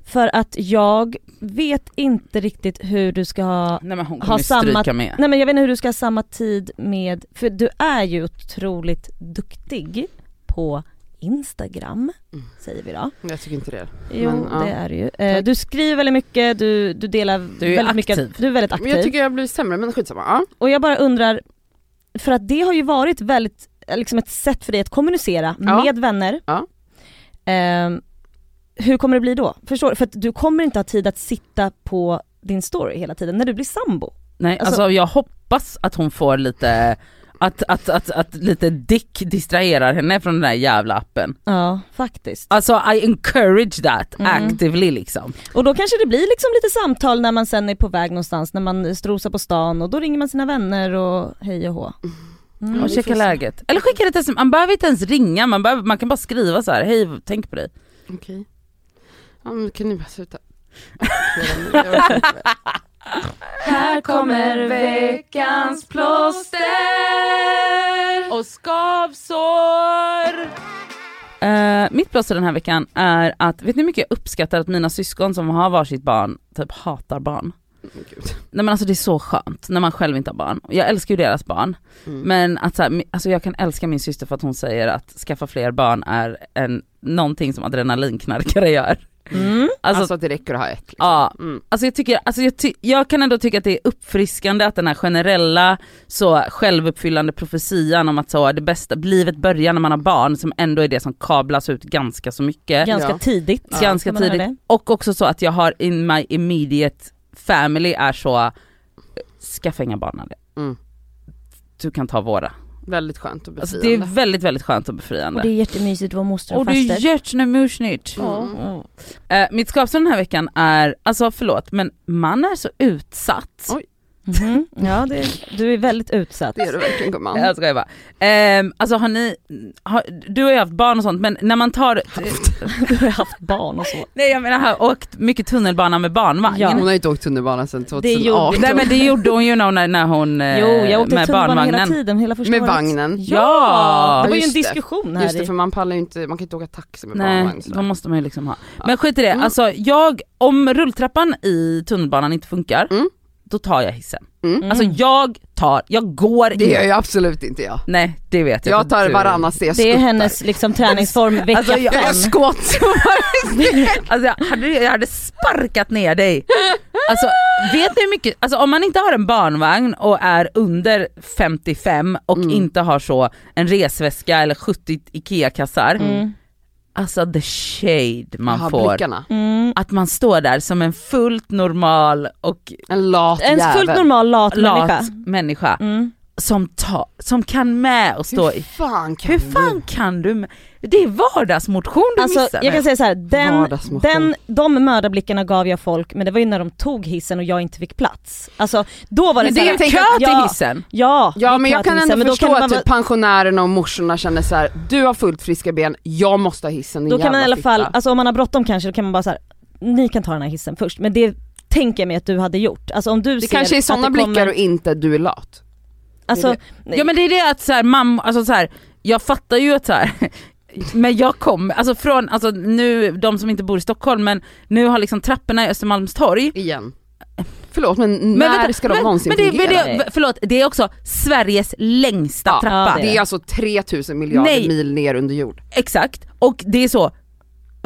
[SPEAKER 3] För att jag vet inte riktigt hur du ska ha,
[SPEAKER 2] Nej men hon
[SPEAKER 3] ha
[SPEAKER 2] kommer ju
[SPEAKER 3] samma...
[SPEAKER 2] stryka med.
[SPEAKER 3] Nej men jag vet inte hur du ska ha samma tid med, för du är ju otroligt duktig på Instagram, säger vi då.
[SPEAKER 6] Jag tycker inte det.
[SPEAKER 3] Jo
[SPEAKER 6] Mm. Men, ja.
[SPEAKER 3] det är du ju. Eh, du skriver väldigt mycket, du, du delar
[SPEAKER 2] är ju
[SPEAKER 3] väldigt mycket,
[SPEAKER 2] aktiv.
[SPEAKER 3] du är väldigt aktiv.
[SPEAKER 6] Men jag tycker jag blir sämre men skitsamma. Ja.
[SPEAKER 3] Och jag bara undrar, för att det har ju varit väldigt, eh, liksom ett sätt för dig att kommunicera
[SPEAKER 6] Ja.
[SPEAKER 3] med vänner.
[SPEAKER 6] Ja.
[SPEAKER 3] Ehm, hur kommer det bli då? Förstår du? För att du kommer inte ha tid att sitta på din story hela tiden när du blir sambo.
[SPEAKER 2] Nej, alltså,
[SPEAKER 3] Alltså-
[SPEAKER 2] jag hoppas att hon får lite, att, att, att, att lite dick distraherar henne från den där jävla appen.
[SPEAKER 3] Ja, faktiskt.
[SPEAKER 2] Alltså I encourage that
[SPEAKER 3] Mm.
[SPEAKER 2] actively liksom.
[SPEAKER 3] Och då kanske det blir liksom lite samtal när man sen är på väg någonstans, när man strosar på stan och då ringer man sina vänner och hej och hå. Mm.
[SPEAKER 2] och checka läget. Eller skicka ett sms, man behöver inte ens ringa, man, behöver, man kan bara skriva så här. hej tänk på dig.
[SPEAKER 6] Okej. Ja men kan ni bara sluta?
[SPEAKER 3] Alltså-
[SPEAKER 6] Jag orkar inte mer.
[SPEAKER 2] Här kommer veckans plåster och skavsår. Eh, mitt plåster den här veckan är att, vet ni hur mycket jag uppskattar att mina syskon som har varsitt barn typ hatar barn?
[SPEAKER 6] Men gud.
[SPEAKER 2] Nej men alltså det är så skönt när man själv inte har barn. Jag älskar ju deras barn. Men att så här, mi- alltså jag kan älska min syster för att hon säger att skaffa fler barn är en, någonting som adrenalinknarkare gör.
[SPEAKER 3] Mm.
[SPEAKER 2] Alltså,
[SPEAKER 6] Alltså att det räcker att ha ett. Liksom.
[SPEAKER 2] ja,
[SPEAKER 6] Mm.
[SPEAKER 2] alltså jag, tycker, alltså jag, ty- jag kan ändå tycka att det är uppfriskande att den här generella så självuppfyllande profetian om att så det bästa, livet börjar när man har barn som ändå är det som kablas ut ganska så mycket.
[SPEAKER 3] Ganska
[SPEAKER 6] Ja.
[SPEAKER 3] tidigt.
[SPEAKER 2] ganska
[SPEAKER 3] kan man göra
[SPEAKER 2] tidigt.
[SPEAKER 3] det?
[SPEAKER 2] Och också så att jag har in my immediate family är så, skaffa inga barn Nadia.
[SPEAKER 6] Mm.
[SPEAKER 2] Du kan ta våra.
[SPEAKER 6] Väldigt skönt och
[SPEAKER 2] Alltså,
[SPEAKER 6] befriande.
[SPEAKER 2] det är väldigt väldigt skönt och
[SPEAKER 3] Och det är
[SPEAKER 2] befriande.
[SPEAKER 3] jättemysigt att vara moster och,
[SPEAKER 2] Och det
[SPEAKER 3] faster.
[SPEAKER 2] är hjärtnemysigt.
[SPEAKER 6] Mm.
[SPEAKER 2] Eh, mitt skapsår den här veckan är, alltså förlåt men man är så utsatt.
[SPEAKER 6] Oj.
[SPEAKER 3] Mhm. Ja, det, Alltså, du är väldigt utsatt.
[SPEAKER 1] Det är du verkligen gumman.
[SPEAKER 2] Jag skojar bara. Ehm, alltså har ni, har, du har ju haft barn och sånt men när man tar,
[SPEAKER 3] Du har haft barn och så.
[SPEAKER 2] nej jag menar har åkt mycket tunnelbana med barnvagn.
[SPEAKER 3] Ja.
[SPEAKER 1] Hon har ju inte åkt tunnelbana sedan
[SPEAKER 3] Det gjorde-
[SPEAKER 1] 2018.
[SPEAKER 2] Nej men det gjorde hon ju när hon, när hon eh,
[SPEAKER 3] Jo, jag åkte
[SPEAKER 2] med
[SPEAKER 3] tunnelbana
[SPEAKER 2] barnvagnen.
[SPEAKER 3] hela tiden, hela första
[SPEAKER 1] Med
[SPEAKER 3] året.
[SPEAKER 1] vagnen.
[SPEAKER 3] Ja!
[SPEAKER 2] Ja,
[SPEAKER 3] Det var ju en
[SPEAKER 1] just det.
[SPEAKER 3] diskussion här
[SPEAKER 1] Just det,
[SPEAKER 3] i-
[SPEAKER 1] för man pallar ju inte, man kan inte åka taxi med
[SPEAKER 2] Nej,
[SPEAKER 1] barnvagn.
[SPEAKER 2] då
[SPEAKER 1] sådär.
[SPEAKER 2] måste man ju liksom ha. Men skit i
[SPEAKER 3] Mm.
[SPEAKER 2] det, alltså jag, om rulltrappan i tunnelbanan inte funkar,
[SPEAKER 1] Mm.
[SPEAKER 2] då tar jag hissen.
[SPEAKER 1] Mm.
[SPEAKER 2] Alltså jag tar, jag går
[SPEAKER 1] Det gör
[SPEAKER 2] inte.
[SPEAKER 1] ju absolut inte jag.
[SPEAKER 2] Nej det vet jag.
[SPEAKER 1] Jag
[SPEAKER 2] att du-
[SPEAKER 1] tar varannan C
[SPEAKER 3] Det är hennes liksom träningsform vecka
[SPEAKER 2] Alltså, jag-
[SPEAKER 1] Jag gör
[SPEAKER 3] fem.
[SPEAKER 1] skott.
[SPEAKER 2] Alltså jag hade, jag hade sparkat ner dig. Alltså vet ni hur mycket, alltså om man inte har en barnvagn och är under 55 och inte har så en resväska eller 70 IKEA-kassar. Alltså the shade man
[SPEAKER 1] Jaha,
[SPEAKER 2] får.
[SPEAKER 1] blickarna.
[SPEAKER 3] Mm.
[SPEAKER 2] Att man står där som en fullt normal och
[SPEAKER 1] En lat
[SPEAKER 3] En
[SPEAKER 1] jävel.
[SPEAKER 3] fullt normal lat människa.
[SPEAKER 2] lat människa
[SPEAKER 3] Mm.
[SPEAKER 2] som, ta, som kan med och stå
[SPEAKER 1] Hur
[SPEAKER 2] i.
[SPEAKER 1] fan kan
[SPEAKER 2] Hur fan kan du? med- Det är vardagsmotion du
[SPEAKER 3] Alltså
[SPEAKER 2] missar
[SPEAKER 3] jag
[SPEAKER 2] nu.
[SPEAKER 3] kan säga så här, den,
[SPEAKER 1] Vardagsmotion.
[SPEAKER 3] den, de mördarblickarna gav jag folk men det var ju när de tog hissen och jag inte fick plats. Alltså då var det
[SPEAKER 2] Men det är
[SPEAKER 3] så här,
[SPEAKER 2] kö till
[SPEAKER 3] ja,
[SPEAKER 2] hissen.
[SPEAKER 3] Ja, det
[SPEAKER 1] Ja
[SPEAKER 3] är
[SPEAKER 1] men
[SPEAKER 3] kö
[SPEAKER 1] jag
[SPEAKER 3] till
[SPEAKER 1] kan
[SPEAKER 3] hissen,
[SPEAKER 1] ändå
[SPEAKER 3] men då
[SPEAKER 1] förstå
[SPEAKER 3] kan man
[SPEAKER 1] att
[SPEAKER 3] vara-
[SPEAKER 1] typ pensionärerna och morsorna känner så här: du har fullt friska ben, jag måste ha hissen din
[SPEAKER 3] Då kan man i
[SPEAKER 1] jävla
[SPEAKER 3] alla fall,
[SPEAKER 1] fitta.
[SPEAKER 3] alltså om man har bråttom kanske, då kan man bara så här, ni kan ta den här hissen först. Men det tänker jag mig att du hade gjort. Alltså om du
[SPEAKER 1] Det
[SPEAKER 3] ser
[SPEAKER 1] kanske är
[SPEAKER 3] att
[SPEAKER 1] sådana
[SPEAKER 3] det kommer-
[SPEAKER 1] blickar och inte du är lat.
[SPEAKER 3] alltså,
[SPEAKER 2] Ja men det är det att så här, mamma, alltså så här, jag fattar ju att så här, men jag kommer, alltså från, alltså nu, de som inte bor i Stockholm men nu har liksom trapporna i Östermalmstorg
[SPEAKER 1] Igen. Förlåt men,
[SPEAKER 2] men
[SPEAKER 1] när
[SPEAKER 2] vänta,
[SPEAKER 1] ska de
[SPEAKER 2] men,
[SPEAKER 1] någonsin
[SPEAKER 2] men det,
[SPEAKER 1] fungera?
[SPEAKER 2] men det, Förlåt, det är också Sveriges längsta
[SPEAKER 1] Ja,
[SPEAKER 2] trappa.
[SPEAKER 3] det är
[SPEAKER 1] det är alltså 3000 miljarder
[SPEAKER 2] Nej.
[SPEAKER 1] mil ner under jord.
[SPEAKER 2] Exakt, och det är så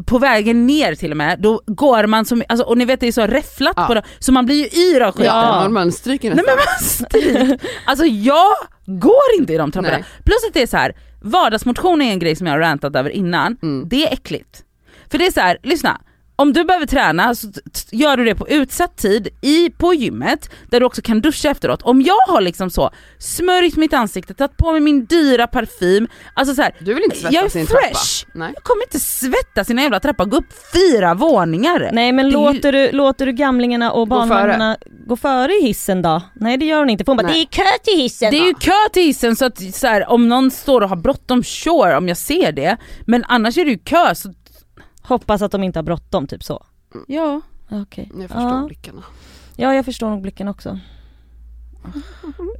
[SPEAKER 2] på vägen ner till och med, då går man som, alltså, och ni vet det är så räfflat
[SPEAKER 1] Ja.
[SPEAKER 2] på det, så man blir ju yr av skiten.
[SPEAKER 1] Ja. Man stryker
[SPEAKER 2] Nej
[SPEAKER 1] nästan.
[SPEAKER 2] men vad stryk! Alltså jag går inte i de trapporna.
[SPEAKER 1] Nej.
[SPEAKER 2] Plus att det är så här, vardagsmotion är en grej som jag har rantat över innan,
[SPEAKER 1] Mm.
[SPEAKER 2] det är äckligt. För det är så här, lyssna. Om du behöver träna så t- t- gör du det på utsatt tid i, på gymmet där du också kan duscha efteråt. Om jag har liksom så smörjt mitt ansikte, tagit på mig min dyra parfym, alltså så här,
[SPEAKER 1] Du vill inte
[SPEAKER 2] jag är
[SPEAKER 1] svettas i en trappa?
[SPEAKER 2] fresh!
[SPEAKER 1] Nej.
[SPEAKER 2] Jag kommer inte svettas i en jävla trappa och gå upp fyra våningar.
[SPEAKER 3] Nej men
[SPEAKER 2] Det är ju-
[SPEAKER 3] låter, du, låter du gamlingarna och barnvagnarna gå före i hissen då? Nej det gör hon inte, för hon bara
[SPEAKER 1] Nej.
[SPEAKER 3] det är kö till hissen!
[SPEAKER 2] Det är ju kö till hissen så att så här, om någon står och har bråttom, sure om jag ser det. Men annars är det ju kö så
[SPEAKER 3] Hoppas att de inte har bråttom typ så.
[SPEAKER 2] ja.
[SPEAKER 3] Okej.
[SPEAKER 1] Jag förstår
[SPEAKER 3] Ja.
[SPEAKER 1] blickarna.
[SPEAKER 3] ja jag förstår nog blicken också.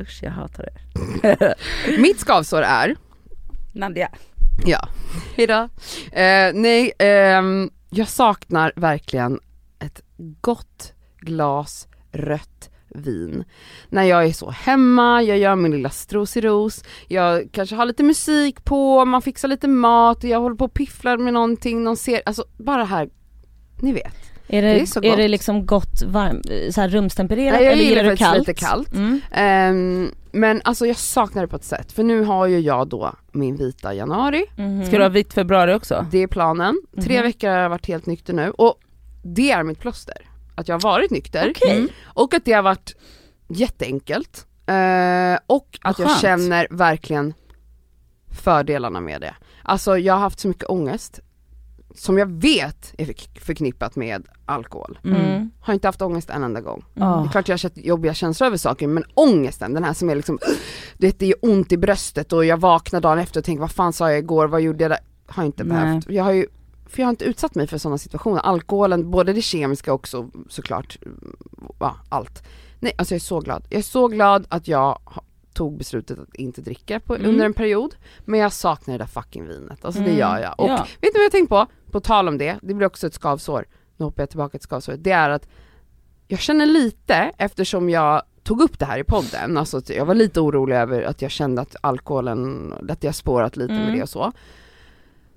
[SPEAKER 2] Usch jag hatar det.
[SPEAKER 1] Mitt skavsår är,
[SPEAKER 2] Nadia.
[SPEAKER 1] ja, hejdå. Eh, nej, ehm, jag saknar verkligen ett gott glas rött vin. När jag är så hemma, jag gör min lilla strosiros, jag kanske har lite musik på, man fixar lite mat, jag håller på och pifflar med någonting, någon ser, alltså bara det här, ni vet.
[SPEAKER 3] Är det,
[SPEAKER 1] Det
[SPEAKER 3] är
[SPEAKER 1] är så
[SPEAKER 3] det
[SPEAKER 1] gott.
[SPEAKER 3] liksom gott varm, så här rumstempererat
[SPEAKER 1] Nej, jag
[SPEAKER 3] eller
[SPEAKER 1] gillar
[SPEAKER 3] gillar du
[SPEAKER 1] faktiskt
[SPEAKER 3] kallt?
[SPEAKER 1] lite kallt.
[SPEAKER 3] Mm.
[SPEAKER 1] Ehm, men alltså jag saknar det på ett sätt, för nu har ju jag då min vita januari,
[SPEAKER 3] Mhm.
[SPEAKER 2] Ska du ha vitt februari också?
[SPEAKER 1] Det är planen. Tre veckor har jag varit helt nykter nu och det är mitt plåster. Att jag har varit nykter
[SPEAKER 3] Okej.
[SPEAKER 1] Mm. och att det har varit jätteenkelt. Eh, och att jag
[SPEAKER 2] skönt.
[SPEAKER 1] känner verkligen fördelarna med det. Alltså jag har haft så mycket ångest som jag vet är förk- förknippat med alkohol.
[SPEAKER 3] Mm.
[SPEAKER 1] Har inte haft ångest en enda gång. Det är
[SPEAKER 2] Ah.
[SPEAKER 1] klart jag har känt jobbiga känslor över saker men ångesten, den här som är liksom, du vet det gör ont i bröstet och jag vaknar dagen efter och tänker vad fan sa jag igår, vad gjorde jag där? Har jag inte
[SPEAKER 2] Nej.
[SPEAKER 1] behövt. Jag har ju, för jag har inte utsatt mig för sådana situationer. Alkoholen, både det kemiska också såklart, mm, ja, allt. Nej alltså jag är så glad. Jag är så glad att jag ha- tog beslutet att inte dricka på,
[SPEAKER 2] Mm.
[SPEAKER 1] under en period. Men jag saknar det där fucking vinet, alltså det gör jag. Och
[SPEAKER 2] Ja.
[SPEAKER 1] vet ni vad jag tänkt på? På tal om det, det blir också ett skavsår, nu hoppar jag tillbaka till skavsåret, det är att jag känner lite, eftersom jag tog upp det här i podden, alltså att jag var lite orolig över att jag kände att alkoholen, att jag spårat lite
[SPEAKER 6] Mm.
[SPEAKER 1] med det och så.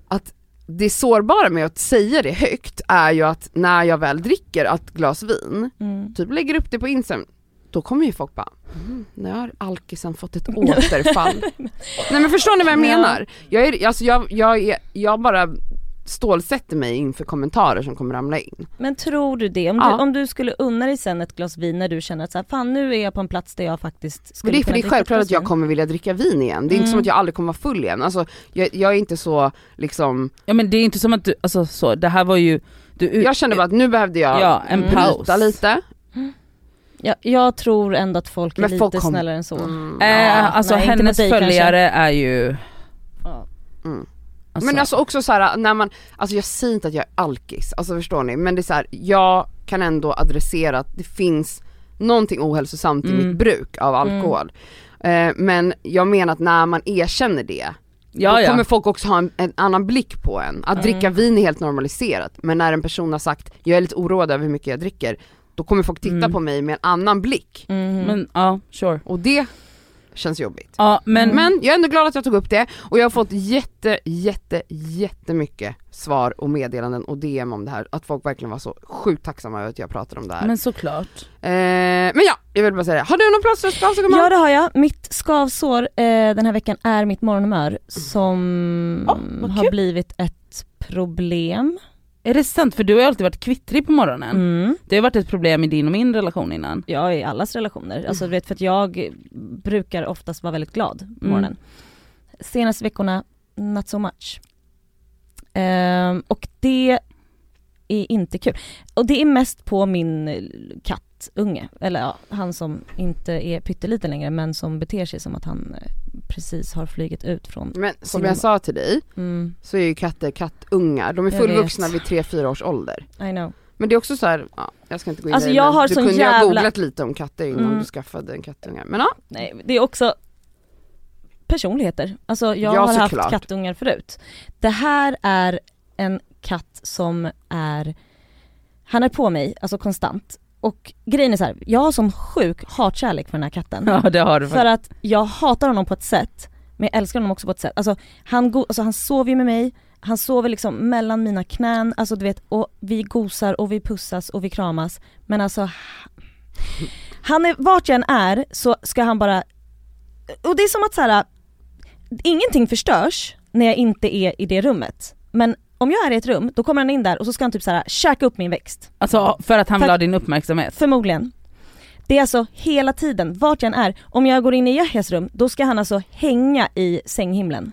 [SPEAKER 1] Att det sårbara med att säga det högt är ju att när jag väl dricker ett glas vin, typ lägger upp det på Instagram, då kommer ju folk bara mm, nu har alkisen fått ett återfall. Nej men förstår ni vad jag menar? Jag, är, alltså jag, jag, är, jag bara stålsätter mig inför kommentarer som kommer ramla in.
[SPEAKER 3] Men tror du det? Om,
[SPEAKER 1] Ja.
[SPEAKER 3] du, om du skulle unna dig sen ett glas vin när du känner att så här, fan nu är jag på en plats där jag faktiskt
[SPEAKER 1] Men
[SPEAKER 3] skulle
[SPEAKER 1] det är för
[SPEAKER 3] kunna
[SPEAKER 1] det är
[SPEAKER 3] dricka ett
[SPEAKER 1] självklart
[SPEAKER 3] glas
[SPEAKER 1] att jag
[SPEAKER 3] vin.
[SPEAKER 1] kommer vilja dricka vin igen, det är inte
[SPEAKER 2] Mm.
[SPEAKER 1] som att jag aldrig kommer vara full igen. Alltså, jag, jag är inte så liksom,
[SPEAKER 2] Ja men det är inte som att du, alltså så, det här var ju... Du,
[SPEAKER 6] mm,
[SPEAKER 1] jag kände bara att nu behövde jag
[SPEAKER 2] Ja, en
[SPEAKER 1] bryta
[SPEAKER 2] paus.
[SPEAKER 1] lite.
[SPEAKER 3] Jag, jag tror ändå att folk är
[SPEAKER 6] Men
[SPEAKER 3] lite
[SPEAKER 6] folk kommer-
[SPEAKER 3] snällare än så.
[SPEAKER 6] Mm.
[SPEAKER 2] Eh, alltså
[SPEAKER 3] nej, inte
[SPEAKER 2] hennes
[SPEAKER 3] mot dig kanske.
[SPEAKER 2] följare är ju...
[SPEAKER 3] Ja.
[SPEAKER 6] Mm.
[SPEAKER 2] Alltså,
[SPEAKER 6] Men alltså också så här, när man, alltså jag säger inte att jag är alkis, alltså förstår ni? Men det är så här, jag kan ändå adressera att det finns någonting ohälsosamt i
[SPEAKER 2] Mm.
[SPEAKER 6] mitt bruk av alkohol. Eh, men jag menar att när man erkänner det,
[SPEAKER 2] ja,
[SPEAKER 6] då
[SPEAKER 2] ja.
[SPEAKER 6] kommer folk också ha en, en annan blick på en. Att dricka vin är helt normaliserat, men när en person har sagt jag är lite oroad över hur mycket jag dricker, då kommer folk titta
[SPEAKER 2] Mm.
[SPEAKER 6] på mig med en annan blick.
[SPEAKER 1] Mm.
[SPEAKER 3] Mhm.
[SPEAKER 2] Men ja, sure.
[SPEAKER 6] Och det känns jobbigt.
[SPEAKER 2] Mm. Ja, men,
[SPEAKER 1] Mm.
[SPEAKER 6] Men jag är ändå glad att jag tog upp det och jag har fått jätte, jätte, jättemycket svar och meddelanden och DM om det här. Att folk verkligen var så sjukt tacksamma över att jag pratade om det här. Men,
[SPEAKER 2] men såklart.
[SPEAKER 6] eh, men ja, jag vill bara säga det. Har du någon plåsterskavs gumman?
[SPEAKER 3] Ja det har jag, mitt skavsår eh, den här veckan är mitt
[SPEAKER 1] Mm.
[SPEAKER 3] morgonhumör som
[SPEAKER 2] Åh, vad
[SPEAKER 3] har
[SPEAKER 2] kul.
[SPEAKER 3] blivit ett problem.
[SPEAKER 2] Är det sant? För du har ju alltid varit kvittrig på morgonen.
[SPEAKER 3] Mm.
[SPEAKER 2] Det har varit ett problem i din och min relation innan.
[SPEAKER 3] Jag i allas relationer, alltså du vet för att jag brukar oftast vara väldigt glad på
[SPEAKER 2] Mm.
[SPEAKER 3] morgonen. Senaste veckorna, not so much. Ehm, och det är inte kul. Och det är mest på min eh, kattunge, eller ja, han som inte är pytteliten längre men som beter sig som att han eh, precis har flugit ut från...
[SPEAKER 6] Men som
[SPEAKER 3] Simon.
[SPEAKER 6] jag sa till dig
[SPEAKER 3] Mm,
[SPEAKER 6] så är ju katter kattungar, de är
[SPEAKER 3] Jag
[SPEAKER 6] fullvuxna
[SPEAKER 3] vet.
[SPEAKER 6] vid 3-4 års ålder.
[SPEAKER 3] I know.
[SPEAKER 6] Men det är också så här, ja, jag ska inte gå in
[SPEAKER 3] Alltså,
[SPEAKER 6] i det,
[SPEAKER 3] jag
[SPEAKER 6] men
[SPEAKER 3] har
[SPEAKER 6] du
[SPEAKER 3] sån
[SPEAKER 6] kunde ju ha
[SPEAKER 3] jävla-
[SPEAKER 6] googlat lite om katter innan
[SPEAKER 3] Mm.
[SPEAKER 6] du skaffade en kattunge. Men ja,
[SPEAKER 3] Nej, det är också personligheter. Alltså jag
[SPEAKER 6] Ja,
[SPEAKER 3] har haft
[SPEAKER 6] såklart.
[SPEAKER 3] kattungar förut. Det här är en katt som är, han är på mig, alltså konstant. Och grejen är så här, jag har som sjuk hatkärlek för den här katten.
[SPEAKER 2] Ja det har du
[SPEAKER 3] För
[SPEAKER 2] faktiskt.
[SPEAKER 3] att jag hatar honom på ett sätt, men jag älskar honom också på ett sätt. Alltså han, go- alltså, han sover ju med mig, han sover liksom mellan mina knän, alltså du vet, och vi gosar och vi pussas och vi kramas. Men alltså, han är, vart jag än är så ska han bara, och det är som att så här. ingenting förstörs när jag inte är i det rummet. Men om jag är i ett rum, då kommer han in där och så ska han typ så här käka upp min växt.
[SPEAKER 2] Alltså för att han
[SPEAKER 3] För
[SPEAKER 2] vill
[SPEAKER 3] att-
[SPEAKER 2] ha din uppmärksamhet.
[SPEAKER 3] Förmodligen. Det är alltså hela tiden, vart jag än är. Om jag går in i Yahyas rum, då ska han alltså hänga i sänghimlen.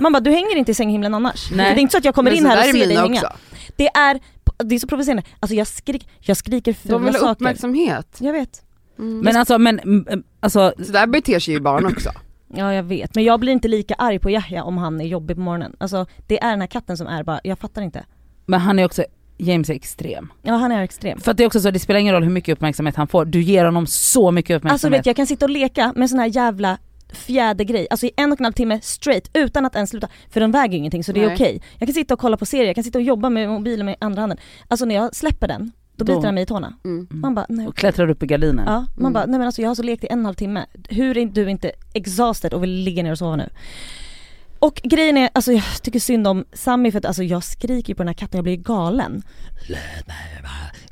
[SPEAKER 3] Man bara, du hänger inte i sänghimlen annars.
[SPEAKER 2] Nej.
[SPEAKER 3] Det är inte så att jag kommer
[SPEAKER 6] Mm. men
[SPEAKER 3] in
[SPEAKER 6] så där
[SPEAKER 3] här och
[SPEAKER 6] är
[SPEAKER 3] ser dig
[SPEAKER 6] mina
[SPEAKER 3] hänga.
[SPEAKER 6] också.
[SPEAKER 3] Det är, det är så provocerande. Alltså jag, skrik, jag skriker
[SPEAKER 6] De
[SPEAKER 3] fula
[SPEAKER 6] vill ha
[SPEAKER 3] saker.
[SPEAKER 6] uppmärksamhet.
[SPEAKER 3] Jag vet.
[SPEAKER 2] Men alltså, men, mm, alltså
[SPEAKER 6] Så där beter sig ju barn också.
[SPEAKER 3] Ja jag vet. Men jag blir inte lika arg på Yahya om han är jobbig på morgonen. Alltså det är den här katten som är bara, jag fattar inte.
[SPEAKER 2] men han är också, James är extrem.
[SPEAKER 3] Ja han är extrem.
[SPEAKER 2] För att det är också så, det spelar ingen roll hur mycket uppmärksamhet han får, du ger honom så mycket
[SPEAKER 3] Alltså du
[SPEAKER 2] uppmärksamhet.
[SPEAKER 3] vet jag kan sitta och leka med sån här jävla fjädergrej, alltså i en och en halv timme straight utan att ens sluta. För den väger ju ingenting så det är
[SPEAKER 6] Nej.
[SPEAKER 3] okej. Jag kan sitta och kolla på serier, jag kan sitta och jobba med mobilen med andra handen. Alltså när jag släpper den, då
[SPEAKER 2] Då-
[SPEAKER 3] biter den mig i tårna.
[SPEAKER 6] Mm.
[SPEAKER 3] Man bara nej.
[SPEAKER 2] och klättrar upp i gardinen.
[SPEAKER 3] Ja, man
[SPEAKER 6] Mm.
[SPEAKER 3] bara nej men alltså jag har så lekt i en och en halv timme. Hur är du inte exhausted och vill ligga ner och sova nu? Och grejen är, alltså jag tycker synd om Sammy för att alltså jag skriker ju på den här katten, jag blir ju galen.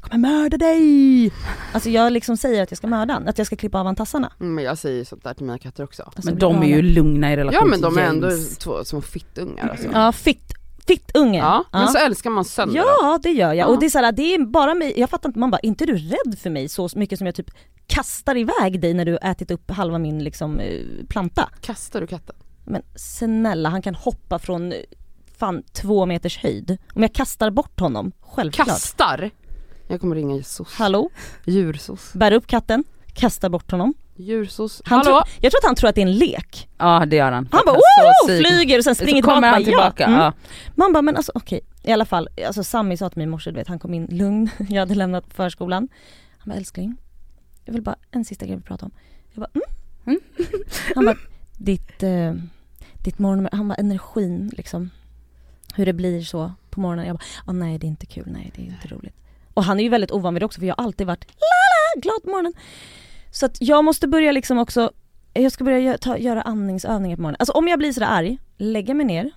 [SPEAKER 3] Jag kommer mörda dig! Alltså jag liksom säger att jag ska mörda han, att jag ska klippa av han tassarna.
[SPEAKER 6] Mm, Men jag säger ju sånt där till mina katter också.
[SPEAKER 3] Alltså,
[SPEAKER 2] Men
[SPEAKER 3] jag blir
[SPEAKER 2] de är ju
[SPEAKER 3] galen.
[SPEAKER 2] lugna i relation
[SPEAKER 6] Ja men de
[SPEAKER 2] till
[SPEAKER 6] är
[SPEAKER 2] James.
[SPEAKER 6] ändå två små fittungar alltså.
[SPEAKER 3] Ja, fitt, fitt unge.
[SPEAKER 6] Ja, men så älskar man sönder dem.
[SPEAKER 3] Ja, det gör jag.
[SPEAKER 6] Ja.
[SPEAKER 3] Och det är, så här, det är bara mig, jag fattar inte, man bara inte är du rädd för mig så mycket som jag typ kastar iväg dig när du har ätit upp halva min liksom, eh, planta?
[SPEAKER 6] Kastar du katten?
[SPEAKER 3] Men snälla han kan hoppa från eh, fan två meters höjd. Om jag kastar bort honom, självklart.
[SPEAKER 6] Kastar? Jag kommer ringa Jesus.
[SPEAKER 3] Hallå,
[SPEAKER 6] Djursos.
[SPEAKER 3] bär upp katten, kastar bort honom.
[SPEAKER 6] Djursos.
[SPEAKER 3] Han
[SPEAKER 6] Hallå?
[SPEAKER 3] Tror, jag tror att han tror att det är en lek.
[SPEAKER 2] Ja det gör han.
[SPEAKER 3] Han bara
[SPEAKER 2] Så
[SPEAKER 3] oh,
[SPEAKER 2] psyk.
[SPEAKER 3] flyger och sen springer
[SPEAKER 2] Så kommer
[SPEAKER 3] tillbaka.
[SPEAKER 2] han
[SPEAKER 3] Bara, ja.
[SPEAKER 2] tillbaka.
[SPEAKER 3] Mm.
[SPEAKER 2] Ja.
[SPEAKER 3] Man bara, men alltså okej, i alla fall, alltså Sammy sa till mig i morse, du vet han kom in lugn, jag hade lämnat förskolan. Han bara, älskling, jag vill bara, en sista grej vi prata om. Jag bara, mm. Han bara, ditt, eh, ditt morgon, han bara energin liksom. Hur det blir så på morgonen. Jag bara, åh nej det är inte kul, nej det är inte roligt. Och han är ju väldigt ovan vid det också för jag har alltid varit la la, glad på morgonen. Så att jag måste börja liksom också, jag ska börja gö- ta, göra andningsövningar på morgonen. Alltså om jag blir sådär arg, lägga mig ner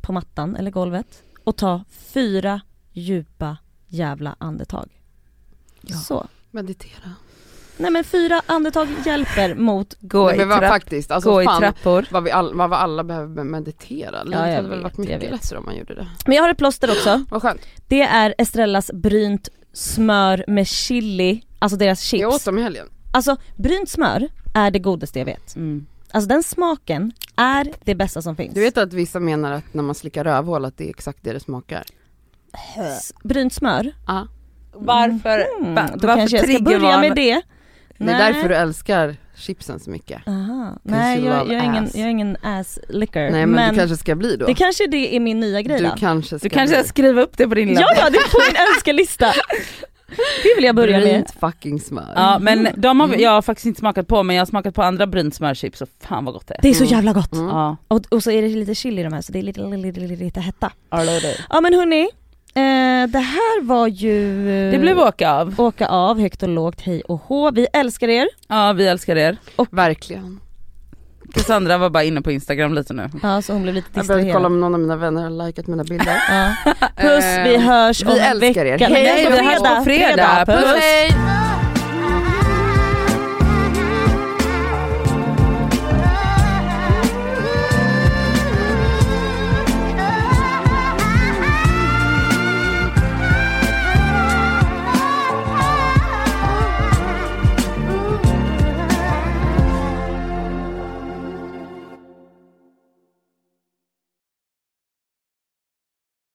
[SPEAKER 3] på mattan eller golvet och ta fyra djupa jävla andetag. Så.
[SPEAKER 6] Meditera.
[SPEAKER 3] Nej men fyra andetag hjälper mot...
[SPEAKER 2] Gå
[SPEAKER 6] Nej,
[SPEAKER 2] i
[SPEAKER 6] men vad,
[SPEAKER 2] trapp-
[SPEAKER 6] faktiskt, alltså
[SPEAKER 2] gå i
[SPEAKER 6] fan
[SPEAKER 2] trappor.
[SPEAKER 6] vad vi, all, vad vi alla behöver med- meditera. Livet
[SPEAKER 3] jag
[SPEAKER 6] hade väl
[SPEAKER 3] vet,
[SPEAKER 6] varit
[SPEAKER 3] jag
[SPEAKER 6] mycket
[SPEAKER 3] vet.
[SPEAKER 6] lättare om man gjorde det.
[SPEAKER 3] Men jag har ett plåster också.
[SPEAKER 6] Vad skönt.
[SPEAKER 3] Det är Estrellas brynt smör med chili, alltså deras
[SPEAKER 6] Jag åt
[SPEAKER 3] chips.
[SPEAKER 6] dem i helgen.
[SPEAKER 3] Alltså brynt smör är det godaste jag vet.
[SPEAKER 2] Mm.
[SPEAKER 3] Alltså den smaken är det bästa som finns.
[SPEAKER 6] Du vet att vissa menar att när man slickar rövhål att det är exakt det det smakar?
[SPEAKER 3] S- Brynt smör,
[SPEAKER 6] Ja.
[SPEAKER 2] Varför, va,
[SPEAKER 3] Mm, då
[SPEAKER 2] varför
[SPEAKER 3] kanske jag ska
[SPEAKER 2] trigger
[SPEAKER 3] börja
[SPEAKER 2] var-
[SPEAKER 3] med det.
[SPEAKER 6] Det är därför du älskar chipsen så mycket.
[SPEAKER 3] Aha.
[SPEAKER 6] Kanske
[SPEAKER 3] Nej jag,
[SPEAKER 6] love
[SPEAKER 3] jag, är ingen,
[SPEAKER 6] ass.
[SPEAKER 3] jag är ingen ass licker.
[SPEAKER 6] Nej men, du kanske ska bli då.
[SPEAKER 3] det kanske det är min nya grej
[SPEAKER 6] du
[SPEAKER 3] då.
[SPEAKER 6] kanske ska
[SPEAKER 2] Du kanske
[SPEAKER 6] bli.
[SPEAKER 2] skriver upp det på din
[SPEAKER 3] Ja ja, det är på min önskelista. Det vill jag börja med.
[SPEAKER 6] Brynt fucking smör.
[SPEAKER 2] Ja men
[SPEAKER 3] Mm.
[SPEAKER 2] de har, jag har faktiskt inte smakat på men jag har smakat på andra brynt smörchips och fan vad gott det är.
[SPEAKER 3] Det är så jävla gott.
[SPEAKER 6] Mm.
[SPEAKER 2] Ja.
[SPEAKER 3] Och, och så är det lite chili i de här så det är lite, lite, lite, lite hetta.
[SPEAKER 2] Det.
[SPEAKER 3] Ja men hörni, eh, det här var ju... eh,
[SPEAKER 2] det blev åka av.
[SPEAKER 3] Åka av högt och lågt, hej och hå. Vi älskar er.
[SPEAKER 2] Ja vi älskar er.
[SPEAKER 6] Verkligen.
[SPEAKER 2] Cassandra var bara inne på instagram lite nu.
[SPEAKER 3] Ja så hon blev lite
[SPEAKER 6] Jag behöver kolla
[SPEAKER 3] distraherad.
[SPEAKER 6] om någon av mina vänner har likat mina bilder.
[SPEAKER 3] Ja. Puss, vi hörs
[SPEAKER 6] Eh, vi
[SPEAKER 3] om
[SPEAKER 6] älskar er.
[SPEAKER 3] veckan.
[SPEAKER 6] Hej,
[SPEAKER 3] Nej,
[SPEAKER 6] vi hörs på
[SPEAKER 2] fredag.
[SPEAKER 3] Puss.
[SPEAKER 2] Puss.
[SPEAKER 6] Hej!